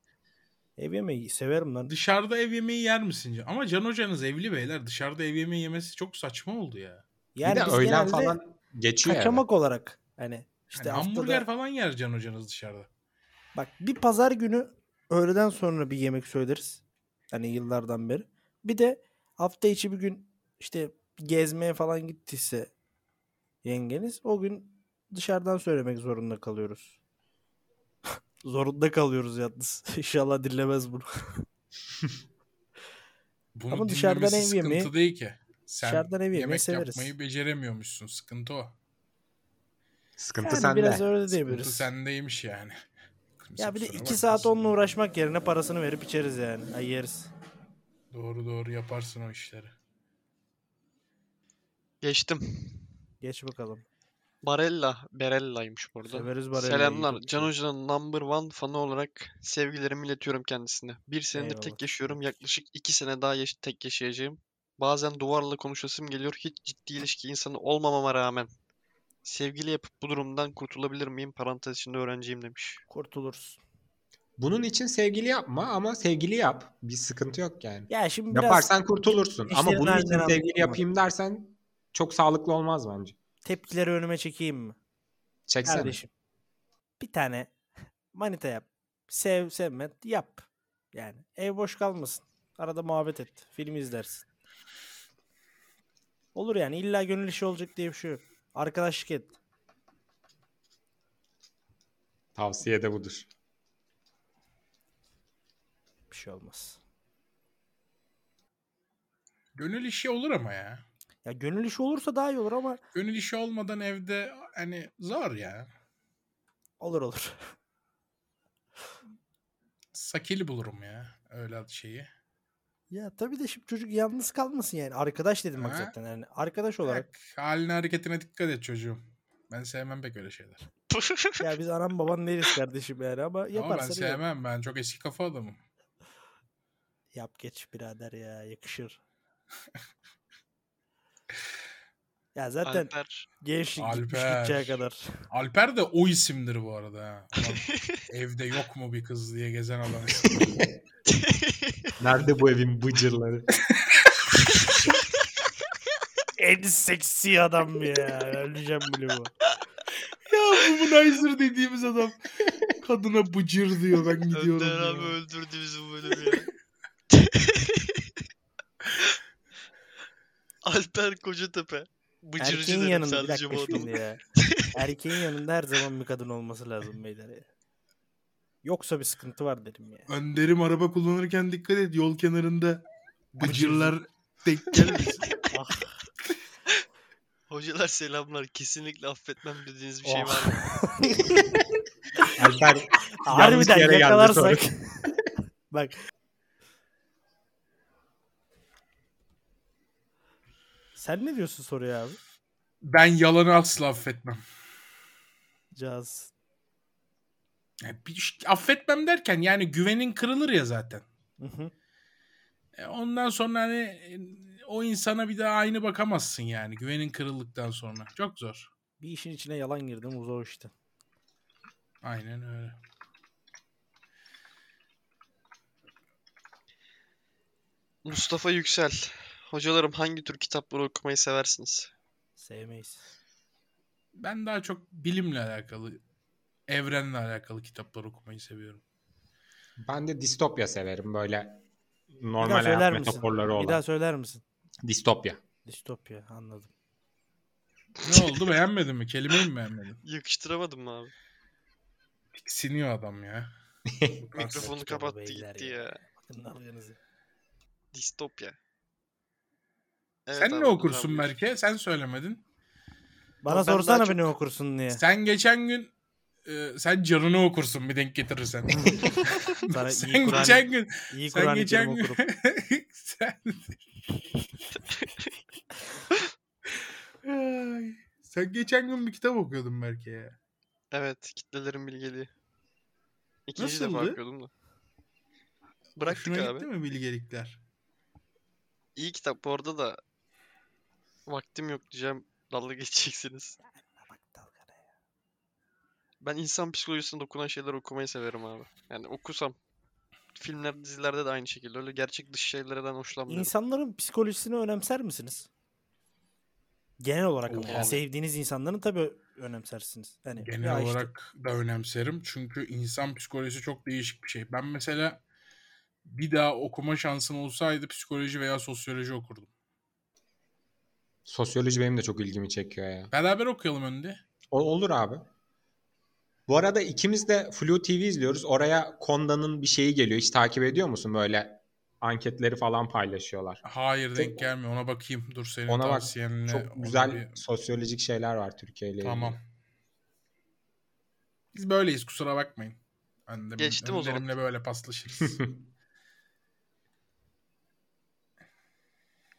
S4: Ev yemeği severim lan.
S3: Dışarıda ev yemeği yer misin? Can? Ama Can hocanız evli beyler. Dışarıda ev yemeği yemesi çok saçma oldu ya.
S4: Yani
S2: bir de
S4: biz
S2: öğlen
S4: genelde
S2: falan geçiyor eve.
S4: kaçamak olarak hani işte
S3: İşte hamburger
S4: haftada
S3: falan yer Can hocanız dışarıda.
S4: bak bir pazar günü öğleden sonra bir yemek söyleriz. Hani yıllardan beri. Bir de hafta içi bir gün işte gezmeye falan gittiyse yengeniz o gün dışarıdan söylemek zorunda kalıyoruz. zorunda kalıyoruz yalnız. İnşallah dinlemez bunu.
S3: Bunu
S4: Ama dışarıdan
S3: dinlemesi
S4: ev
S3: sıkıntı
S4: yemeği-
S3: değil ki. Sen
S4: Dışarıdan ev yemeği
S3: yemek
S4: severiz.
S3: yapmayı beceremiyormuşsun. Sıkıntı o.
S2: Sıkıntı
S4: Yani
S2: sende.
S4: biraz öyle
S3: Sıkıntı
S4: diyebiliriz.
S3: sendeymiş yani.
S4: Ya bir de
S3: Kusura
S4: 2
S3: bakmasın.
S4: saat onunla uğraşmak yerine parasını verip içeriz yani. Ay yeriz.
S3: Doğru doğru yaparsın o işleri.
S1: Geçtim.
S4: Geç bakalım.
S1: Barella, Barella'ymış burada.
S4: Severiz Barella'yı,
S1: Selamlar.
S4: YouTube
S1: Can Hoca'nın number one fanı olarak sevgilerimi iletiyorum kendisine. Bir senedir tek
S4: Eyvallah, teşekkür
S1: yaşıyorum.
S4: ederiz.
S1: Yaklaşık iki sene daha yaş- tek yaşayacağım. Bazen duvarla konuşasım geliyor. Hiç ciddi ilişki insanı olmamama rağmen. Sevgili yapıp bu durumdan kurtulabilir miyim? Parantez içinde öğrenciyim demiş.
S4: Kurtulursun.
S2: Bunun için sevgili yapma ama sevgili yap. Bir sıkıntı yok yani.
S4: Ya şimdi biraz
S2: Yaparsan kurtulursun. Ama
S4: işlerin
S2: bunun için
S4: halinden
S2: sevgili
S4: anlayayım
S2: yapayım dersen çok sağlıklı olmaz bence.
S4: tepkileri önüme çekeyim mi?
S2: Çeksene.
S4: Kardeşim. Bir tane manita yap. Sev sevme yap. Yani ev boş kalmasın. Arada muhabbet et. Film izlersin. Olur yani. illa gönül işi olacak diye bir şey yok. Arkadaşlık et.
S2: Tavsiye de budur.
S4: Bir şey olmaz.
S3: Gönül işi olur ama ya.
S4: Ya gönül işi olursa daha iyi olur ama
S3: Gönül işi olmadan evde hani zor ya.
S4: olur olur.
S3: Sakili bulurum ya. Öyle
S4: Şey
S3: şeyi.
S4: ya tabii de şimdi çocuk yalnız kalmasın yani. Arkadaş dedim bak
S3: Ha?
S4: zaten. Yani arkadaş olarak.
S3: Bak, haline hareketine dikkat et çocuğum. Ben sevmem pek öyle şeyler.
S4: ya biz anam baban deriz kardeşim yani ama
S3: Ama ben
S4: yaparsan yap.
S3: sevmem. Ben çok eski kafa adamım.
S4: yap geç birader ya yakışır. ya zaten
S1: Alper.
S4: Gençlik gitmiş
S3: Alper.
S4: gideceği kadar.
S3: Alper de o isimdir bu arada. ha. Ulan, evde yok mu bir kız diye gezen adam.
S2: Nerede bu evin bıcırları?
S4: En seksi adam ya. Öleceğim bile bu.
S3: ya womanizer dediğimiz adam kadına bıcır diyor ben
S1: Önder abi öldürdü bizi bu bölümü ya. Alper Kocatepe. Bıcırıcı
S4: Erkeğin
S1: dedim
S4: yanında bir
S1: sadece
S4: dakika
S1: bu adamı.
S4: şimdi ya. Erkeğin yanında her zaman bir kadın olması lazım beyler ya. Yoksa bir sıkıntı var derim ya.
S3: Önderim araba kullanırken dikkat et yol kenarında bıcırlar denk gelmesin.
S1: Hocalar selamlar. Kesinlikle affetmem dediğiniz bir şey
S4: Oh.
S1: var mı?
S2: Alper yanlış
S4: Harbiden
S2: yere geldi
S4: yakalarsak.
S2: soru.
S4: Bak. Sen ne diyorsun soruya abi?
S3: ben yalanı asla affetmem.
S4: Caz.
S3: Ya bir iş- affetmem derken yani güvenin kırılır ya zaten.
S4: Hı hı.
S3: E, Ondan sonra hani e, o insana bir daha aynı bakamazsın yani güvenin kırıldıktan sonra. Çok zor.
S4: bir işin içine yalan girdim uzağa işte.
S3: Aynen öyle.
S1: Mustafa Yüksel. Hocalarım hangi tür kitapları okumayı seversiniz?
S4: Sevmeyiz.
S3: Ben daha çok bilimle alakalı, evrenle alakalı kitaplar okumayı seviyorum.
S2: Ben de distopya severim böyle
S4: Bir
S2: normal
S4: daha
S2: hayat
S4: söyler misin?
S2: metaforları olan.
S4: Bir daha söyler misin?
S2: Distopya.
S4: Distopya anladım.
S3: Ne oldu beğenmedin mi? Kelimeyi mi beğenmedin?
S1: Yakıştıramadım mı abi?
S3: Tiksiniyor adam ya.
S1: Mikrofonu
S4: kitaba
S1: kapattı
S4: beyler
S1: gitti
S4: ya.
S1: ya.
S4: Bakın ne yapıyorsunuz?
S1: Distopya.
S3: Sen ne okursun
S1: belki?
S3: Berke? Sen söylemedin.
S1: Ben
S4: Bana
S1: daha
S4: sorsana
S1: çok-
S4: beni okursun diye.
S3: Sen geçen gün e, sen canını okursun bir denk getirirsen.
S4: Sana iyi
S3: sen
S4: Kur'an-
S3: geçen gün
S4: İyi
S3: sen
S4: Kur'an-ı Kerim
S3: geçen gün
S4: okurum.
S3: sen Ay, sen geçen gün bir kitap okuyordun Berke ya.
S1: Evet, kitlelerin bilgeliği. İkinci defa
S3: Nasıldı?
S1: okuyordum da. Bıraktık
S3: Hoşuna
S1: abi.
S3: gitti mi bilgelikler?
S1: İyi kitap bu arada da vaktim yok diyeceğim. Dalga geçeceksiniz.
S4: Bak dalgana ya.
S1: Ben insan psikolojisine dokunan şeyler okumayı severim abi. Yani okusam. Filmler, dizilerde de aynı şekilde. Öyle gerçek dışı şeylerden hoşlanmıyorum.
S4: İnsanların psikolojisini önemser misiniz? Genel olarak ama.
S3: Oha.
S4: Yani sevdiğiniz insanların tabii önemsersiniz. Yani
S3: Genel
S4: ya işte
S3: olarak da önemserim. Çünkü insan psikolojisi çok değişik bir şey. Ben mesela bir daha okuma şansım olsaydı psikoloji veya sosyoloji okurdum.
S2: Sosyoloji benim de çok ilgimi çekiyor ya.
S3: Beraber okuyalım önde.
S2: O- olur abi. Bu arada ikimiz de Flu TV izliyoruz. Oraya Konda'nın bir şeyi geliyor. Hiç takip ediyor musun böyle anketleri falan paylaşıyorlar.
S3: Hayır denk gelmiyor. Ona bakayım. Dur senin
S2: Ona bak.
S3: tavsiyenle.
S2: Çok
S3: ona
S2: güzel şey.
S3: bir-
S2: sosyolojik şeyler var Türkiye ile ilgili.
S3: Tamam. Biz böyleyiz kusura bakmayın. Annem,
S1: Geçtim o zaman.
S3: annemle böyle paslaşırız.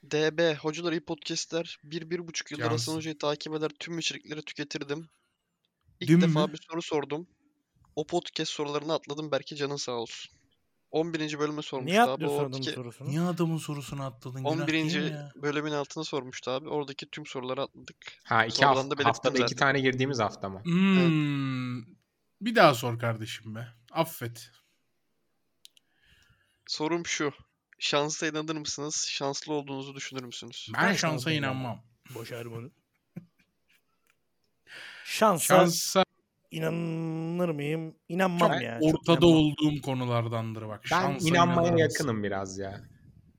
S1: DB, hocalar iyi podcastler. Bir, bir buçuk yıldır
S3: Cansın.
S1: Hasan Hoca'yı takip eder tüm içerikleri tüketirdim. İlk
S4: Dün
S1: defa
S4: mü?
S1: bir soru sordum. O podcast sorularını atladım. Belki canın sağ olsun. 11. bölüme sormuştu
S4: Niye
S1: abi.
S4: atlıyorsun
S1: O
S4: adamın
S1: ki
S4: sorusunu?
S3: Niye adamın sorusunu atladın? Günah değil
S1: 11.
S3: mi ya?
S1: bölümün altına sormuştu abi. Oradaki tüm soruları atladık.
S2: Ha iki
S1: Sonradan
S2: hafta,
S1: da belirttim
S2: haftada iki
S1: zaten.
S2: tane girdiğimiz hafta mı?
S3: Hmm. Bir daha sor kardeşim be. Affet.
S1: Sorum şu. Şansa inanır mısınız? Şanslı olduğunuzu düşünür müsünüz?
S3: Ben
S2: Ben
S3: şansa
S2: şanslıyım
S3: inanmam.
S4: Boşarım onu. Şansa
S3: Şansa
S4: inanır mıyım? İnanmam
S2: Çok
S4: ya. çok
S3: ortada
S4: inanmam.
S3: olduğum konulardandır bak.
S2: Ben
S3: şansa
S2: inanmaya
S3: inanırım.
S2: yakınım biraz ya.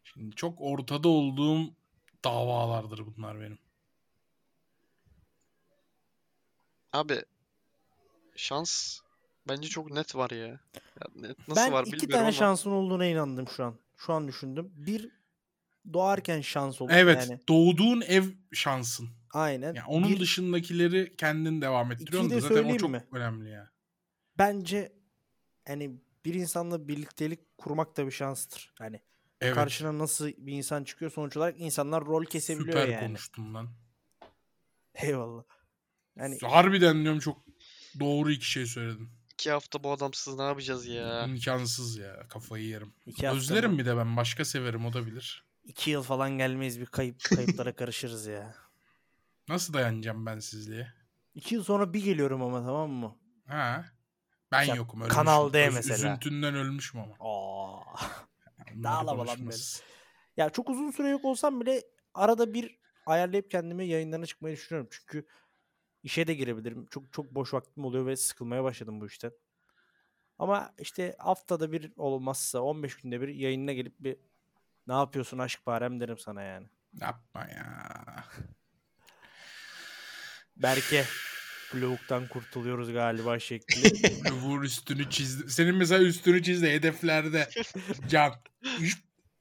S3: Şimdi çok ortada olduğum davalardır bunlar benim.
S1: Abi şans bence çok net var ya. Ya net- nasıl
S4: Ben
S1: var
S4: iki
S1: bilmiyorum
S4: tane
S1: ama
S4: şansın olduğuna inandım şu an. Şu an düşündüm. Bir doğarken şans olur.
S3: Evet,
S4: Yani.
S3: doğduğun ev şansın.
S4: Aynen.
S3: Ya onun
S4: Bir-
S3: dışındakileri kendin devam ettiriyorsun
S4: İkiyi
S3: da
S4: de
S3: zaten o
S4: söyleyeyim
S3: çok
S4: mi?
S3: önemli ya.
S4: bence hani bir insanla birliktelik kurmak da bir şanstır. Hani
S3: Evet.
S4: karşına nasıl bir insan çıkıyor sonuç olarak insanlar rol kesebiliyor
S3: Süper
S4: yani.
S3: konuştum lan.
S4: Eyvallah. Yani
S3: Harbiden diyorum çok doğru iki şey söyledin.
S1: iki hafta bu adamsız ne yapacağız ya?
S3: İmkansız ya kafayı yerim.
S4: iki hafta
S3: Özlerim
S4: mı?
S3: bir de ben başka severim o da bilir.
S4: İki yıl falan gelmeyiz bir kayıp kayıplara karışırız ya.
S3: Nasıl dayanacağım ben sizliğe?
S4: İki yıl sonra bir geliyorum ama tamam mı?
S3: Ha? Ben
S4: Mesela
S3: yokum.
S4: Kanal D
S3: Öz-
S4: mesela.
S3: Üzüntünden ölmüşüm ama.
S4: Aa.
S3: Bunları
S4: Dağlama lan
S3: konuşmaz.
S4: Ya çok uzun süre yok olsam bile arada bir ayarlayıp kendime yayınlarına çıkmayı düşünüyorum. Çünkü işe de girebilirim. Çok çok boş vaktim oluyor ve sıkılmaya başladım bu işten. Ama işte haftada bir olmazsa 15 günde bir yayınına gelip bir ne yapıyorsun aşk parem derim sana yani.
S3: Yapma ya.
S4: Berke bloktan kurtuluyoruz galiba şekli.
S3: Vur üstünü çizdi. Senin mesela üstünü çizdi hedeflerde. Can.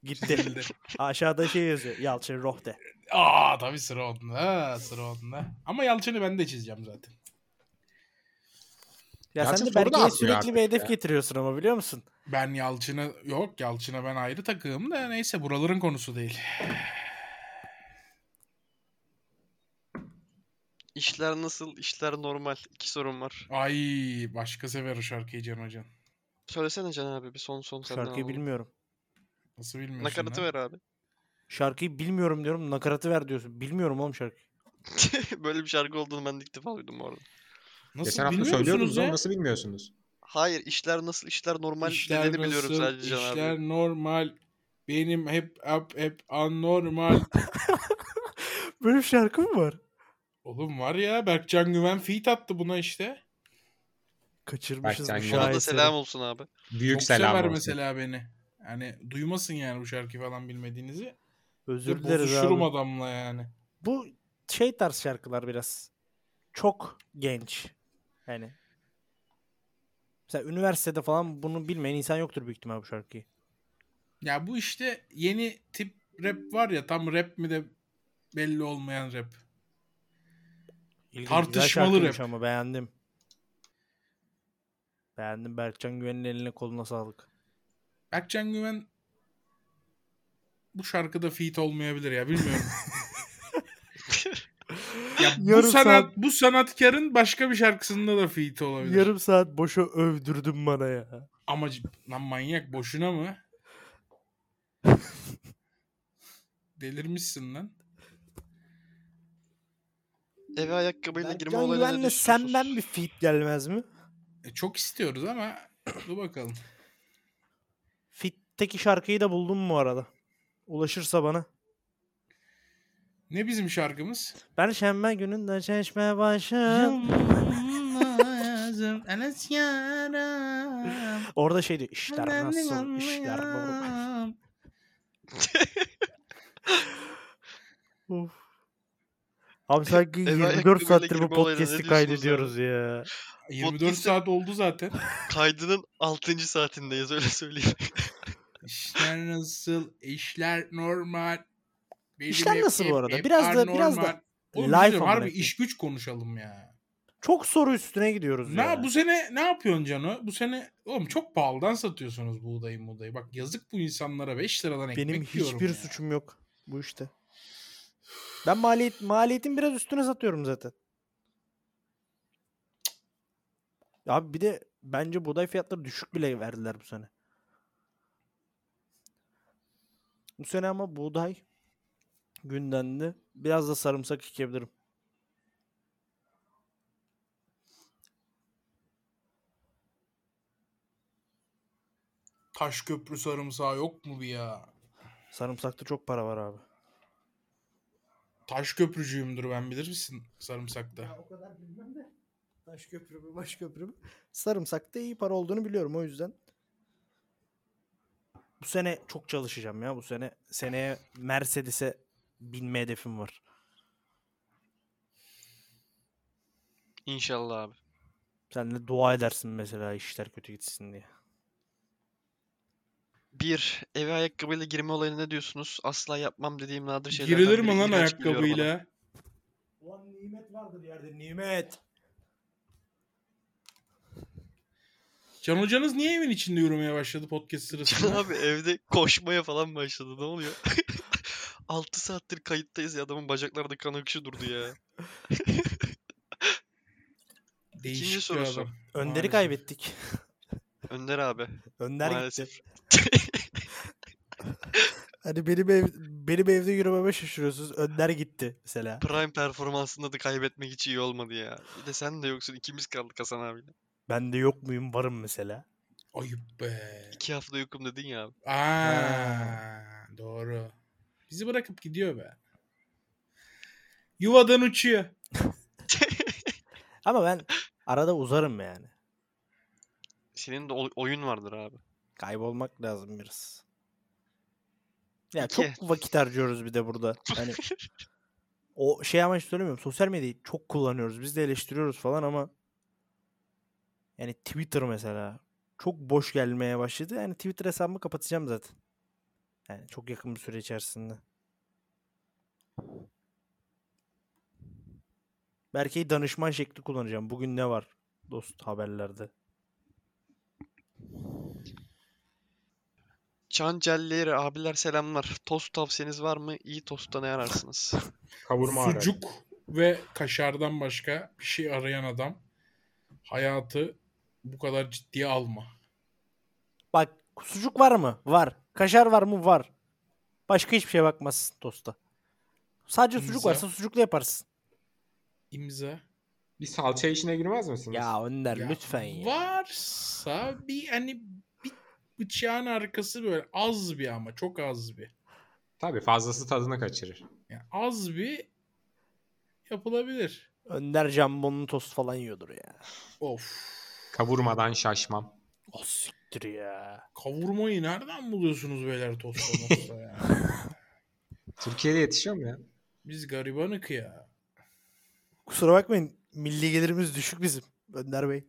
S4: Gitti. Aşağıda şey yazıyor. Yalçın Rohde.
S3: Aa tabii sıra onda. Sıra onda. Ama Yalçın'ı ben de çizeceğim zaten.
S4: Ya
S2: Yalçın
S4: sen
S2: soru
S4: de
S2: da
S4: Berke'ye
S2: atmıyor
S4: sürekli
S2: artık
S4: bir hedef
S2: ya.
S4: getiriyorsun ama biliyor musun?
S3: Ben Yalçın'a yok Yalçın'a ben ayrı takığım da neyse buraların konusu değil.
S1: İşler nasıl? İşler normal. İki sorum var.
S3: Ay başka sever o şarkıyı Can Hocam.
S1: Söylesene Can abi bir son son senden
S4: Şarkıyı
S1: alalım.
S4: bilmiyorum.
S3: Nasıl bilmiyorsun
S1: Nakaratı
S3: lan?
S1: ver abi.
S4: Şarkıyı bilmiyorum diyorum. Nakaratı ver diyorsun. Bilmiyorum oğlum şarkıyı.
S1: Böyle bir şarkı olduğunu ben de ilk defa duydum bu arada.
S3: Nasıl
S2: Geçen hafta
S3: bilmiyor
S2: söylüyordunuz
S3: musunuz ya?
S2: onu nasıl bilmiyorsunuz?
S1: Hayır, işler nasıl? İşler normal
S3: İşler
S1: dediğini biliyorum
S3: nasıl,
S1: sadece Can abi.
S3: işler normal. Benim hep hep hep anormal.
S4: Böyle bir şarkı mı var?
S3: Oğlum var ya Berkcan Güven feat attı buna işte.
S4: Kaçırmışız
S2: Berkcan
S4: bu
S2: Güven.
S1: Ona da
S4: şaheseri.
S1: selam olsun abi.
S2: Büyük
S3: Çok
S2: selam
S3: sever
S2: olsun.
S3: mesela beni. Hani duymasın yani bu şarkı falan bilmediğinizi.
S4: Özür
S3: Dur
S4: dileriz
S3: bozuşurum
S4: abi.
S3: adamla yani.
S4: Bu şey tarz şarkılar biraz. Çok genç. Yani. Mesela üniversitede falan bunu bilmeyen insan yoktur büyük ihtimal bu şarkıyı.
S3: Ya bu işte yeni tip rap var ya tam rap mi de belli olmayan rap.
S4: İlginç, güzel
S3: Tartışmalı
S4: şarkıymış
S3: rap.
S4: ama beğendim. Beğendim Berkcan Güven'in eline koluna sağlık.
S3: Berkcan Güven bu şarkıda feat olmayabilir ya bilmiyorum. ya bu
S4: Yarım
S3: sanat
S4: saat-
S3: bu sanatkarın başka bir şarkısında da feat olabilir.
S4: saat boşa övdürdün bana ya.
S3: Ama c- lan manyak boşuna mı? Delirmişsin lan.
S1: Eve ayakkabıyla girme
S4: Berkcan
S1: olayına ne
S4: Güven'le
S1: düşünüyorsunuz?
S4: senden bir feat gelmez mi?
S3: E, çok istiyoruz ama dur bakalım.
S4: Fit'teki şarkıyı da buldum mu arada? Ulaşırsa bana.
S3: Ne bizim şarkımız?
S4: Ben şembe gününde çeşme başı.
S3: Yılmazım, Enes yaram.
S4: Orada şey diyor. İşler
S3: Ben de
S4: nasıl? İşler normal.
S3: anlayam.
S4: Of. Abi sanki
S1: Eve
S4: 24
S1: ayakkabıyla
S4: saattir bu
S1: girme olayına ne diyorsunuz
S4: podcast'i kaydediyoruz ya.
S3: 24
S1: Podcast'ı-
S3: saat oldu zaten.
S1: Kaydının 6. saatindeyiz öyle söyleyeyim.
S3: İşler nasıl? İşler normal. Benim
S4: İşler
S3: hep-
S4: nasıl bu
S3: hep-
S4: arada?
S3: hep
S4: Biraz da- biraz da
S3: anormal. Oğlum
S4: life
S3: Life
S4: amına
S3: harbi
S4: koyayım.
S3: iş güç konuşalım ya.
S4: Çok soru üstüne gidiyoruz
S3: Ne
S4: ya.
S3: bu sene ne yapıyorsun Cano? Bu sene oğlum çok pahalıdan satıyorsunuz buğdayı buğdayı. Bak yazık bu insanlara 5 liradan ekmek
S4: Benim
S3: yiyorum
S4: hiçbir
S3: ya.
S4: suçum yok bu işte. Ben maliyet maliyetin biraz üstüne satıyorum zaten. Abi bir de bence buğday fiyatları düşük bile verdiler bu sene. Bu sene ama buğday gündemde. Biraz da sarımsak ekebilirim.
S3: Taş köprü sarımsağı yok mu bir ya?
S4: Sarımsakta çok para var abi.
S3: Taş köprücüyümdür ben bilir misin sarımsakta?
S4: o kadar bilmem de. Taş köprü mü, baş köprü mü? Sarımsakta iyi para olduğunu biliyorum o yüzden. Bu sene çok çalışacağım ya bu sene. Seneye Mercedes'e binme hedefim var.
S1: İnşallah abi.
S4: Sen de dua edersin mesela işler kötü gitsin diye.
S1: Bir, eve ayakkabıyla girme olayına ne diyorsunuz? Asla yapmam dediğim nadir şeylerden
S3: Girilir mi
S1: biri.
S3: lan
S1: İğrenç geliyor bana.
S3: ayakkabıyla?
S4: Ulan nimet vardır yerde nimet.
S3: Can hocanız niye evin içinde yürümeye başladı podcast
S1: Can
S3: sırasında?
S1: abi evde koşmaya falan başladı. Ne oluyor? 6 saattir kayıttayız ya adamın bacaklarda kan akışı durdu ya.
S3: Değişik
S1: İkinci
S3: bir
S1: sorusu.
S3: adam.
S4: Önderi
S3: Maalesef.
S4: kaybettik.
S1: Önder abi.
S4: Önder
S1: Maalesef.
S4: gitti. Hani benim, ev, benim evde yürümeme şaşırıyorsunuz. Önder gitti mesela.
S1: Prime performansında da kaybetmek hiç iyi olmadı ya. Bir de sen de yoksun. ikimiz kaldık Hasan abiyle.
S4: Ben de yok muyum varım mesela.
S3: Ayıp be.
S1: İki hafta yokum dedin ya abi.
S3: Aa, doğru. Bizi bırakıp gidiyor be. Yuvadan uçuyor.
S4: Ama ben arada uzarım yani.
S1: Senin de oy- oyun vardır abi.
S4: Kaybolmak lazım biraz. Ya
S1: Peki.
S4: çok vakit harcıyoruz bir de burada. Hani o şey ama hiç söylemiyorum. Sosyal medyayı çok kullanıyoruz. Biz de eleştiriyoruz falan ama yani Twitter mesela çok boş gelmeye başladı. Yani Twitter hesabımı kapatacağım zaten. Yani çok yakın bir süre içerisinde. Berke'yi danışman şekli kullanacağım. Bugün ne var dost haberlerde?
S1: Can Celleri abiler selamlar. Tost tavsiyeniz var mı? İyi tosta ne ararsınız?
S2: Kavurma ararım.
S3: Sucuk ve kaşardan başka bir şey arayan adam hayatı bu kadar ciddiye alma.
S4: Bak sucuk var mı? Var. Kaşar var mı? Var. Başka hiçbir şeye bakmazsın tosta. Sadece sucuk
S3: Güzel.
S4: varsa sucuklu yaparsın.
S3: İmza.
S2: Bir salça işine girmez misiniz?
S4: Ya Önder
S3: Ya
S4: lütfen ya.
S3: Varsa bir hani bir bıçağın arkası böyle az bir ama çok az bir.
S2: Tabii fazlası tadını kaçırır.
S3: Yani az bir yapılabilir.
S4: Önder jambonlu tost falan yiyordur ya.
S3: Of.
S2: Kavurmadan şaşmam.
S4: O Ah, siktir ya.
S3: Kavurmayı nereden buluyorsunuz beyler tosta mosta ya?
S2: Türkiye'de yetişiyor mu ya?
S3: Biz garibanık ya.
S4: Kusura bakmayın. Milli gelirimiz düşük bizim. Önder Bey.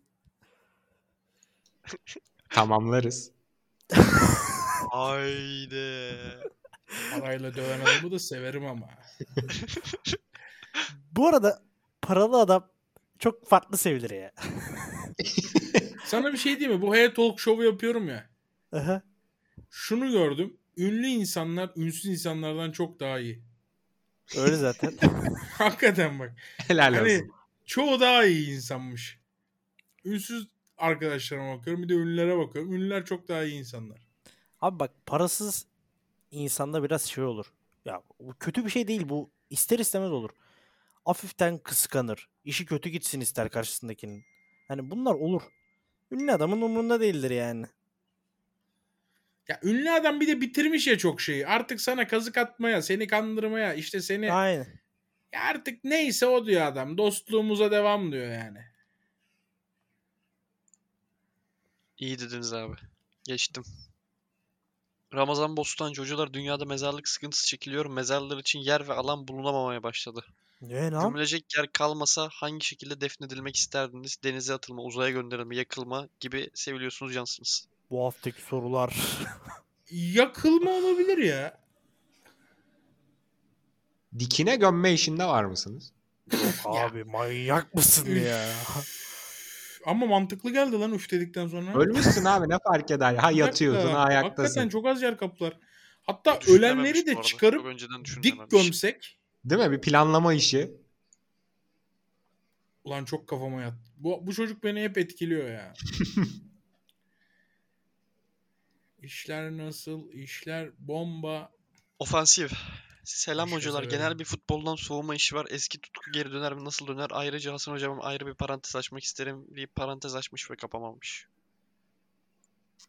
S2: Tamamlarız.
S1: Haydi.
S3: Parayla döven adamı da severim ama.
S4: Bu arada paralı adam çok farklı sevilir ya.
S3: Sana bir şey diyeyim mi? Bu Hey Talk Show'u yapıyorum ya.
S4: Aha.
S3: Şunu gördüm. Ünlü insanlar ünsüz insanlardan çok daha iyi.
S4: Öyle zaten.
S3: Hakikaten bak.
S2: Helal
S3: Hani
S2: olsun.
S3: çoğu daha iyi insanmış. Ünsüz arkadaşlarıma bakıyorum. Bir de ünlülere bakıyorum. Ünlüler çok daha iyi insanlar.
S4: Abi bak parasız insanda biraz şey olur. Ya bu kötü bir şey değil bu. İster istemez olur. Hafiften kıskanır. İşi kötü gitsin ister karşısındakinin. Hani bunlar olur. Ünlü adamın umurunda değildir yani.
S3: Ya ünlü adam bir de bitirmiş ya çok şeyi. Artık sana kazık atmaya, seni kandırmaya, işte seni
S4: Aynen.
S3: Ya artık neyse o diyor adam. Dostluğumuza devam diyor yani.
S1: İyi dediniz abi. Geçtim. Ramazan Bostancı hocalar dünyada mezarlık sıkıntısı çekiliyor. Mezarlar için yer ve alan bulunamamaya başladı.
S4: Ne lan?
S1: Gömülecek yer kalmasa hangi şekilde defnedilmek isterdiniz? Denize atılma, uzaya gönderilme, yakılma gibi seviliyorsunuz cansınız.
S4: Bu haftaki sorular.
S3: Yakılma olabilir ya.
S2: Dikine gömme işinde var mısınız?
S4: Abi manyak mısın ya?
S3: Ama mantıklı geldi lan üf dedikten sonra.
S2: Ölmüşsün abi ne fark eder? Ha yatıyorsun ha
S3: Hakikaten- Hakikaten
S2: ayaktasın.
S3: çok az yer kaplar. Hatta
S1: Düşünülememiş
S3: ölenleri
S1: bu
S3: de
S1: arada. Çok
S3: çıkarıp
S1: önceden
S3: dik
S1: düşünülememiş.
S3: gömsek.
S2: Değil mi? Bir planlama işi.
S3: Ulan çok kafama yat. Bu, bu çocuk beni hep etkiliyor ya. İşler nasıl? İşler bomba.
S1: Ofansif. Selam
S3: Başka
S1: hocalar.
S3: severim.
S1: Genel bir futboldan soğuma işi var. Eski tutku geri döner mi? Nasıl döner? Ayrıca Hasan hocam ayrı bir parantez açmak isterim. Bir parantez açmış ve kapamamış.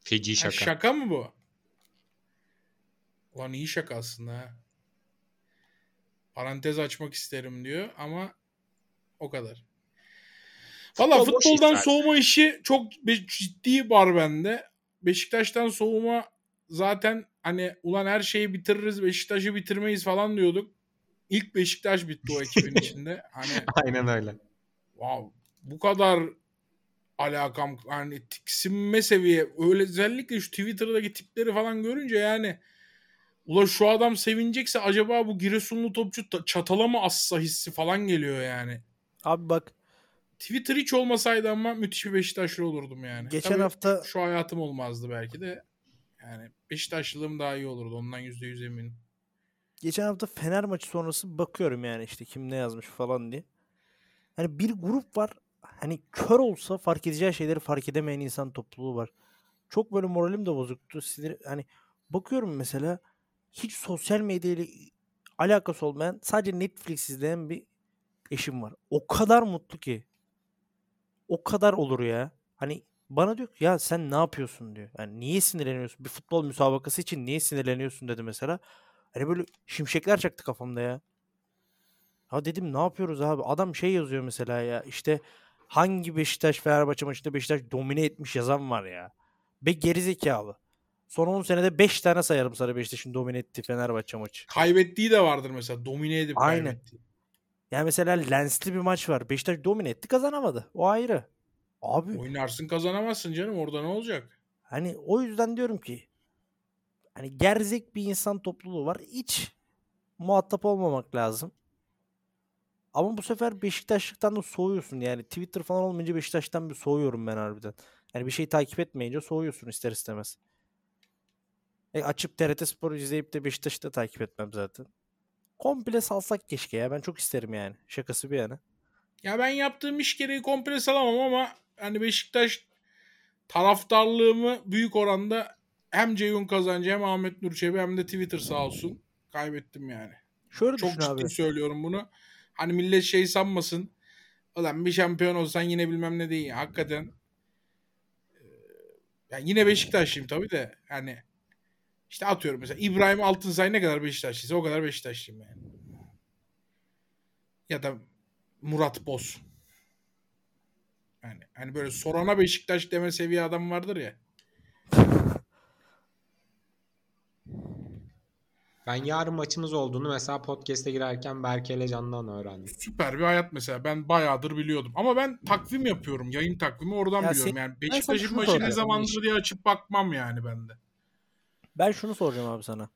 S2: Feci
S3: Ha,
S2: şaka.
S3: Şaka. mı bu? Ulan iyi şaka aslında ha. Parantez açmak isterim diyor ama o kadar. Valla
S2: Futbol boş iş
S3: futboldan
S2: zaten.
S3: soğuma işi çok be- ciddi var bende. Beşiktaş'tan soğuma zaten hani ulan her şeyi bitiririz Beşiktaş'ı bitirmeyiz falan diyorduk. İlk Beşiktaş bitti o ekibin içinde. Hani
S2: Aynen öyle.
S3: Wow, bu kadar alakam hani tiksinme seviye öyle özellikle şu Twitter'daki tipleri falan görünce yani ula şu adam sevinecekse acaba bu Giresunlu topçu ta- çatala mı assa hissi falan geliyor yani.
S4: Abi bak
S3: Twitter hiç olmasaydı ama müthiş bir Beşiktaşlı olurdum yani.
S4: geçen
S3: Tabii
S4: hafta
S3: şu hayatım olmazdı belki de. Yani Beşiktaşlılığım daha iyi olurdu. Ondan %100 eminim.
S4: geçen hafta Fener maçı sonrası bakıyorum yani işte kim ne yazmış falan diye. Hani bir grup var. Hani kör olsa fark edeceği şeyleri fark edemeyen insan topluluğu var. Çok böyle moralim de bozuktu. Sinir, hani bakıyorum mesela hiç sosyal medyayla alakası olmayan sadece Netflix izleyen bir eşim var. O kadar mutlu ki. O kadar olur ya. Hani bana diyor ki ya sen ne yapıyorsun diyor. Yani niye sinirleniyorsun? Bir futbol müsabakası için niye sinirleniyorsun dedi mesela. Hani böyle şimşekler çaktı kafamda ya. Ha dedim ne yapıyoruz abi? Adam şey yazıyor mesela ya işte hangi Beşiktaş Fenerbahçe maçında Beşiktaş domine etmiş yazan var ya. Be gerizekalı. Son 10 senede 5 tane sayarım sana Beşiktaş'ın domine ettiği Fenerbahçe maçı.
S3: Kaybettiği de vardır mesela. Domine edip
S4: Aynen.
S3: kaybettiği.
S4: Yani mesela Lens'li bir maç var. Beşiktaş domine etti kazanamadı. O ayrı. Abi
S3: Oynarsın kazanamazsın canım. Orada ne olacak?
S4: hani o yüzden diyorum ki hani gerzek bir insan topluluğu var. Hiç muhatap olmamak lazım. Ama bu sefer Beşiktaşlıktan da soğuyorsun. Yani Twitter falan olmayınca Beşiktaş'tan bir soğuyorum ben harbiden. Yani bir şey takip etmeyince soğuyorsun ister istemez. E açıp TRT Spor'u izleyip de Beşiktaş'ı da takip etmem zaten. Komple salsak keşke ya. Ben çok isterim yani. Şakası bir yana.
S3: Ya ben yaptığım iş gereği komple salamam ama hani Beşiktaş taraftarlığımı büyük oranda hem Ceyhun Kazancı hem Ahmet Nur Çebi hem de Twitter sağ olsun. Kaybettim yani.
S4: Şöyle
S3: Çok
S4: düşün
S3: ciddi
S4: abi.
S3: söylüyorum bunu. Hani millet şey sanmasın. Ulan bir şampiyon olsan yine bilmem ne değil. Hakikaten. Ee, Yani yine Beşiktaşlıyım tabii de. Hani işte atıyorum mesela İbrahim Altınsay ne kadar Beşiktaşlıysa o kadar Beşiktaşlıyım yani. Ya da Murat Boz. Yani hani böyle sorana Beşiktaş deme seviye adam vardır ya.
S2: Ben yarın maçımız olduğunu mesela podcast'e girerken Berke ile Can'dan öğrendim.
S3: Süper bir hayat mesela. Ben bayağıdır biliyordum. Ama ben takvim yapıyorum. Yayın takvimi oradan
S4: Ya
S3: biliyorum.
S4: sen-
S3: Yani
S4: sana
S3: Beşiktaş'ın
S4: şunu
S3: maçı ne
S4: soracağım.
S3: zamandır diye açıp bakmam yani ben de.
S4: Ben şunu soracağım abi sana.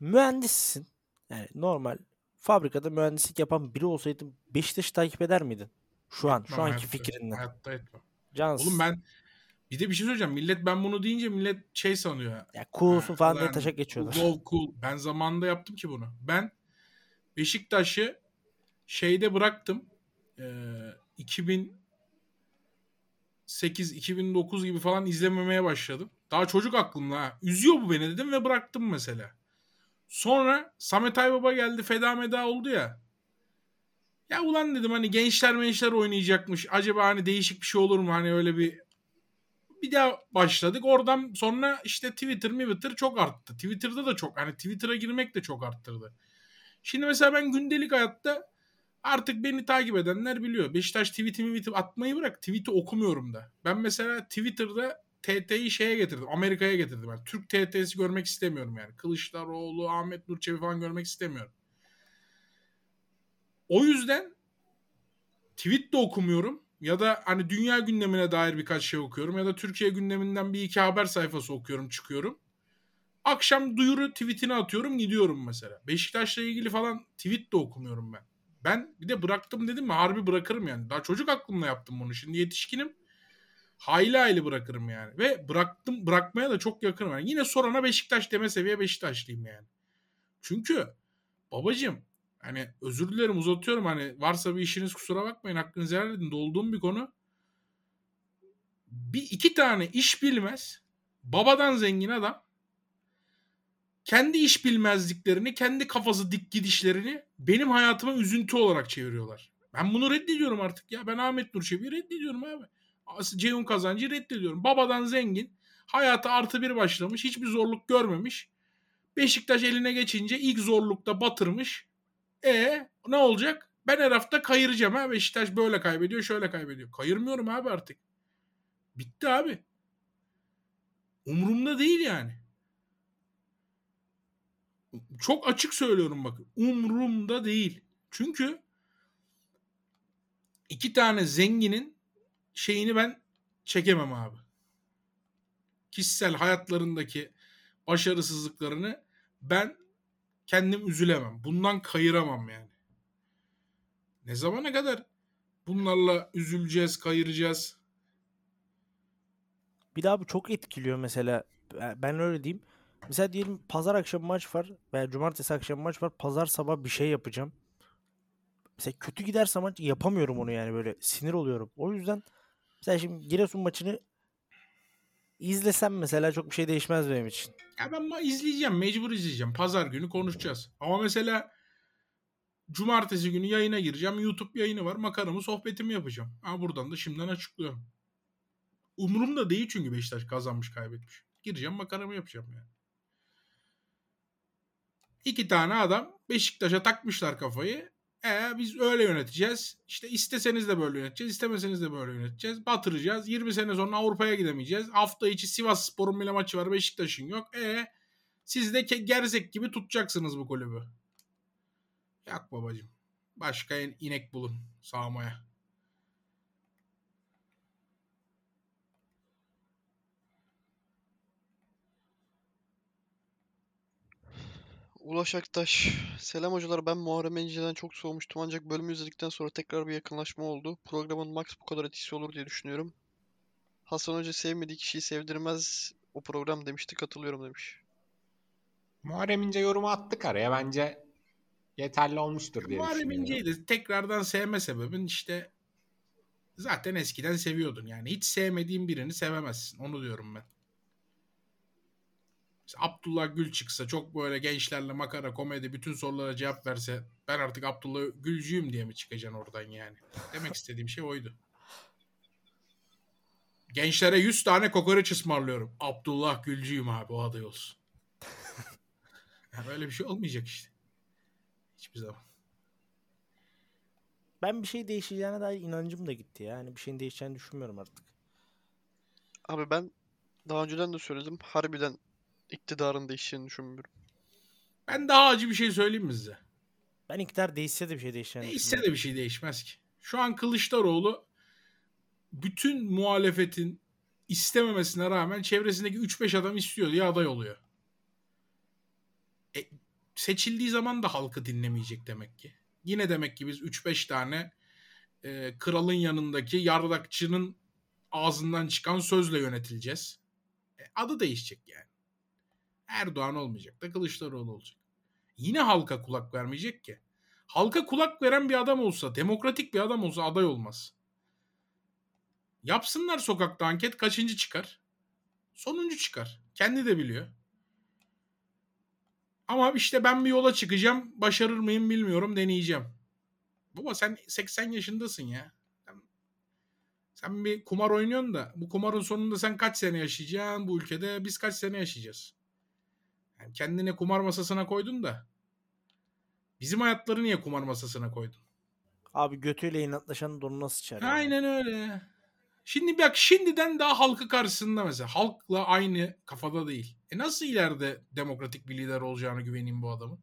S4: Mühendissin. Yani normal fabrikada mühendislik yapan biri olsaydın Beşiktaş'ı takip eder miydin? Şu an, şu
S3: Ben
S4: anki
S3: hayatta-
S4: fikrinden.
S3: Hayatta etmem.
S4: Cansın.
S3: Oğlum ben bir de bir şey söyleyeceğim. Millet ben bunu deyince millet şey sanıyor.
S4: Ya coolsun
S3: Ha,
S4: falan diye
S3: ulan,
S4: taşak geçiyorlar.
S3: Cool, cool. Ben zamanında yaptım ki bunu. Ben Beşiktaş'ı şeyde bıraktım. Ee, 2008-2009 gibi falan izlememeye başladım. Daha çocuk aklımda ha. Üzüyor bu beni dedim ve bıraktım mesela. Sonra Samet Aybaba geldi feda meda oldu ya. Ya ulan dedim hani gençler mençler oynayacakmış. Acaba hani değişik bir şey olur mu? Hani öyle bir bir daha başladık. Oradan sonra işte Twitter, Twitter çok arttı. Twitter'da da çok hani Twitter'a girmek de çok arttırdı. Şimdi mesela ben gündelik hayatta artık beni takip edenler biliyor. Beşiktaş tweetimi tweet'i atmayı bırak. Tweet'i okumuyorum da. Ben mesela Twitter'da TT'yi şeye getirdim. Amerika'ya getirdim. Yani Türk TT'si görmek istemiyorum yani. Kılıçdaroğlu, Ahmet Nur Çebi falan görmek istemiyorum. O yüzden tweet de okumuyorum ya da hani dünya gündemine dair birkaç şey okuyorum ya da Türkiye gündeminden bir iki haber sayfası okuyorum çıkıyorum. Akşam duyuru tweetini atıyorum gidiyorum mesela. Beşiktaş'la ilgili falan tweet de okumuyorum ben. Ben bir de bıraktım dedim mi harbi bırakırım yani. Daha çocuk aklımla yaptım bunu. Şimdi yetişkinim. Hayli hayli bırakırım yani. Ve bıraktım bırakmaya da çok yakınım. Yani yine sorana Beşiktaş deme seviye Beşiktaşlıyım yani. Çünkü babacığım hani özür dilerim uzatıyorum hani varsa bir işiniz kusura bakmayın hakkınızı helal edin dolduğum bir konu. Bir iki tane iş bilmez babadan zengin adam kendi iş bilmezliklerini, kendi kafası dik gidişlerini benim hayatıma üzüntü olarak çeviriyorlar. Ben bunu reddediyorum artık ya. Ben Ahmet Nur Çebi'yi reddediyorum abi. As- Ceyhun Kazancı reddediyorum. Babadan zengin. Hayata artı bir başlamış. Hiçbir zorluk görmemiş. Beşiktaş eline geçince ilk zorlukta batırmış. E ne olacak? Ben her hafta kayıracağım ha. Beşiktaş böyle kaybediyor, şöyle kaybediyor. Kayırmıyorum abi artık. Bitti abi. Umurumda değil yani. Çok açık söylüyorum bakın. Umurumda değil. Çünkü iki tane zenginin şeyini ben çekemem abi. Kişisel hayatlarındaki başarısızlıklarını ben kendim üzülemem. Bundan kayıramam yani. Ne zamana kadar bunlarla üzüleceğiz, kayıracağız?
S5: Bir daha bu çok etkiliyor mesela. Ben öyle diyeyim. Mesela diyelim pazar akşamı maç var veya cumartesi akşamı maç var. Pazar sabah bir şey yapacağım. Mesela kötü giderse maç yapamıyorum onu yani böyle sinir oluyorum. O yüzden mesela şimdi Giresun maçını izlesem mesela çok bir şey değişmez benim için.
S3: Ya ben ma- izleyeceğim, mecbur izleyeceğim. Pazar günü konuşacağız. Ama mesela cumartesi günü yayına gireceğim. YouTube yayını var. Makaramı, sohbetimi yapacağım. Ha buradan da şimdiden açıklıyorum. Umurumda değil çünkü Beşiktaş kazanmış, kaybetmiş. Gireceğim, makaramı yapacağım yani. İki tane adam Beşiktaş'a takmışlar kafayı. E biz öyle yöneteceğiz. İşte isteseniz de böyle yöneteceğiz. istemeseniz de böyle yöneteceğiz. Batıracağız. 20 sene sonra Avrupa'ya gidemeyeceğiz. Hafta içi Sivas Spor'un bile maçı var. Beşiktaş'ın yok. E siz de ke- gerzek gibi tutacaksınız bu kulübü. Yak babacım. Başka in- inek bulun sağmaya.
S1: Ulaş Aktaş. Selam hocalar ben Muharrem İnce'den çok soğumuştum ancak bölümü izledikten sonra tekrar bir yakınlaşma oldu. Programın max bu kadar etkisi olur diye düşünüyorum. Hasan Hoca sevmediği kişiyi sevdirmez o program demişti katılıyorum demiş.
S2: Muharrem İnce yorumu attık araya. Bence yeterli olmuştur diye
S3: Muharrem
S2: düşünüyorum.
S3: İnce'yi de tekrardan sevme sebebin işte zaten eskiden seviyordun. Yani hiç sevmediğin birini sevemezsin. Onu diyorum ben. Mesela Abdullah Gül çıksa çok böyle gençlerle makara komedi bütün sorulara cevap verse ben artık Abdullah Gülcüyüm diye mi çıkacaksın oradan yani? Demek istediğim şey oydu. Gençlere 100 tane kokoreç ısmarlıyorum. Abdullah Gülcüyüm abi o aday olsun. Ya Böyle bir şey olmayacak işte. Hiçbir zaman.
S5: Ben bir şey değişeceğine dair inancım da gitti yani. Bir şeyin değişeceğini düşünmüyorum artık.
S1: Abi ben daha önceden de söyledim harbiden iktidarın değişeceğini düşünmüyorum.
S3: Ben daha acı bir şey söyleyeyim mi size?
S5: Ben iktidar değişse de bir şey değişeceğini
S3: Değişse
S5: düşünmüyorum.
S3: de bir şey değişmez ki. Şu an Kılıçdaroğlu bütün muhalefetin istememesine rağmen çevresindeki 3-5 adam istiyor diye aday oluyor. E, seçildiği zaman da halkı dinlemeyecek demek ki. Yine demek ki biz 3-5 tane e, kralın yanındaki yardakçının ağzından çıkan sözle yönetileceğiz. E, adı değişecek yani. Erdoğan olmayacak da Kılıçdaroğlu olacak. Yine halka kulak vermeyecek ki halka kulak veren bir adam olsa, demokratik bir adam olsa aday olmaz. Yapsınlar sokakta anket kaçıncı çıkar? Sonuncu çıkar. Kendi de biliyor. Ama işte ben bir yola çıkacağım. Başarır mıyım bilmiyorum. Deneyeceğim. Baba sen 80 yaşındasın ya. Sen- Sen bir kumar oynuyorsun da bu kumarın sonunda sen kaç sene yaşayacaksın bu ülkede? Biz kaç sene yaşayacağız? Yani kendine kumar masasına koydun da bizim hayatları niye kumar masasına koydun?
S5: Abi götüyle inatlaşan donuna sıçar. yani.
S3: Aynen öyle. Şimdi bak şimdiden daha halkı karşısında mesela halkla aynı kafada değil. E nasıl ileride demokratik bir lider olacağına güveneyim bu adamın?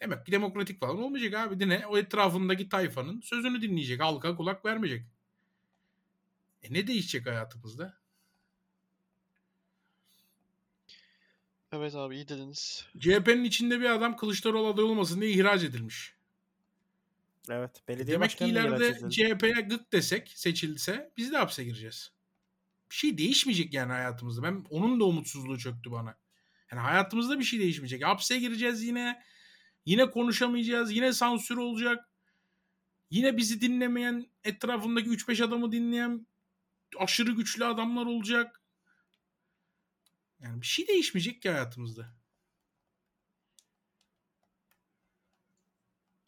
S3: Demek ki demokratik falan olmayacak abi. De ne? O etrafındaki tayfanın sözünü dinleyecek. Halka kulak vermeyecek. E ne değişecek hayatımızda?
S1: Evet abi iyi dediniz.
S3: CHP'nin içinde bir adam Kılıçdaroğlu aday olmasın diye ihraç edilmiş.
S5: Evet. Belediye
S3: Demek ki
S5: başkanı da ihraç
S3: ileride şey-
S5: edildi.
S3: CHP'ye gık desek seçilse biz de hapse gireceğiz. Bir şey değişmeyecek yani hayatımızda. Ben onun da umutsuzluğu çöktü bana. Yani hayatımızda bir şey değişmeyecek. Hapse gireceğiz yine. Yine konuşamayacağız. Yine sansür olacak. Yine bizi dinlemeyen, etrafındaki 3-5 adamı dinleyen aşırı güçlü adamlar olacak. Yani bir şey değişmeyecek ki hayatımızda.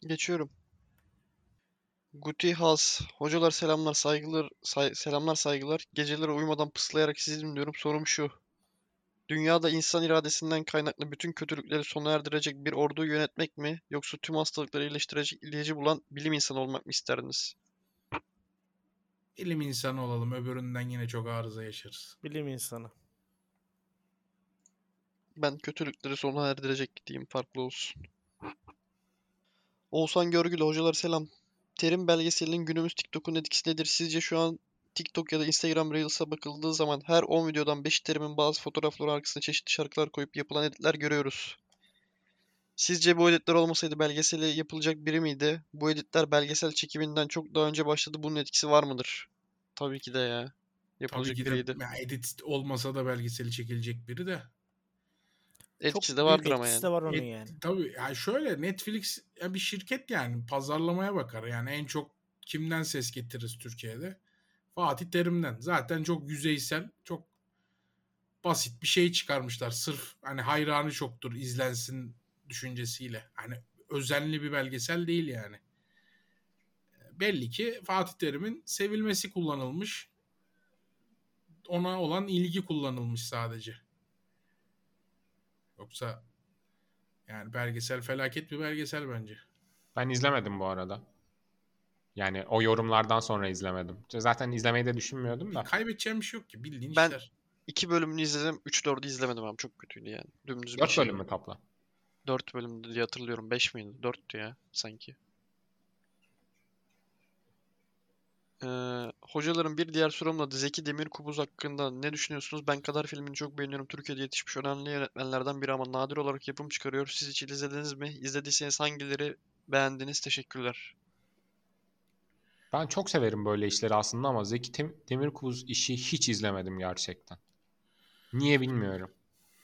S1: Geçiyorum. Guti Has. Hocalar selamlar saygılar say- selamlar saygılar. Geceleri uyumadan pıslayarak sizi dinliyorum. Sorum şu. Dünyada insan iradesinden kaynaklı bütün kötülükleri sona erdirecek bir orduyu yönetmek mi yoksa tüm hastalıkları iyileştirecek ilacı bulan bilim insanı olmak mı isterdiniz?
S3: Bilim insanı olalım. Öbüründen yine çok arıza yaşarız.
S5: Bilim insanı.
S1: Ben kötülükleri sona erdirecek diyeyim farklı olsun. Oğuzhan Görgül hocalar selam. Terim belgeselinin günümüz TikTok'un etkisi nedir? Sizce şu an TikTok ya da Instagram Reels'a bakıldığı zaman her 10 videodan 5 terimin bazı fotoğrafları arkasına çeşitli şarkılar koyup yapılan editler görüyoruz. Sizce bu editler olmasaydı belgeseli yapılacak biri miydi? Bu editler belgesel çekiminden çok daha önce başladı. Bunun etkisi var mıdır? Tabii ki de ya.
S3: Tabii
S1: Yapılacak
S3: ki de
S1: biriydi.
S3: ya edit olmasa da belgeseli çekilecek biri de.
S1: Etkisi
S5: Çok
S1: de
S5: büyük
S1: vardır ama
S5: etkisi
S1: yani.
S5: de var onun
S3: Et-
S5: yani.
S3: Tabii ya şöyle Netflix ya bir şirket yani pazarlamaya bakar. Yani en çok kimden ses getiririz Türkiye'de? Fatih Terim'den. Zaten çok yüzeysel, çok basit bir şey çıkarmışlar. Sırf hani hayranı çoktur izlensin düşüncesiyle. Hani özenli bir belgesel değil yani. Belli ki Fatih Terim'in sevilmesi kullanılmış. Ona olan ilgi kullanılmış sadece. Yoksa yani belgesel felaket bir belgesel bence.
S2: Ben izlemedim bu arada. Yani o yorumlardan sonra izlemedim. Zaten izlemeyi de düşünmüyordum da.
S3: Kaybedeceğim bir şey yok ki bildiğin
S1: Ben-
S3: işler.
S1: İki bölümünü izledim. 3-4'ü izlemedim abi. Çok kötüydü yani. Dümdüz bir
S2: 4
S1: şey.
S2: bölüm mü toplam?
S1: 4 bölümdü diye hatırlıyorum. 5 miydi? 4'tü ya sanki. Ee, hocaların bir diğer sorum da Zeki Demirkubuz hakkında ne düşünüyorsunuz? Ben Kadar filmini çok beğeniyorum. Türkiye'de yetişmiş önemli yönetmenlerden biri ama nadir olarak yapım çıkarıyor. Siz hiç izlediniz mi? İzlediyseniz hangileri beğendiniz? Teşekkürler.
S2: Ben çok severim böyle işleri aslında ama Zeki Tem- Demirkubuz işi hiç izlemedim gerçekten. Niye bilmiyorum.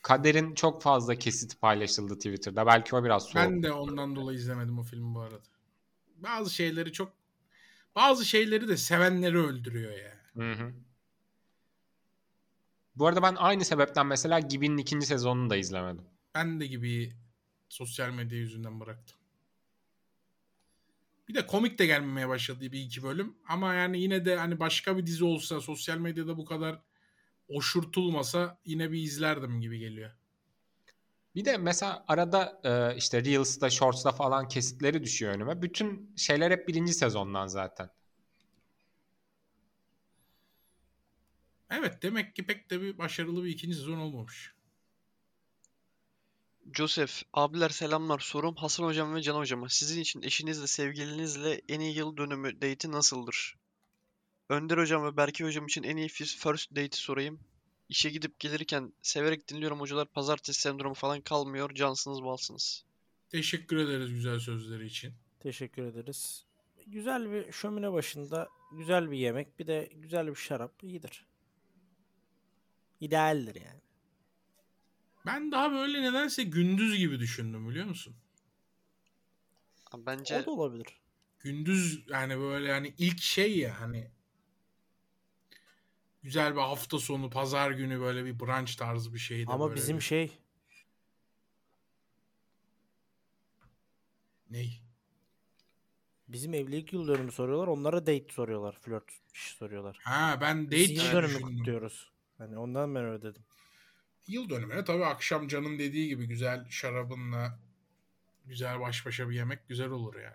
S2: Kader'in çok fazla kesit paylaşıldı Twitter'da. Belki o biraz soğuk.
S3: Ben de ondan dolayı izlemedim o filmi bu arada. Bazı şeyleri çok bazı şeyleri de sevenleri öldürüyor ya.
S2: Hı hı. Bu arada ben aynı sebepten mesela Gibi'nin ikinci sezonunu da izlemedim.
S3: Ben de gibi sosyal medya yüzünden bıraktım. Bir de komik de gelmemeye başladı bir iki bölüm. Ama yani yine de hani başka bir dizi olsa sosyal medyada bu kadar oşurtulmasa yine bir izlerdim gibi geliyor.
S2: Bir de mesela arada e, işte Reels'da, Shorts'ta falan kesitleri düşüyor önüme. Bütün şeyler hep birinci sezondan zaten.
S3: Evet demek ki pek de bir başarılı bir ikinci sezon olmamış.
S1: Joseph, abiler selamlar. Sorum Hasan hocam ve Can hocama. Sizin için eşinizle, sevgilinizle en iyi yıl dönümü date'i nasıldır? Önder hocam ve Berke hocam için en iyi fis- first date'i sorayım. İşe gidip gelirken severek dinliyorum hocalar. Pazartesi sendromu falan kalmıyor. Cansınız balsınız.
S3: Teşekkür ederiz güzel sözleri için.
S5: Teşekkür ederiz. Güzel bir şömine başında güzel bir yemek bir de güzel bir şarap iyidir. İdealdir yani.
S3: Ben daha böyle nedense gündüz gibi düşündüm biliyor musun?
S1: Ama Bence
S5: O da olabilir.
S3: Gündüz yani böyle hani ilk şey ya hani güzel bir hafta sonu pazar günü böyle bir brunch tarzı bir şeydi.
S5: Ama
S3: böyle
S5: bizim
S3: bir-
S5: şey
S3: Ney?
S5: bizim evlilik yıl dönümü soruyorlar. Onlara date soruyorlar. Flört işi soruyorlar.
S3: Ha ben date
S5: Biz yıl
S3: düşündüm.
S5: dönümü kutluyoruz. Hani ondan ben öyle dedim.
S3: Yıl dönümüne tabii akşam canın dediği gibi güzel şarabınla güzel baş başa bir yemek güzel olur yani.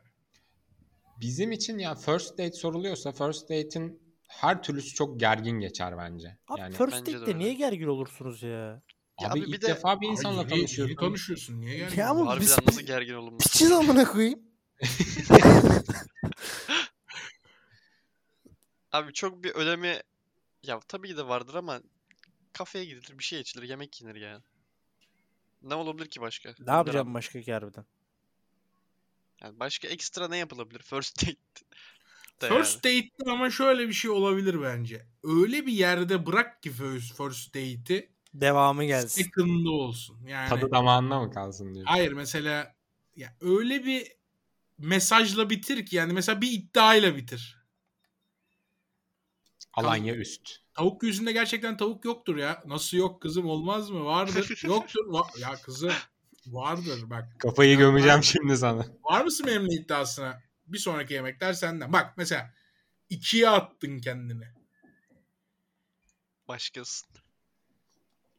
S2: Bizim için ya first date soruluyorsa first date'in her türlüsü çok gergin geçer bence.
S5: Abi
S2: yani
S5: first
S1: bence de
S5: date'de
S1: öyle.
S5: niye gergin olursunuz ya?
S1: Ya
S2: abi
S1: abi bir
S2: ilk
S1: de-
S2: defa bir
S3: Abi
S2: insanla
S3: yeni-
S2: tanışıyorsun.
S3: Yeni tanışıyorsun. Niye yani?
S5: Ya ama biz
S1: harbiden nasıl gergin olunmaz.
S5: piçiz amına koyayım.
S1: Abi çok bir önemi ya tabii ki de vardır ama kafeye gidilir, bir şey içilir, yemek yenir yani. Ne olabilir ki başka?
S4: Ne yapacağım başka ki harbiden?
S1: Yani başka ekstra ne yapılabilir? First date. de yani.
S3: First date'de ama şöyle bir şey olabilir bence. Öyle bir yerde bırak ki first, first date'i
S4: Devamı gelsin.
S3: second'da olsun. Yani
S2: Tadı damağında mı kalsın diyor.
S3: hayır mesela ya öyle bir mesajla bitir ki yani mesela bir iddiayla bitir.
S2: Alanya üst.
S3: Tavuk yüzünde gerçekten tavuk yoktur ya. Nasıl yok kızım olmaz mı? Vardır. Yoktur. Va- ya kızım vardır bak.
S2: Kafayı gömeceğim şimdi sana.
S3: Var mısın benimle iddiasına? Bir sonraki yemekler senden. Bak mesela ikiye attın kendini.
S1: Başkasın.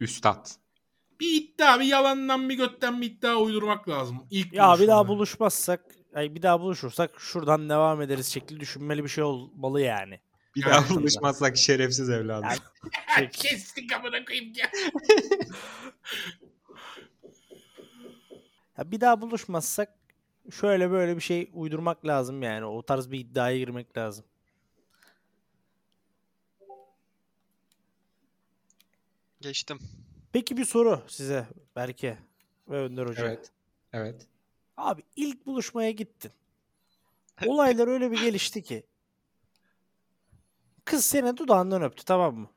S2: Üstad.
S3: Bir iddia, bir yalandan bir götten bir iddia uydurmak lazım.
S4: Ya
S3: İlk
S4: bir daha
S3: buluşmada.
S4: buluşmazsak, ay bir daha buluşursak şuradan devam ederiz şekli düşünmeli bir şey olmalı yani.
S2: Bir
S3: Ya
S2: daha
S4: aslında.
S2: buluşmazsak şerefsiz evladım.
S4: Yani-
S3: Ha, Kestik amına koyayım ya.
S4: Ya bir daha buluşmazsak şöyle böyle bir şey uydurmak lazım yani. O tarz bir iddiaya girmek lazım.
S1: Geçtim.
S4: Peki bir soru size Berke ve Önder Hoca.
S2: Evet. Evet.
S4: Abi ilk buluşmaya gittin. Olaylar öyle bir gelişti ki. Kız seni dudağından öptü tamam mı?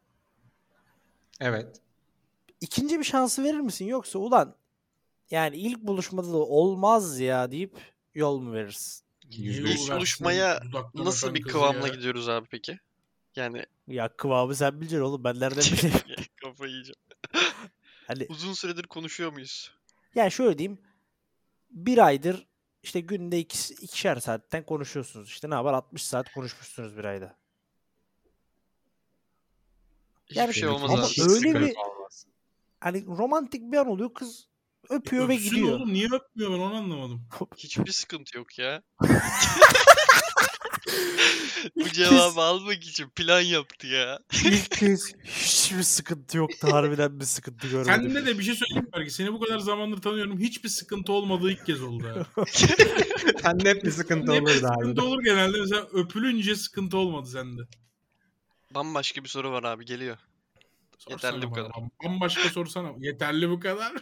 S2: Evet.
S4: İkinci bir şansı verir misin yoksa ulan yani ilk buluşmada da olmaz ya deyip yol mu verirsin?
S2: Yüzde
S3: Niye
S2: yüz.
S3: uğraştın
S1: buluşmaya
S3: dudaktan
S1: Nasıl
S3: öpen
S1: bir
S3: kızı
S1: kıvamla
S3: ya?
S1: gidiyoruz abi peki? Yani
S4: Ya kıvamı sen bileceksin oğlum ben nereden bileyim.
S1: kafayı yiyeceğim.
S4: Hani
S1: Uzun süredir konuşuyor muyuz?
S4: Yani şöyle diyeyim. Bir aydır işte günde iki, ikişer saatten konuşuyorsunuz. İşte ne var 60 saat konuşmuşsunuz bir ayda.
S1: Hiçbir
S4: Yani-
S1: şey olmaz
S4: Ama
S1: abi.
S2: Hiç
S4: öyle
S2: sıkıntı
S4: bir-
S2: olmaz.
S4: Hani romantik bir an oluyor kız öpüyor ve
S3: Öpsün
S4: gidiyor.
S3: Oğlum niye öpmüyor ben onu anlamadım.
S1: Hiçbir sıkıntı yok ya. Bu cevabı almak için plan yaptı ya.
S4: İlk kez hiçbir sıkıntı yoktu. Harbiden bir sıkıntı görmedim.
S3: Kendine de bir şey söyleyeyim mi belki. Seni bu kadar zamandır tanıyorum. Hiçbir sıkıntı olmadığı ilk kez oldu. ya.
S2: Sende hep bir sıkıntı
S3: Hep
S2: olur
S3: sıkıntı
S2: daha.
S3: olur genelde. Mesela öpülünce sıkıntı olmadı sende.
S1: Bambaşka bir soru var abi geliyor.
S3: Sorsana
S1: Yeterli bu
S3: bana.
S1: kadar.
S3: Bambaşka sorsana. Yeterli bu kadar.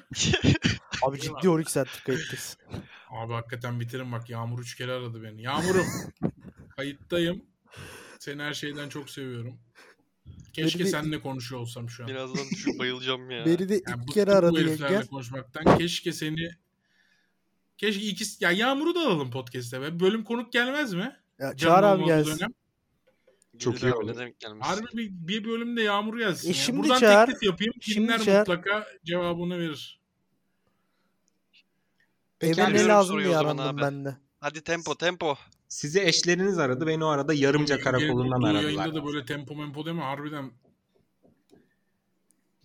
S4: Abi ciddi 12 saatlik kayıttayız.
S3: Abi hakikaten bitirin bak. Yağmur üç kere aradı beni. Yağmurum. kayıttayım. Seni her şeyden çok seviyorum. Keşke
S4: Beni bir-
S3: seninle konuşuyor olsam şu an.
S1: Birazdan düşüp bayılacağım ya.
S4: Beni de
S3: Yani
S4: iki kere
S3: bıktım bu
S4: aradı
S3: heriflerle
S4: yengem.
S3: konuşmaktan. Keşke seni Keşke ikisi ya Yağmur'u da alalım podcast'e be. Bölüm konuk gelmez mi?
S4: Ya,
S3: Canın
S4: Çağrı abi
S3: olmadığı
S4: gelsin.
S3: dönem.
S2: Çok
S1: Gelir
S2: iyi
S1: abi, ne
S2: oldu.
S1: demek gelmez.
S3: Harbi bir, bir bölümde Yağmur gelsin.
S4: E
S3: ya.
S4: şimdi
S3: Buradan
S4: Çağrı-
S3: teklif yapayım.
S4: şimdi
S3: Kimler
S4: Çağrı-
S3: mutlaka cevabını verir.
S2: Peki
S4: Eve
S1: Evlenme
S4: ne
S2: abi,
S1: la-
S4: lazım
S1: soruyu
S4: diye
S1: o zaman
S4: arandım
S1: abi.
S4: ben de.
S1: Hadi tempo tempo.
S2: sizi eşleriniz aradı. Beni o arada yarımca karakolundan
S3: Bu yayında
S2: aradılar.
S3: da böyle tempo mempo deme harbiden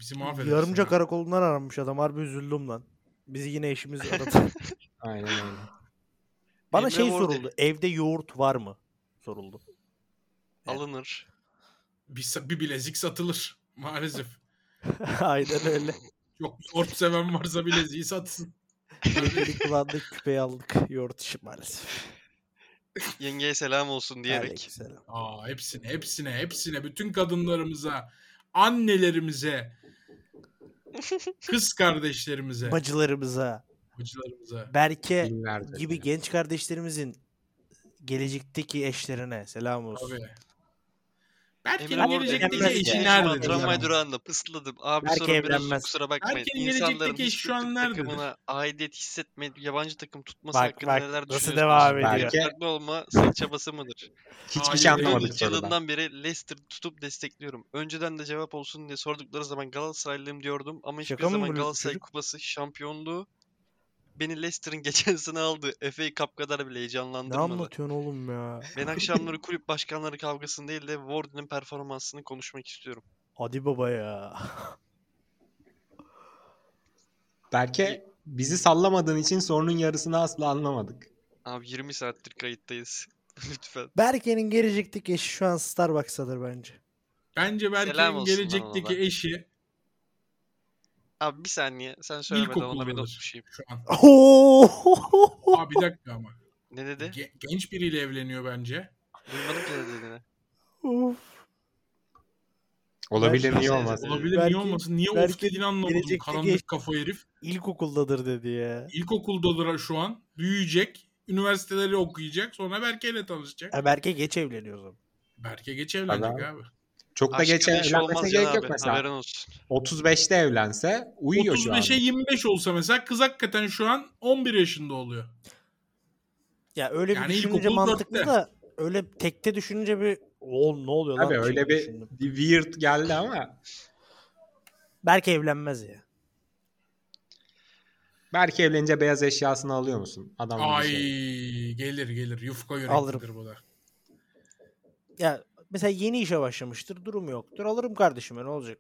S3: bizi mahveder.
S4: Yarımca karakolundan aranmış adam. Harbi üzüldüm lan. Bizi yine eşimiz aradı.
S2: Aynen öyle.
S4: Bana
S1: Emre
S4: şey
S1: Mor
S4: soruldu. Evde yoğurt var mı? Soruldu.
S1: Alınır.
S3: bir, sa- bir bilezik satılır maalesef.
S4: Aynen öyle.
S3: Çok yoğurt seven varsa bileziği satsın.
S4: Yengeli kulağında küpeyi aldık. Yoğurt işi maalesef.
S1: Yengeye selam olsun diyerek.
S4: Aleykümselam.
S3: Aa hepsine hepsine hepsine bütün kadınlarımıza, annelerimize, kız kardeşlerimize,
S4: Bacılarımıza,
S3: bacılarımıza.
S4: Berke
S2: Günlerdir.
S4: gibi genç kardeşlerimizin gelecekteki eşlerine selam olsun.
S3: Abi. Berke'nin
S1: Emre Mor
S3: gelecekteki
S4: evlenmez
S3: eşi
S4: ya.
S3: nerede?
S1: Tramvay
S3: diyor?
S1: durağında pısladım. Abi
S4: Berke
S1: sorun biraz
S4: evlenmez.
S1: kusura bakmayın.
S3: Berke'nin
S1: İnsanların
S3: gelecekteki
S1: hiç
S3: eş şu an
S1: Türk
S3: nerede?
S1: takımına aidiyet hissetmeyip yabancı takım tutması
S4: Bak,
S1: hakkında
S4: bak,
S1: neler
S4: nasıl
S1: düşünüyorsunuz?
S4: devam
S2: ediyor?
S1: Belki farklı olma sen çabası mıdır?
S2: Hiçbir
S3: Hayır,
S2: şey
S3: değil.
S2: anlamadık
S1: 2013
S2: sorudan.
S1: yılından beri Leicester tutup destekliyorum. Önceden de cevap olsun diye sordukları zaman Galatasaraylıyım diyordum ama hiçbir
S4: Şaka mı
S1: zaman
S4: bu
S1: Galatasaray
S4: çocuk?
S1: Kupası şampiyonluğu beni Leicester'ın geçen sene aldı. FA Cup kadar bile
S4: Ne
S1: heyecanlandırmadı.
S4: anlatıyorsun oğlum ya?
S1: Ben akşamları kulüp başkanları kavgasını değil de Warden'ın performansını konuşmak istiyorum.
S4: Hadi baba ya.
S2: Berke bizi sallamadığın için sorunun yarısını asla anlamadık.
S1: Abi 20 saattir kayıttayız. Lütfen.
S4: Berke'nin gelecekteki eşi şu an Starbucks'tadır bence.
S3: Bence
S1: Selam
S3: Berke'nin
S1: olsun lan
S3: gelecekteki
S1: ona da.
S3: eşi
S1: Abi bir saniye sen söylemeden ona bir not
S3: İlkokuldadır.
S1: düşeyim.
S3: şu an.
S4: Oo!
S3: Aa bir dakika ama.
S1: Ne dedi?
S3: Ge- genç biriyle evleniyor bence.
S1: Duymadım ki ne dediğini.
S4: Of.
S2: Olabilir
S4: Ben-
S2: niye olmaz?
S3: Olabilir
S4: Belki-
S3: niye olmasın? Niye
S4: belki
S3: of dediğini anlamadım.
S4: gelecekteki
S3: Karanlık kafa herif.
S4: İlkokuldadır dedi ya.
S3: İlkokuldadır şu an. Büyüyecek. Üniversiteleri okuyacak. Sonra Berke ile tanışacak.
S4: Ha, Berke geç evleniyor o zaman.
S3: Berke geç evlenecek
S2: Adam-
S3: abi.
S2: Çok da
S1: Aşkın
S2: geç
S1: eşi olmaz
S2: evlenmesine gerek
S1: ya
S2: yok
S1: abi.
S2: mesela.
S1: Haberin olsun.
S2: 35'te evlense uyuyor şu an.
S3: 35'e 25 olsa mesela kız hakikaten şu an 11 yaşında oluyor.
S4: Ya öyle
S3: Yani
S4: bir düşününce
S3: ilkokul
S4: mantıklı
S3: dörtte.
S4: da öyle tekte düşününce bir o ne oluyor lan?
S2: Tabii
S4: diye
S2: öyle bir,
S4: düşündüm.
S2: bir weird geldi ama
S4: Berke evlenmez ya.
S2: belki evlenince beyaz eşyasını alıyor musun? Adam gibi
S3: Ay
S2: Şey.
S3: gelir gelir. Yufka
S4: Alırım.
S3: yüreklidir bu da.
S4: Ya mesela yeni işe başlamıştır, durum yoktur. Alırım kardeşime ne olacak?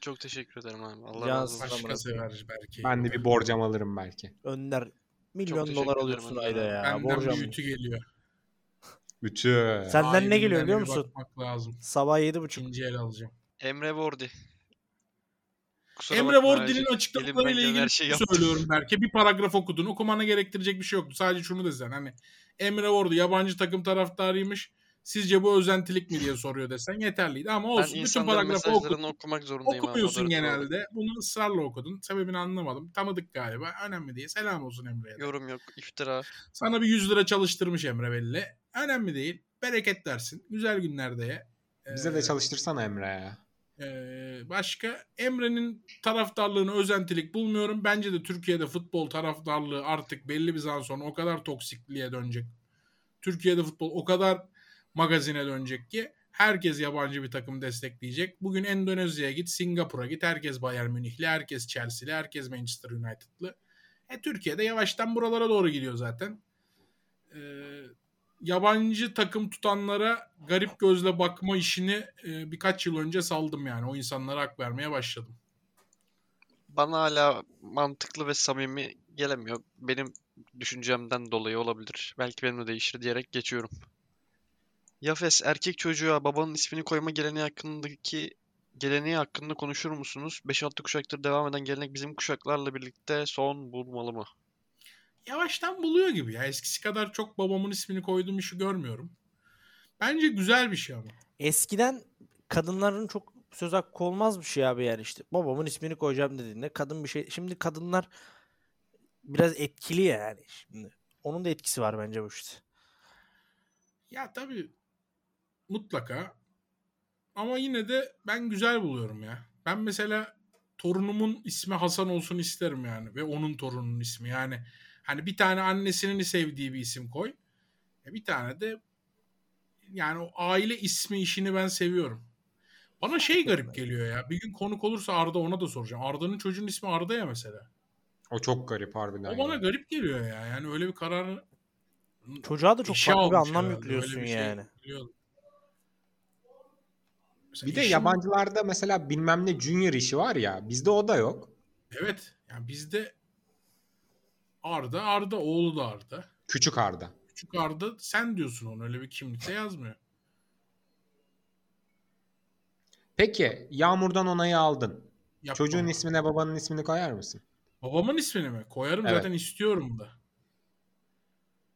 S1: Çok teşekkür ederim abi. Allah
S4: Ya,
S1: razı olsun.
S4: saçma.
S3: Başka sever Berke'yi.
S2: Ben de bir borcam alırım belki.
S4: Önder milyon
S1: teşekkür
S4: dolar
S1: ederim
S4: alıyorsun
S1: Önder
S4: ayda
S1: abi.
S4: ya.
S3: Benden
S4: borcam.
S3: bir ütü geliyor.
S2: Ütü.
S4: Sen- Senden ne
S3: Harbiden
S4: geliyor biliyor
S3: bir
S4: musun?
S3: Bakmak lazım.
S4: Sabah yedi buçuk.
S3: İkinci el alacağım.
S1: Emre Bordi. Kusura
S3: Emre
S1: bakma
S3: Vordil'in
S1: abi.
S3: açıklamalarıyla
S1: Elimden gelen
S3: ilgili
S1: her şeyi
S3: şunu
S1: şey yaptım.
S3: söylüyorum Berke. Bir paragraf okudun. Okumana gerektirecek bir şey yoktu. Sadece şunu desen. Hani Emre Vordi yabancı takım taraftarıymış. Sizce bu özentilik mi diye soruyor desen yeterliydi. Ama
S1: Ben
S3: olsun. Bütün
S1: insanların
S3: paragrafı
S1: mesajlarını
S3: okudun.
S1: okumak zorundayım abi,
S3: Okumuyorsun
S1: moderatör olarak.
S3: genelde. Bunu ısrarla okudun. Sebebini anlamadım. Tanıdık galiba. Önemli diye. Selam olsun Emre'ye. de.
S1: Yorum yok, iftira.
S3: Sana bir 100 lira çalıştırmış Emre belli. Önemli değil. Bereket dersin. Güzel günlerde ye.
S2: Bize
S3: Ee,
S2: de çalıştırsana Emre ya.
S3: ee, başka Emre'nin taraftarlığını özentilik bulmuyorum. Bence de Türkiye'de futbol taraftarlığı artık belli bir zaman sonra o kadar toksikliğe dönecek. Türkiye'de futbol o kadar magazine dönecek ki herkes yabancı bir takım destekleyecek. Bugün Endonezya'ya git, Singapur'a git. Herkes Bayern Münihli, herkes Chelsea'li, herkes Manchester United'lı. E, Türkiye'de yavaştan buralara doğru gidiyor zaten. Ee, yabancı takım tutanlara garip gözle bakma işini e, birkaç yıl önce saldım yani. O insanlara hak vermeye başladım.
S1: Bana hala mantıklı ve samimi gelemiyor. Benim düşüncemden dolayı olabilir. Belki benim de değişir diyerek geçiyorum. Yafes, erkek çocuğa babanın ismini koyma geleneği hakkındaki geleneği hakkında konuşur musunuz? 5-6 kuşaktır devam eden gelenek bizim kuşaklarla birlikte son bulmalı mı?
S3: Yavaştan buluyor gibi ya. Eskisi kadar çok babamın ismini koyduğum işi görmüyorum. Bence güzel bir şey ama.
S4: Eskiden kadınların çok söz hakkı olmaz bir şey abi yani işte. Babamın ismini koyacağım dediğinde kadın bir şey. Şimdi kadınlar biraz etkili ya yani. Şimdi onun da etkisi var bence bu işte.
S3: Ya tabii mutlaka. Ama yine de ben güzel buluyorum ya. Ben mesela torunumun ismi Hasan olsun isterim yani ve onun torununun ismi yani. Hani bir tane annesinin sevdiği bir isim koy. E Bir tane de yani o aile ismi işini ben seviyorum. Bana şey garip geliyor ya. Bir gün konuk olursa Arda ona da soracağım. Arda'nın çocuğun ismi Arda ya mesela.
S2: O çok garip harbiden.
S3: O
S2: ya.
S3: bana garip geliyor ya. Yani öyle bir karar
S4: Çocuğa da çok
S3: İşe
S4: farklı bir
S3: almış
S4: anlam
S3: herhalde,
S4: yüklüyorsun
S3: öyle bir şey
S4: yani.
S3: yüklüyorum. Mesela
S2: Bir de
S3: işin-
S2: yabancılarda mesela bilmem ne junior işi var ya. Bizde o da yok.
S3: Evet. Yani bizde Arda, Arda, oğlu da Arda.
S2: Küçük Arda.
S3: Küçük Arda sen diyorsun onu öyle bir kimlikte yazmıyor.
S2: Peki Yağmur'dan onayı aldın.
S3: Yapma
S2: Çocuğun
S3: onu.
S2: ismine babanın ismini koyar mısın?
S3: Babamın ismini mi? Koyarım
S2: Evet.
S3: zaten istiyorum da.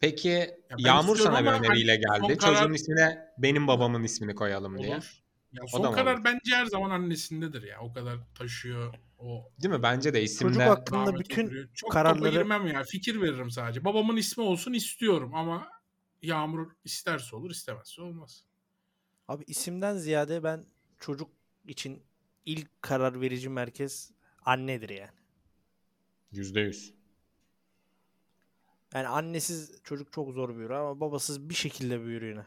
S2: Peki
S3: ben
S2: Yağmur
S3: istiyorum
S2: sana bir
S3: ama
S2: öneriyle
S3: hani son
S2: geldi.
S3: karar-
S2: Çocuğun ismine benim babamın ismini koyalım diye.
S3: Olur. Ya son
S2: da mı
S3: karar
S2: olur?
S3: bence her zaman annesindedir ya. O kadar taşıyor. O
S2: Değil mi? Bence de isimle
S4: Çocuk hakkında
S3: rahmet
S4: bütün
S3: oturuyor. Çok
S4: kararları-
S3: topa girmem ya. Fikir veririm sadece. Babamın ismi olsun istiyorum ama Yağmur isterse olur istemezse olmaz.
S4: Abi isimden ziyade ben çocuk için ilk karar verici merkez annedir yani.
S2: yüzde yüz.
S4: Yani annesiz çocuk çok zor büyür ama babasız bir şekilde büyür yine.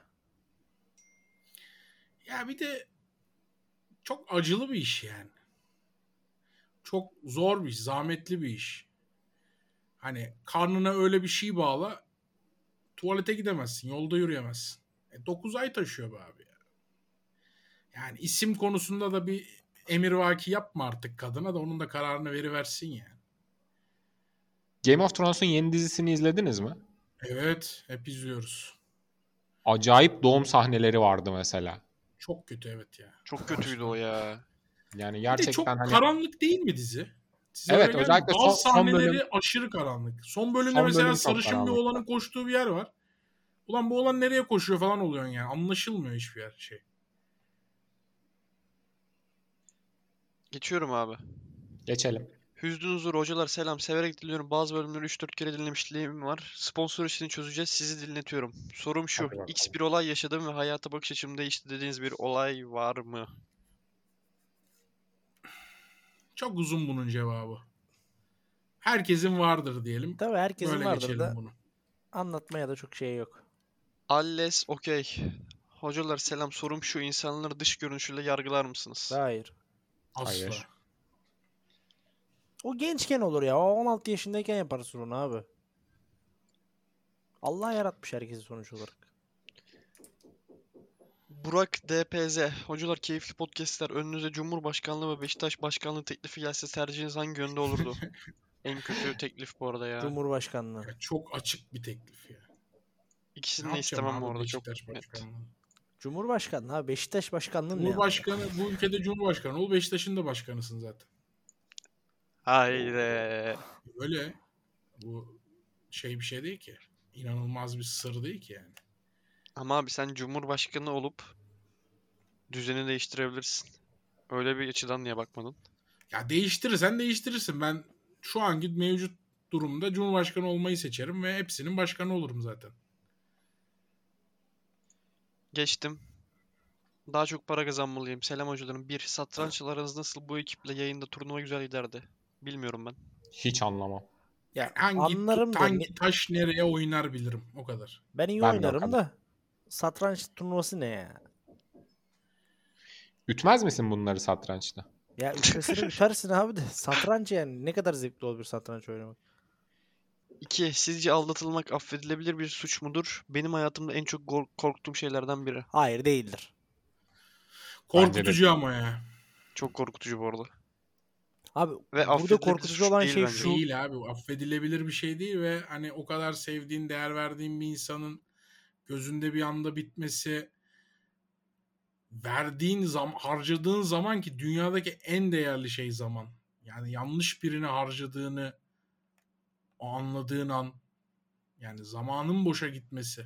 S3: Ya bir de çok acılı bir iş yani. Çok zor bir iş, zahmetli bir iş. Hani karnına öyle bir şey bağla, tuvalete gidemezsin, yolda yürüyemezsin. 9 ay taşıyor be abi ya. Yani isim konusunda da bir emirvaki yapma artık kadına da onun da kararını veriversin yani.
S2: Game of Thrones'un yeni dizisini izlediniz mi?
S3: Evet, hep izliyoruz.
S2: Acayip doğum sahneleri vardı mesela.
S3: Çok kötü evet ya.
S1: Çok kötüydü o ya.
S2: Yani
S3: Bir de çok
S2: gerçekten hani
S3: karanlık değil mi dizi? Size
S2: Evet,
S3: öyle gelmiyor.
S2: özellikle
S3: Bazı
S2: son- son bölüm-
S3: sahneleri aşırı karanlık. Son bölümde
S2: Son
S3: mesela
S2: bölüm çok
S3: sarışın bir
S2: karanlık.
S3: oğlanın koştuğu bir yer var. Ulan bu oğlan nereye koşuyor falan oluyorsun yani. Anlaşılmıyor hiçbir yer şey.
S1: Geçiyorum abi.
S2: Geçelim.
S1: Hüznün huzur hocalar selam. Severek dinliyorum. Bazı bölümleri 3-4 kere dinlemişliğim var. Sponsor işini çözeceğiz. Sizi dinletiyorum. Sorum şu.
S2: Hadi bakalım.
S1: X bir olay yaşadım ve hayata bakış açım değişti dediğiniz bir olay var mı?
S3: Çok uzun bunun cevabı. Herkesin vardır diyelim.
S4: Tabii herkesin
S3: Böyle
S4: vardır
S3: geçelim
S4: da
S3: bunu.
S4: anlatmaya da çok şey yok.
S1: Alles okey. Hocalar selam. Sorum şu. İnsanları dış görünüşüyle yargılar mısınız?
S4: Hayır.
S3: Asla.
S2: Hayır.
S4: O gençken olur ya. O 16 yaşındayken yaparsın onu abi. Allah yaratmış herkesi sonuç olarak.
S1: Burak DPZ. Hocalar keyifli podcastler. Önünüze Cumhurbaşkanlığı ve Beşiktaş Başkanlığı teklifi gelse tercihiniz hangi yönde olurdu? En kötü teklif bu arada ya.
S4: Cumhurbaşkanlığı.
S3: Ya çok açık bir teklif ya. Ne
S1: İkisini de
S3: yapacağım
S1: istemem
S3: abi
S1: bu arada. Çok
S3: Beşiktaş
S1: net.
S3: başkanlığı?
S4: Cumhurbaşkanlığı abi. Beşiktaş başkanlığı ne? ya?
S3: Cumhurbaşkanı, bu ülkede Cumhurbaşkanı ol. Beşiktaş'ın da başkanısın zaten.
S1: Haydi.
S3: Öyle. Bu şey bir şey değil ki. İnanılmaz bir sır değil ki yani.
S1: Ama abi sen Cumhurbaşkanı olup düzeni değiştirebilirsin. Öyle bir açıdan niye bakmadın?
S3: Ya değiştirirsen değiştirirsin. Ben şu anki mevcut durumda Cumhurbaşkanı olmayı seçerim ve hepsinin başkanı olurum zaten.
S1: Geçtim. Daha çok para kazanmalıyım. Selam hocalarım. Bir, satrançlar aranız nasıl bu ekiple yayında turnuva güzel giderdi. Bilmiyorum ben.
S2: Hiç anlamam.
S4: Ya,
S3: Hangi,
S4: anlarım da ne-
S3: hangi taş nereye oynar bilirim. O kadar.
S4: ben iyi
S2: Ben de o
S4: oynarım
S2: kadar.
S4: da. Satranç turnuvası ne ya?
S2: Ütmez misin bunları satrançta?
S4: Ya ütmesini ütersin abi de. Satranç yani. Ne kadar zevkli olur bir satranç oynamak.
S1: İki, sizce aldatılmak affedilebilir bir suç mudur? Benim hayatımda en çok gor- korktuğum şeylerden biri.
S4: Hayır değildir.
S3: Korkutucu ama ya.
S1: Çok korkutucu bu arada.
S4: Abi
S1: Ve
S4: burada
S1: affedilebilir
S4: korkutucu
S1: suç
S4: olan
S1: değil
S4: şey
S1: bence.
S4: şu.
S3: Değil abi. bu Affedilebilir bir şey değil ve hani o kadar sevdiğin, değer verdiğin bir insanın gözünde bir anda bitmesi verdiğin zaman, harcadığın zaman ki dünyadaki en değerli şey zaman. Yani yanlış birine harcadığını o anladığın an yani zamanın boşa gitmesi.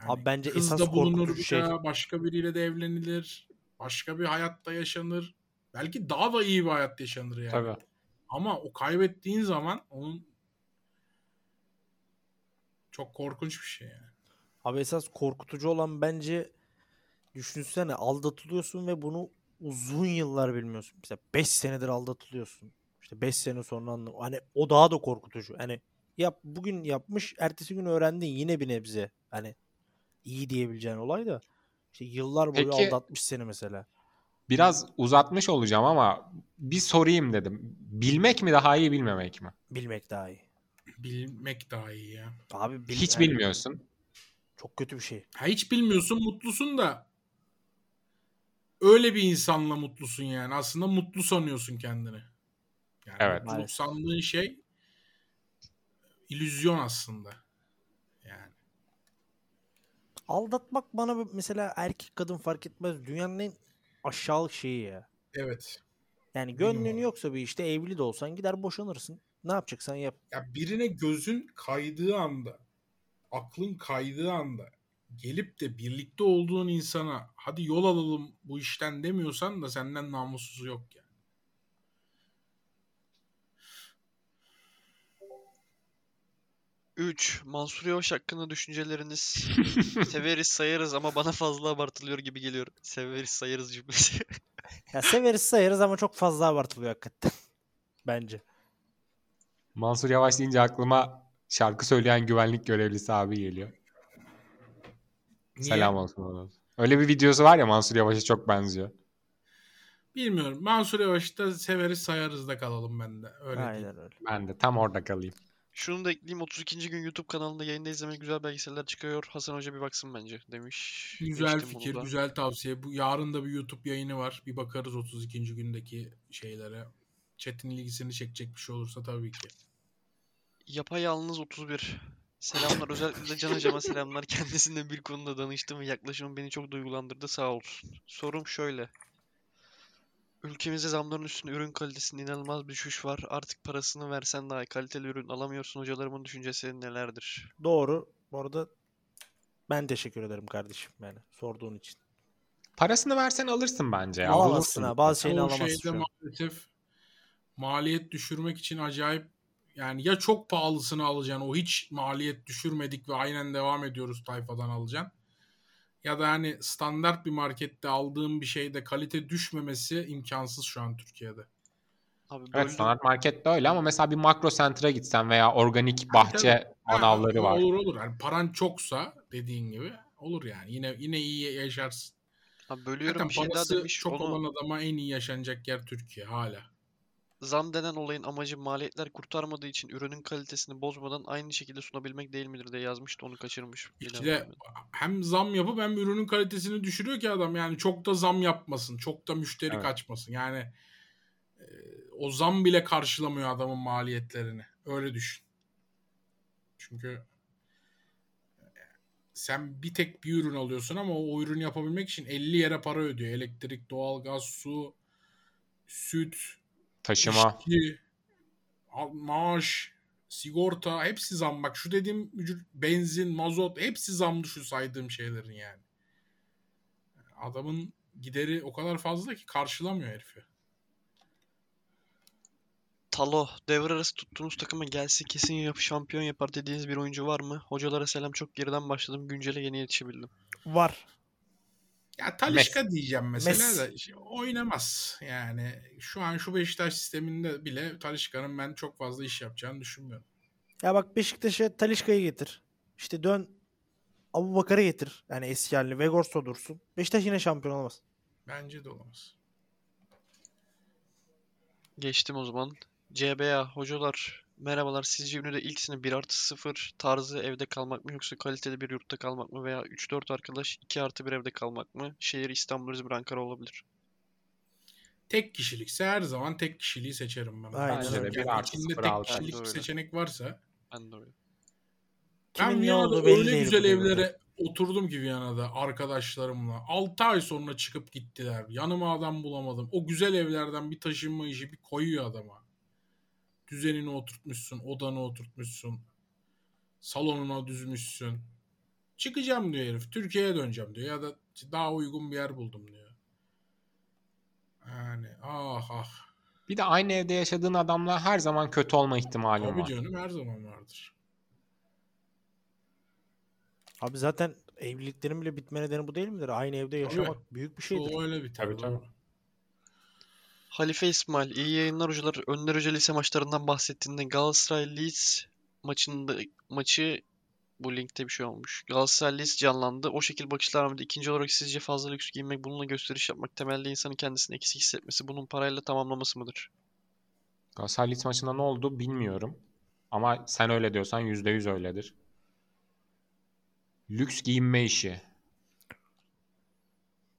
S3: Yani
S4: Abi bence
S3: kız
S4: esas
S3: da bulunur
S4: korkutucu
S3: bir
S4: şey-
S3: daha, başka biriyle de evlenilir. Başka bir hayatta yaşanır. Belki daha da iyi bir hayat yaşanır yani.
S2: Tabii.
S3: Ama o kaybettiğin zaman onun çok korkunç bir şey yani.
S4: Abi esas korkutucu olan bence düşünsene aldatılıyorsun ve bunu uzun yıllar bilmiyorsun. Mesela 5 senedir aldatılıyorsun. İşte 5 sene sonra anla- hani o daha da korkutucu. Hani yap bugün yapmış, ertesi gün öğrendin yine bir nebze. Hani iyi diyebileceğin olay da işte yıllar boyu
S2: Peki-
S4: aldatmış seni mesela.
S2: Biraz uzatmış olacağım ama bir sorayım dedim. Bilmek mi daha iyi bilmemek mi?
S4: Bilmek daha iyi.
S3: Bilmek daha iyi ya.
S4: Abi bil-
S2: Hiç
S4: yani
S2: bilmiyorsun.
S4: Çok kötü bir şey.
S3: Ha, hiç bilmiyorsun mutlusun da öyle bir insanla mutlusun yani. Aslında mutlu sanıyorsun kendini. Yani
S2: Evet.
S3: mutluluk
S4: Maalesef.
S3: sandığın şey illüzyon aslında. Yani
S4: Aldatmak bana bu- mesela erkek kadın fark etmez. Dünyanın en aşağılık şeyi ya.
S3: evet.
S4: Yani
S3: Bilmiyorum
S4: gönlün
S3: abi.
S4: yoksa bir işte evli de olsan gider boşanırsın. Ne yapacaksan yap.
S3: Ya birine gözün kaydığı anda, aklın kaydığı anda gelip de birlikte olduğun insana hadi yol alalım bu işten demiyorsan da senden namussuzu yok yani.
S1: Üç, Mansur Yavaş hakkında düşünceleriniz severiz sayarız ama bana fazla abartılıyor gibi geliyor. Severiz sayarız cümlesi.
S4: Ya severiz sayarız ama çok fazla abartılıyor hakikaten. Bence.
S2: Mansur Yavaş deyince aklıma şarkı söyleyen güvenlik görevlisi abi geliyor.
S3: Niye?
S2: Selam olsun ona. Öyle bir videosu var ya Mansur Yavaş'a çok benziyor.
S3: Bilmiyorum. Mansur Yavaş'ta severiz sayarız da kalalım ben de. Öyle diyeyim.
S4: Aynen öyle.
S2: Ben de tam orada kalayım.
S1: Şunu da ekleyeyim 32. gün YouTube kanalında yayında izlemeye güzel belgeseller çıkıyor. Hasan Hoca bir baksın bence demiş.
S3: Güzel
S1: Geçtim bunu
S3: fikir,
S1: da.
S3: güzel tavsiye. Bu yarın da bir YouTube yayını var. Bir bakarız 32. gündeki şeylere. Chat'in ilgisini çekecek bir şey olursa tabii ki.
S1: Yapayalnız 31. Selamlar özellikle de Can Hocama selamlar. Kendisine bir konuda danıştım ve yaklaşımı beni çok duygulandırdı sağ olsun. Sorum şöyle. Ülkemizde zamların üstüne ürün kalitesinde inanılmaz bir düşüş var. Artık parasını versen dahi kaliteli ürün alamıyorsun. Hocalarımın düşüncesi nelerdir?
S4: Doğru. Bu arada ben teşekkür ederim kardeşim yani sorduğun için.
S2: Parasını versen alırsın bence ya.
S4: Alamazsın
S2: Bulursun.
S4: ha. Bazı şeyini
S3: E, Çoğu
S4: alamazsın.
S3: şeyde
S4: şu an.
S3: maalesef maliyet düşürmek için acayip yani ya çok pahalısını alacaksın o hiç maliyet düşürmedik ve aynen devam ediyoruz tayfadan alacaksın. Ya da hani standart bir markette aldığım bir şeyde kalite düşmemesi imkansız şu an Türkiye'de.
S1: Abi
S2: Evet
S1: böldüm.
S2: sanat markette öyle ama mesela bir makro center'a gitsen veya organik bahçe
S3: Ha,
S2: manavları var.
S3: Olur olur. Yani paran çoksa dediğin gibi olur yani. Yine yine iyi yaşarsın.
S1: Abi bölüyorum
S3: Zaten
S1: bir şey daha
S3: parası
S1: demiş.
S3: çok
S1: onu-
S3: olan adama en iyi yaşanacak yer Türkiye hala.
S1: Zam denen olayın amacı maliyetler kurtarmadığı için ürünün kalitesini bozmadan aynı şekilde sunabilmek değil midir diye yazmıştı. Onu kaçırmış.
S3: İkide hem zam yapıp hem ürünün kalitesini düşürüyor ki adam. Yani çok da zam yapmasın. Çok da müşteri
S2: Evet.
S3: kaçmasın. Yani e, o zam bile karşılamıyor adamın maliyetlerini. Öyle düşün. Çünkü e, sen bir tek bir ürün alıyorsun ama o ürünü yapabilmek için 50 yere para ödüyor. Elektrik, doğalgaz, su, süt,
S2: Taşıma.
S3: işçi, al- maaş, sigorta hepsi zam. Bak şu dediğim ücret, benzin, mazot hepsi zamdı şu saydığım şeylerin yani. Adamın gideri o kadar fazla ki karşılamıyor herifi.
S1: Talo, devre arası tuttuğunuz takıma gelse kesin yap şampiyon yapar dediğiniz bir oyuncu var mı? Hocalara selam çok geriden başladım. Güncele yeni yetişebildim.
S4: Var.
S3: Ya Talişka diyeceğim mesela
S4: Mes.
S3: da işte oynamaz. Yani şu an şu Beşiktaş sisteminde bile Talişka'nın ben çok fazla iş yapacağını düşünmüyorum.
S4: Ya bak Beşiktaş'a Talişka'yı getir. İşte dön Abu Bakar'ı getir. Yani eski halini. Vegors'ta dursun. Beşiktaş yine şampiyon olamaz.
S3: Bence de olamaz.
S1: Geçtim o zaman. CBA, hocalar merhabalar. Sizce Ünlü'de ilk sene 1 artı 0 tarzı evde kalmak mı yoksa kaliteli bir yurtta kalmak mı veya 3-4 arkadaş 2 artı 1 evde kalmak mı? Şehir İstanbul, İzmir, Ankara olabilir.
S3: Tek kişilikse her zaman tek kişiliği seçerim ben.
S4: Aynen
S2: Bence de.
S3: Yani
S2: Bir artı
S3: içinde
S2: sıfır
S3: tek
S2: altı.
S3: kişilik bir
S1: Öyle.
S3: seçenek varsa
S1: Ben de öyle.
S3: Ben
S4: Kimin ne
S3: Viyana'da
S4: olduğu
S3: öyle
S4: belli değil.
S3: güzel
S4: bu devirde.
S3: evlere oturdum ki Viyana'da arkadaşlarımla. 6 ay sonra çıkıp gittiler. Yanıma adam bulamadım. O güzel evlerden bir taşınma işi bir koyuyor adama. Düzenini oturtmuşsun, odanı oturtmuşsun. Salonuna düzmüşsün. Çıkacağım diyor herif. Türkiye'ye döneceğim diyor. Ya da daha uygun bir yer buldum diyor. Yani ah ah.
S2: Bir de aynı evde yaşadığın adamla her zaman kötü olma ihtimalin
S3: Tabii
S2: var.
S3: canım her zaman vardır.
S4: Abi zaten evliliklerin bile bitme nedeni bu değil midir? Aynı evde yaşamak büyük bir şeydir.
S3: O öyle biter.
S2: Tabii, tabii.
S1: Halife İsmail, iyi yayınlar hocalar. Önder Hoca lise maçlarından bahsettiğinde Galatasaray Leeds maçında maçı bu linkte bir şey olmuş. Galatasaray Leeds canlandı. O şekil bakışlar rağmen ikinci olarak sizce fazla lüks giyinmek, bununla gösteriş yapmak temelde insanın kendisini eksik hissetmesi, bunun parayla tamamlaması mıdır?
S2: Galatasaray Leeds maçında ne oldu bilmiyorum. Ama sen öyle diyorsan %100 öyledir. Lüks giyinme işi.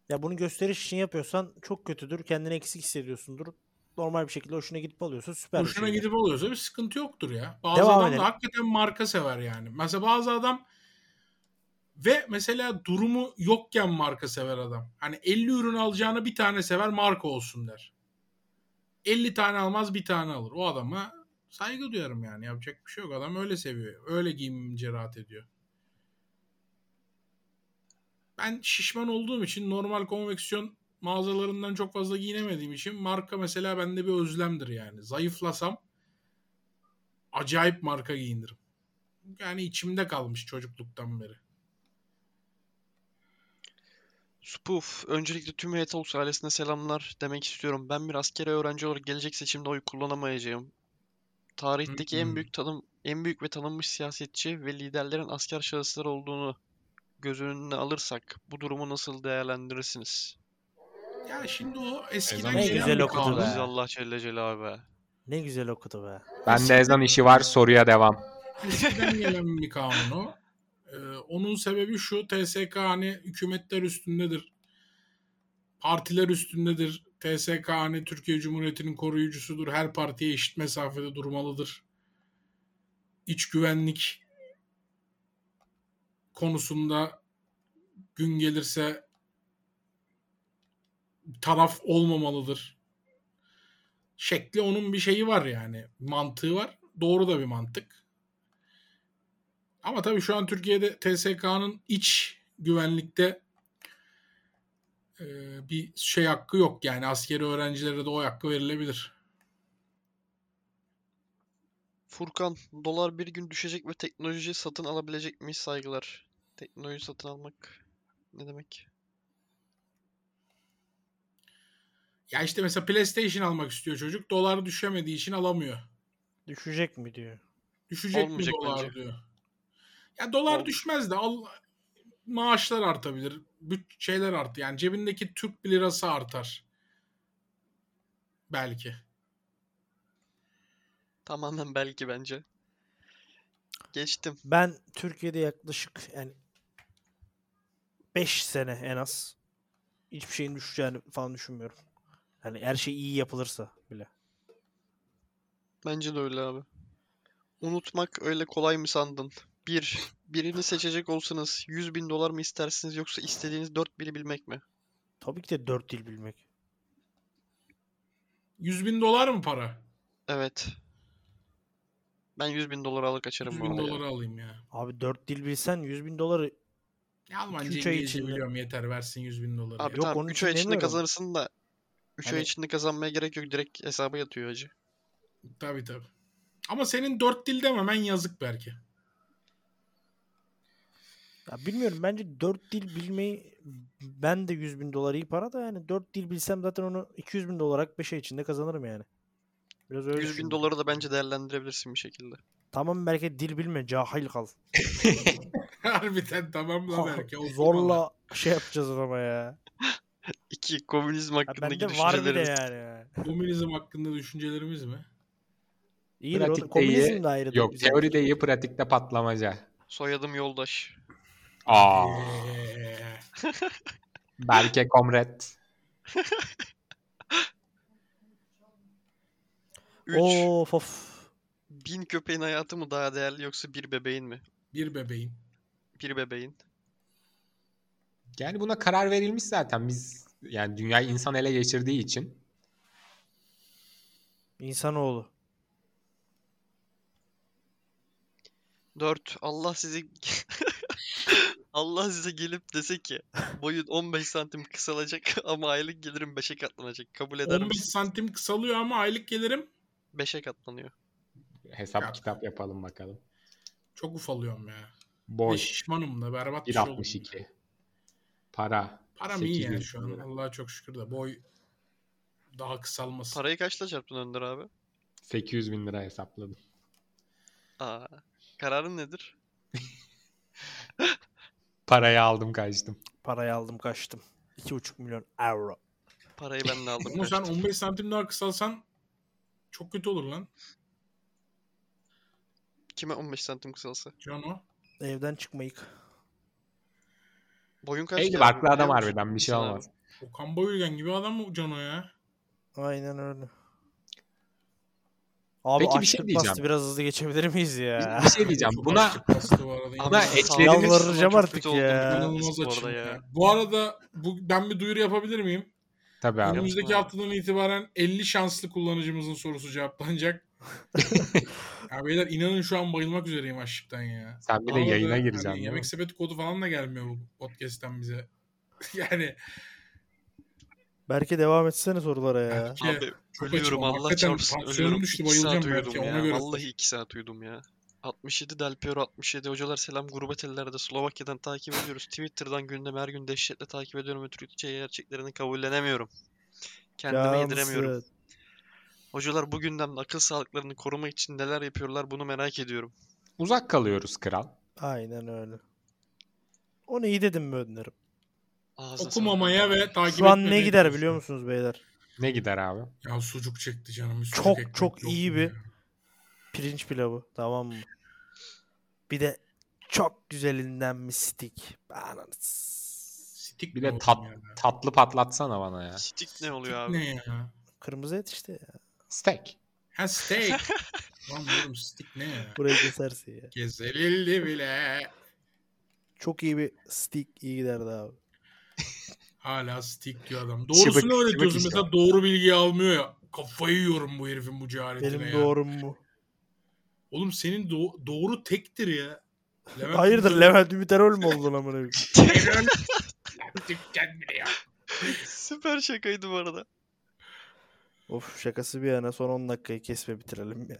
S4: Ya bunu gösteriş için yapıyorsan çok kötüdür. Kendini eksik hissediyorsundur. Normal bir şekilde hoşuna gidip alıyorsun. Süper bir şey
S3: Hoşuna
S4: şeydir.
S3: gidip oluyorsa bir sıkıntı yoktur ya. Bazı
S4: Devam
S3: adam
S4: edelim.
S3: da hakikaten marka sever yani. Mesela bazı adam ve mesela durumu yokken marka sever adam. Hani 50 ürün alacağına bir tane sever marka olsun der. 50 tane almaz bir tane alır. O adama saygı duyarım yani. Yapacak bir şey yok. Adam öyle seviyor. Öyle giyince rahat ediyor. Ben şişman olduğum için normal konveksiyon mağazalarından çok fazla giyinemediğim için marka mesela bende bir özlemdir yani. Zayıflasam acayip marka giyinirim. Yani içimde kalmış çocukluktan beri.
S1: Spoof, öncelikle tüm heyet olsa ailesine selamlar demek istiyorum. Ben bir askeri öğrenci olarak gelecek seçimde oy kullanamayacağım. Tarihteki en
S3: Hmm.
S1: büyük tanım, en büyük ve tanınmış siyasetçi ve liderlerin asker şahıslar olduğunu göz önüne alırsak bu durumu nasıl değerlendirirsiniz?
S3: Ya şimdi o eskiden
S2: Ne
S3: gelen
S4: güzel
S3: bir
S4: okudu
S3: kavram.
S4: be.
S1: Hafız Allah Celle Celaluhu be.
S4: Ne güzel okudu be.
S2: Ben de ezan işi var soruya devam.
S3: Eskiden gelen bir kanun o. Ee, onun sebebi şu TSK hani hükümetler üstündedir. Partiler üstündedir. TSK hani Türkiye Cumhuriyeti'nin koruyucusudur. Her partiye eşit mesafede durmalıdır. İç güvenlik konusunda gün gelirse taraf olmamalıdır. Şekli onun bir şeyi var yani. Mantığı var. Doğru da bir mantık. Ama tabii şu an Türkiye'de TSK'nın iç güvenlikte e, bir şey hakkı yok. Yani askeri öğrencilere de o hakkı verilebilir.
S1: Furkan, dolar bir gün düşecek ve teknoloji satın alabilecek miyiz? Saygılar. Teknoloji satın almak ne demek?
S3: Ya işte mesela PlayStation almak istiyor çocuk. Dolar düşemediği için alamıyor.
S4: Düşecek mi diyor.
S3: Düşecek
S1: Olmayacak
S3: mi dolar
S1: bence.
S3: diyor. Ya dolar
S1: Ol-
S3: düşmez de al maaşlar artabilir. Büt şeyler art. Yani cebindeki Türk lirası artar. Belki.
S1: Tamamen belki bence. Geçtim.
S4: Ben Türkiye'de yaklaşık yani 5 sene en az hiçbir şeyin düşeceğini falan düşünmüyorum. Yani her şey iyi yapılırsa bile.
S1: Bence de öyle abi. Unutmak öyle kolay mı sandın? 1. Birini seçecek olsanız 100 bin dolar mı istersiniz yoksa istediğiniz 4 biri bilmek mi?
S4: Tabii ki de 4 dil bilmek.
S3: 100 bin dolar mı para?
S1: Evet. Ben 100 bin dolara alır kaçarım
S3: 100
S1: bu
S3: bin
S1: arada ya.
S3: doları alayım ya.
S4: Abi 4 dil bilsen 100 bin doları
S3: Ya Almanca
S4: üç ay
S3: İngilizce
S4: içinde.
S3: biliyorum yeter versin 100 bin doları.
S1: Abi
S3: ya.
S4: Yok,
S1: tamam
S4: onun
S1: 3
S4: için
S1: ay içinde
S4: demiyorum.
S1: kazanırsın da 3 ay
S4: Hani-
S1: içinde kazanmaya gerek yok. Direkt hesaba yatıyor hacı.
S3: Tabii tabii. Ama senin 4 dil dememen yazık belki.
S4: ya bilmiyorum bence 4 dil bilmeyi ben de 100 bin dolar iyi para da yani 4 dil bilsem zaten onu 200 bin dolar 5 ay içinde kazanırım yani. Biraz öyle
S1: 100 bin
S4: düşündüm.
S1: doları da bence değerlendirebilirsin bir şekilde.
S4: Tamam belki dil bilme cahil kal.
S3: Harbiden tamamla belki. Olsun bana.
S4: Ah, Zorla şey yapacağız ama ya.
S1: 2. Komünizm
S4: ya
S1: hakkındaki
S4: bende var bir de
S1: düşünceleriniz.
S4: yani.
S3: Komünizm hakkında düşüncelerimiz mi?
S4: İyi
S2: Pratikte
S4: oğlum. Komünizm
S2: iyi-
S4: de ayrıdır
S2: Yok
S4: bize.
S3: şey
S2: teoride iyi pratikte patlamaca.
S1: Soyadım yoldaş.
S2: Aa,
S3: Eee.
S2: Berke Komret.
S1: 3.
S4: Of of.
S1: Bin köpeğin hayatı mı daha değerli yoksa bir bebeğin mi?
S3: bir bebeğin.
S1: Bir bebeğin.
S2: Yani buna karar verilmiş zaten biz yani dünyayı insan ele geçirdiği için.
S4: İnsanoğlu.
S1: 4. Allah sizi Allah size gelip dese ki boyun 15 santim kısalacak ama aylık gelirim 5'e katlanacak. Kabul eder
S3: 15
S1: misin?
S3: santim kısalıyor ama aylık gelirim
S1: 5'e katlanıyor.
S2: Hesap
S3: Ya.
S2: kitap yapalım bakalım.
S3: çok ufalıyorum ya. Ve
S2: Boy
S3: şişmanım da berbat bir şey oldum.
S2: 1.62. Para.
S3: Param iyi yani
S2: 800
S3: şu an.
S2: lira.
S3: Allah'a çok şükür de boy daha kısalmasın.
S1: Parayı kaçla çarptın Önder abi?
S2: 800 bin lira hesapladım.
S1: Aa, kararın nedir?
S2: Parayı aldım kaçtım.
S4: Parayı aldım kaçtım. 2,5 milyon euro.
S1: Parayı ben de aldım.
S3: Ama sen
S1: kaçtım.
S3: 15 santim daha kısalsan çok kötü olur lan.
S1: Kime 15 santim kısalsa?
S3: Cano.
S4: Evden çıkmayık.
S1: Boyun kaç
S2: Ey
S1: ki abi?
S2: barklı adam
S1: Biliyor musun?
S2: harbiden bir şey
S1: Sen abi.
S2: olmaz.
S3: Okan Bayülgen gibi adam mı Cano ya?
S4: Aynen öyle. Abi
S2: Peki bir
S4: açlık
S2: şey diyeceğim.
S4: bastı biraz hızlı geçebilir miyiz ya?
S2: Bir, bir şey diyeceğim.
S3: Çok
S2: Buna
S3: açlık bastı bu arada.
S1: Abi
S2: Buna e-
S1: sağlık
S2: eşlerimiz-
S1: açısından
S4: Yalvaracağım
S1: çok
S4: artık
S1: kötü oldum.
S4: ya.
S1: Ee,
S3: İnanılmaz
S1: bu arada
S3: açım
S1: ya.
S3: ya. Bu arada bu, ben bir duyuru yapabilir miyim?
S2: tabii abi.
S1: Yalnız-
S3: Önümüzdeki
S1: Yapma.
S3: haftadan itibaren 50 şanslı kullanıcımızın sorusu cevaplanacak. ya beyler inanın şu an bayılmak üzereyim açlıktan ya.
S2: Sen bir de
S3: Ama
S2: yayına
S3: da
S2: gireceksin.
S3: hani
S2: değil mi?
S3: yemek sepeti kodu falan da gelmiyor bu podcast'ten bize. yani
S4: Belki devam etsene sorulara ya.
S3: Belki.
S1: Ee, Abi
S3: çok açım.
S1: ölüyorum Allah
S3: Hakikaten
S1: çarpsın.
S3: tansiyonum
S1: Ölüyorum.
S3: düştü
S1: 2 saat
S3: bayılacağım belki
S1: uyudum
S3: ona
S1: ya.
S3: göre.
S1: Vallahi 2 saat uyudum ya. 67 Del Piero 67 hocalar selam gurbet ellerde Slovakya'dan takip ediyoruz. Twitter'dan gündemi her gün dehşetle takip ediyorum ve Türkçe gerçeklerini kabullenemiyorum. Kendime yediremiyorum.
S4: Cansın.
S1: Hocalar bu gündemde akıl sağlıklarını koruma için neler yapıyorlar bunu merak ediyorum.
S2: Uzak kalıyoruz kral.
S4: Aynen öyle. Onu iyi dedim mi Önder'im?
S1: Ağzına
S3: Okumamaya
S1: sağlık.
S3: ve takip
S4: Şu an ne
S3: etmemeye
S4: gider
S3: çalışıyorum.
S4: biliyor musunuz beyler?
S2: Ne gider abi?
S3: Ya sucuk çekti canım. bir sucuk
S4: Çok,
S3: ekmek
S4: çok
S3: yok
S4: iyi
S3: mu
S4: bir-
S3: ya?
S4: Pirinç pilavı tamam mı? Bir de çok güzelinden mistik. Ananı s-
S3: Stik
S2: Bir
S3: mi
S2: de
S3: oğlum
S2: tat,
S3: ya?
S2: tatlı patlatsana bana ya.
S1: Stik ne oluyor
S3: Stik
S1: abi?
S3: ne ya?
S4: Kırmızı et işte ya.
S2: Steak.
S3: Ha steak. Lan oğlum stik ne ya?
S4: Burayı kesersin ya.
S3: Gezelildi bile.
S4: Çok iyi bir steak iyi giderdi abi.
S3: Hala stick diyor adam.
S2: Şıbık,
S3: Doğrusunu öğretiyorsun
S2: şıbık işte.
S3: mesela doğru bilgiyi almıyor ya. Kafayı yiyorum bu herifin bu cehaletine
S4: Benim
S3: ya.
S4: doğrum mu?
S3: Oğlum senin do- doğru tektir ya. Levent
S4: Hayırdır
S3: Ümit-
S4: Levent Ümiterol mü oldun amına koyayım?
S3: Levent- Ya, Türkçen bile ya.
S1: Süper şakaydı bu arada.
S4: Of şakası bir yana son 10 dakikayı kes ve bitirelim ya.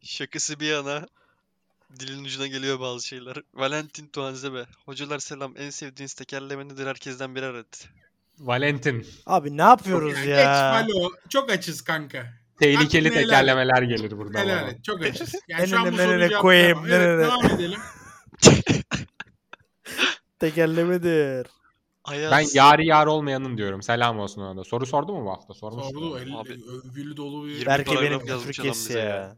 S1: Şakası bir yana. Dilin ucuna geliyor bazı şeyler. Valentin Tuanzebe. Hocalar selam. En sevdiğiniz tekerleme nedir? Herkesten birer et.
S2: Valentin.
S4: Abi ne yapıyoruz
S3: Geç
S4: ya?
S3: Valo. Çok açız kanka.
S2: Tehlikeli
S3: Aklını helal et.
S2: tekerlemeler gelir burada.
S3: Helal
S2: bana.
S3: et. Çok açız. Yani
S4: Ben
S3: şu an
S4: öyle,
S3: bu
S4: ben
S3: soruyu
S4: öyle
S3: cevaplayamam.
S4: koyayım, ben
S3: Evet
S4: öyle.
S3: devam edelim.
S4: Tekerlemedir.
S1: Ayaz.
S2: Ben yarı yar olmayanın diyorum. Selam olsun ona da. Soru sordu mu bu hafta? Sormuş.
S3: Sordu. El,
S1: Abi.
S3: övgülü dolu bir...
S1: Yirmi
S4: Berke
S1: paragraf
S4: benim
S1: yazmış
S4: küfür
S1: adam
S4: kes
S1: bize
S4: ya.
S1: ya.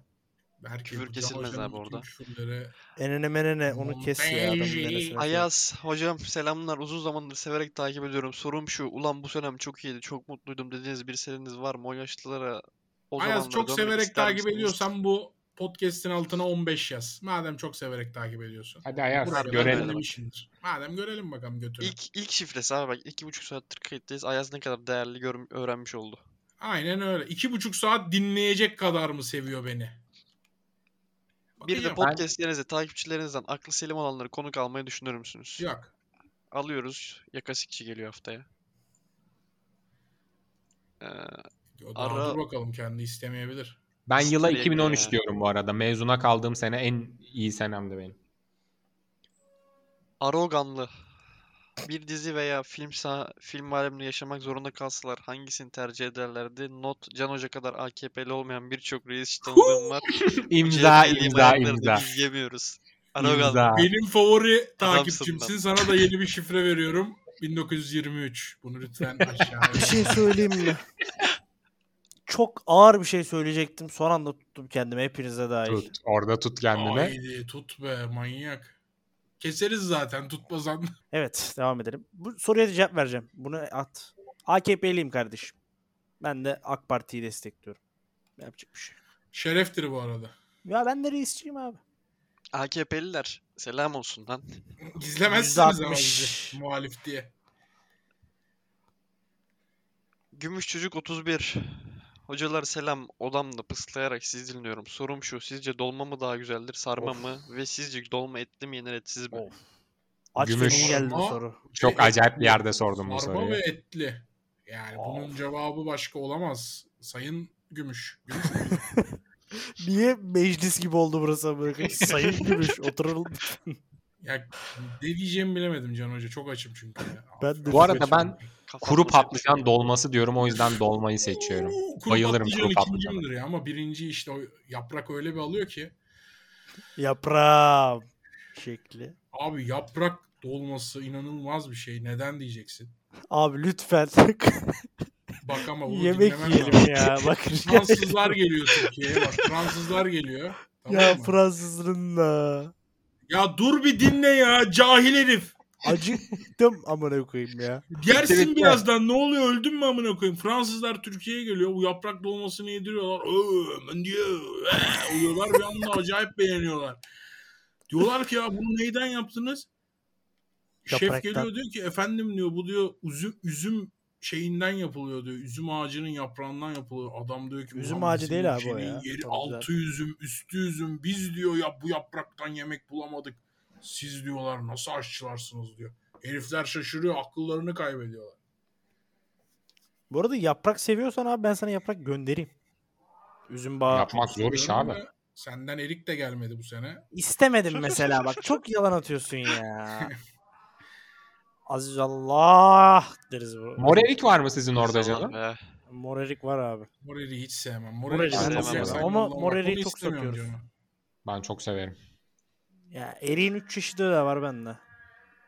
S3: Berke
S1: Küfür
S3: Hoca
S1: kesilmez
S3: hocanın
S1: abi
S3: bütün
S1: orada.
S3: küfürlere-
S4: Enene menene onu kes ya adamın
S3: Montajı.
S4: neresine.
S1: Ayaz. Hocam selamlar. Uzun zamandır severek takip ediyorum. Sorum şu. Ulan bu senem çok iyiydi. Çok mutluydum dediğiniz bir seriniz var mı? O yaşlılara o
S3: Ayaz
S1: zamanlara
S3: çok
S1: dönmek
S3: severek
S1: ister
S3: takip
S1: misiniz?
S3: ediyorsan bu podcast'in altına 15 yaz. Madem çok severek takip ediyorsun.
S2: Hadi Ayaz
S3: Buraya
S2: görelim.
S1: Görelim.
S3: dinlemişsindir. Madem görelim bakalım götürün.
S1: İlk, ilk şifresi abi bak. iki buçuk saattir kayıttayız. Ayaz ne kadar değerli görm öğrenmiş oldu.
S3: Aynen öyle. İki buçuk saat dinleyecek kadar mı seviyor beni?
S1: Bir de
S3: Bakacağım.
S1: podcastlerinizde takipçilerinizden aklı selim olanları konuk almayı düşünür müsünüz?
S3: Yok.
S1: Alıyoruz. Yakasikçi geliyor haftaya. Ee,
S3: O daha
S1: Ara-
S3: dur bakalım kendi istemeyebilir.
S2: Ben yıla
S1: Siktir
S2: 2013
S1: ya.
S2: diyorum bu arada. Mezuna kaldığım sene en iyi senemdi benim.
S1: Aroganlı. Bir dizi veya film sah film aleminde yaşamak zorunda kalsalar hangisini tercih ederlerdi? Not Can Hoca kadar AKP'li olmayan birçok reis tanıdığım var.
S2: İmza
S1: CHP'liyim,
S2: imza
S1: ayaklarını
S2: imza.
S1: Biz yemiyoruz. Aroganlı.
S2: İmza.
S3: Benim favori
S1: Adamsın
S3: takipçimsin. Sana da yeni bir şifre veriyorum. 1923. Bunu lütfen aşağıya.
S4: Bir şey söyleyeyim mi? Çok ağır bir şey söyleyecektim. Son anda tuttum kendimi hepinize dahil.
S2: Tut. Orada tut kendini.
S3: Haydi tut be manyak. Keseriz zaten tutmasan.
S4: Evet devam edelim. Bu soruya da cevap vereceğim. Bunu at. AKP'liyim kardeşim. Ben de AK Parti'yi destekliyorum. Yapacak bir şey. yok.
S3: Şereftir bu arada.
S4: Ya ben de reisçiyim abi.
S1: AKP'liler selam olsun lan.
S3: Gizlemezsiniz ama
S4: %60.
S3: bizi muhalif diye.
S1: Gümüş Çocuk 31. Hocalar selam. Odamda pıslayarak sizi dinliyorum. Sorum şu. Sizce dolma mı daha güzeldir, sarma
S4: Of.
S1: mı? Ve sizce dolma etli mi yenir, etsiz mi?
S4: Of. Aç
S2: Gümüş.
S4: Gümüş. geldi bu
S3: Ama-
S4: soru.
S2: Çok
S3: Ve
S2: acayip
S3: etli.
S2: bir yerde sordum bu
S3: Sarma ve
S2: soruyu.
S3: etli. Yani bunun
S4: Of.
S3: cevabı başka olamaz. Sayın Gümüş. Gümüş mü?
S4: Niye meclis gibi oldu burası? Böyle sayın Gümüş oturalım.
S3: ya ne diyeceğimi bilemedim Can Hoca. Çok açım çünkü. ya.
S4: Ben de
S2: Bu arada ben
S1: Kafam
S2: kuru
S1: bozuyor.
S2: patlıcan dolması diyorum o yüzden dolmayı seçiyorum.
S3: Oo, kuru
S2: Bayılırım
S3: patlıcan
S2: kuru patlıcana.
S3: ikincimdir ya ama birinci işte o yaprak öyle bir alıyor ki.
S4: Yaprağım şekli.
S3: Abi yaprak dolması inanılmaz bir şey. Neden diyeceksin?
S4: Abi lütfen
S3: Bak ama bunu
S4: yemek
S3: dinlemem lazım.
S4: yiyelim ya. Bakın
S3: Fransızlar geliyor Türkiye'ye bak. Fransızlar geliyor. Tamam
S4: ya
S3: mı?
S4: Fransızların da.
S3: ya dur bir dinle ya cahil herif.
S4: Acıktım amına koyayım ya.
S3: Yersin
S2: Kesinlikle.
S3: birazdan ne oluyor öldün mü amına koyayım. Fransızlar Türkiye'ye geliyor bu yaprak dolmasını yediriyorlar. "Ee, ben diyor ee," oluyorlar bir anda acayip beğeniyorlar. Diyorlar ki ya bunu neyden yaptınız? Şef
S4: Yapraktan.
S3: geliyor diyor ki efendim diyor bu diyor üzüm, üzüm şeyinden yapılıyor diyor. Üzüm ağacının yaprağından yapılıyor. Adam diyor ki
S4: Üzüm
S3: "Ulan
S4: ağacı
S3: bizim
S4: değil abi o
S3: ülkenin
S4: ya."
S3: Yeri
S4: Tabii
S3: altı üzüm üstü üzüm biz diyor ya bu yapraktan yemek bulamadık. Siz diyorlar nasıl aşçılarsınız diyor. Herifler şaşırıyor akıllarını kaybediyorlar.
S4: Bu arada yaprak seviyorsan abi ben sana yaprak göndereyim. Üzüm bağı.
S2: Yapmak zor iş
S3: Diyorum
S2: abi.
S3: ya, Senden erik de gelmedi bu sene.
S4: İstemedim mesela bak. Çok yalan atıyorsun ya. Aziz Allah deriz bu.
S2: Mor erik var mı sizin orada
S1: Zaman
S2: canım?
S1: be.
S4: Morerik var abi.
S3: Moreri'yi hiç sevmem.
S4: Moreri
S3: Moreri
S1: sevmem ben.
S4: Ama Moreri'yi çok satıyoruz.
S2: Ben çok severim.
S4: Ya eriğin 3 çeşidi de var bende.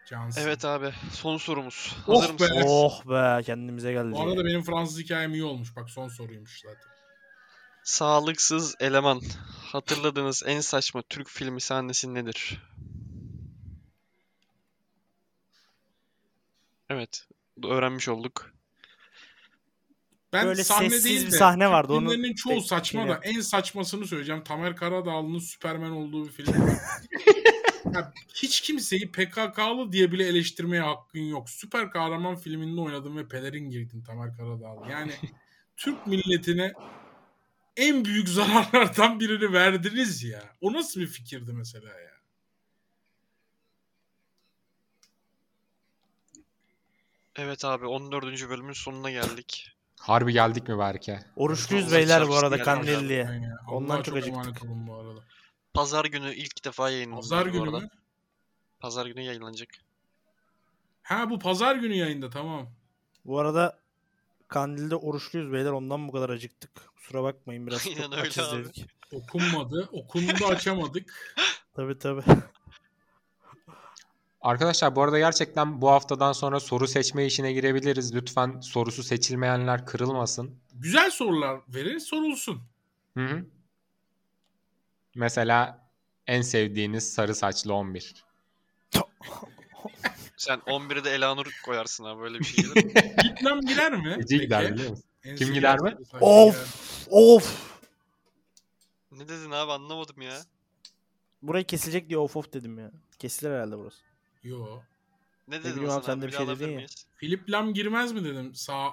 S3: Cansın.
S1: Evet abi. Son sorumuz.
S3: Oh
S1: Hazır
S3: be.
S1: mısınız?
S4: Oh be kendimize geldi.
S3: Bu arada benim Fransız hikayem iyi olmuş. Bak son soruymuş zaten.
S1: Sağlıksız eleman. Hatırladığınız en saçma Türk filmi sahnesi nedir? Evet. Öğrenmiş olduk.
S3: Ben
S4: Böyle
S3: sahne
S4: sessiz
S3: değil
S4: bir
S3: de,
S4: sahne
S3: Türk
S4: vardı, onu
S3: filmlerinin çoğu
S4: tek-
S3: saçma da
S4: şeyle-
S3: en saçmasını söyleyeceğim. Tamer Karadağlı'nın Süpermen olduğu bir film. var. Ya hiç kimseyi PKK'lı diye bile eleştirmeye hakkın yok. Süper kahraman filminde oynadın ve pelerin girdin Tamer Karadağlı. Yani Türk milletine en büyük zararlardan birini verdiniz ya. O nasıl bir fikirdi mesela ya?
S1: Evet abi 14. bölümün sonuna geldik.
S2: Harbi geldik mi Berke?
S4: Oruçluyuz
S1: Oruç
S4: beyler bu
S1: çarşısı
S4: arada
S1: yani.
S4: Kandilli'ye.
S3: Aynen.
S4: Ondan
S3: Allah'a
S4: çok acıktık.
S3: emanet olun bu arada.
S1: Pazar günü ilk defa yayınlanacak
S3: Pazar
S1: bu
S3: günü
S1: arada.
S3: mü?
S1: Pazar günü yayınlanacak.
S3: Ha bu pazar günü yayında tamam.
S4: Bu arada Kandil'de oruçluyuz beyler ondan bu kadar acıktık. Kusura bakmayın biraz
S1: Aynen
S4: çok
S1: öyle
S4: açız
S1: abi.
S4: dedik.
S3: Okunmadı. Okundu açamadık.
S4: Tabii tabii.
S2: Arkadaşlar bu arada gerçekten bu haftadan sonra soru seçme işine girebiliriz. Lütfen sorusu seçilmeyenler kırılmasın.
S3: Güzel sorular verin sorulsun.
S2: Hı hı. Mesela en sevdiğiniz sarı saçlı 11.
S1: Sen 11'e de Elanur koyarsın abi böyle bir şey gelir mi?
S3: Gitmem girer mi?
S2: Ece gider biliyor musun? Kim gider mi?
S4: Of of.
S1: Ne dedin abi anlamadım ya.
S4: Burayı kesilecek diye of of dedim ya. Kesilir herhalde burası.
S3: Yo.
S1: Ne dedin
S4: bileyim
S1: Hasan
S4: abi, sen
S1: abi,
S4: de bir
S1: bir
S4: şey
S1: daha alabilir
S4: dedin ya.
S1: miyiz?
S3: Philip Lam girmez mi dedim sağ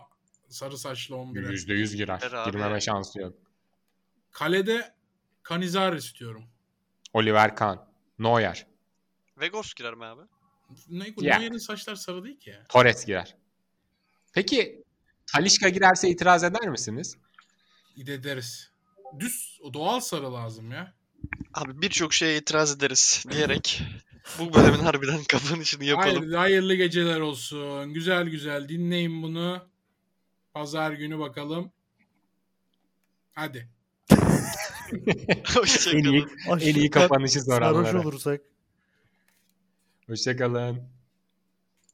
S3: sarı saçlı 11'e.
S2: %100 girer.
S1: Girer abi.
S2: Girmeme şansı yok.
S3: Kalede Kanizar istiyorum.
S2: Oliver Kahn, Neuer,
S1: Vegos girer mi abi?
S3: Ne,
S2: Ya.
S3: Neuer'in saçlar sarı değil ki ya.
S2: Torres girer. Peki Talişka girerse itiraz eder misiniz?
S3: İde deriz. Düz o doğal sarı lazım ya.
S1: Abi birçok şeye itiraz ederiz diyerek bu bölümün harbiden kapanışını yapalım.
S3: Hayır, hayırlı geceler olsun. Güzel güzel dinleyin bunu. Pazar günü bakalım. Hadi.
S1: Hoşçakalın.
S2: En iyi kapanışı
S4: Sarhoş
S2: soranlara.
S4: olursak.
S2: Hoşçakalın.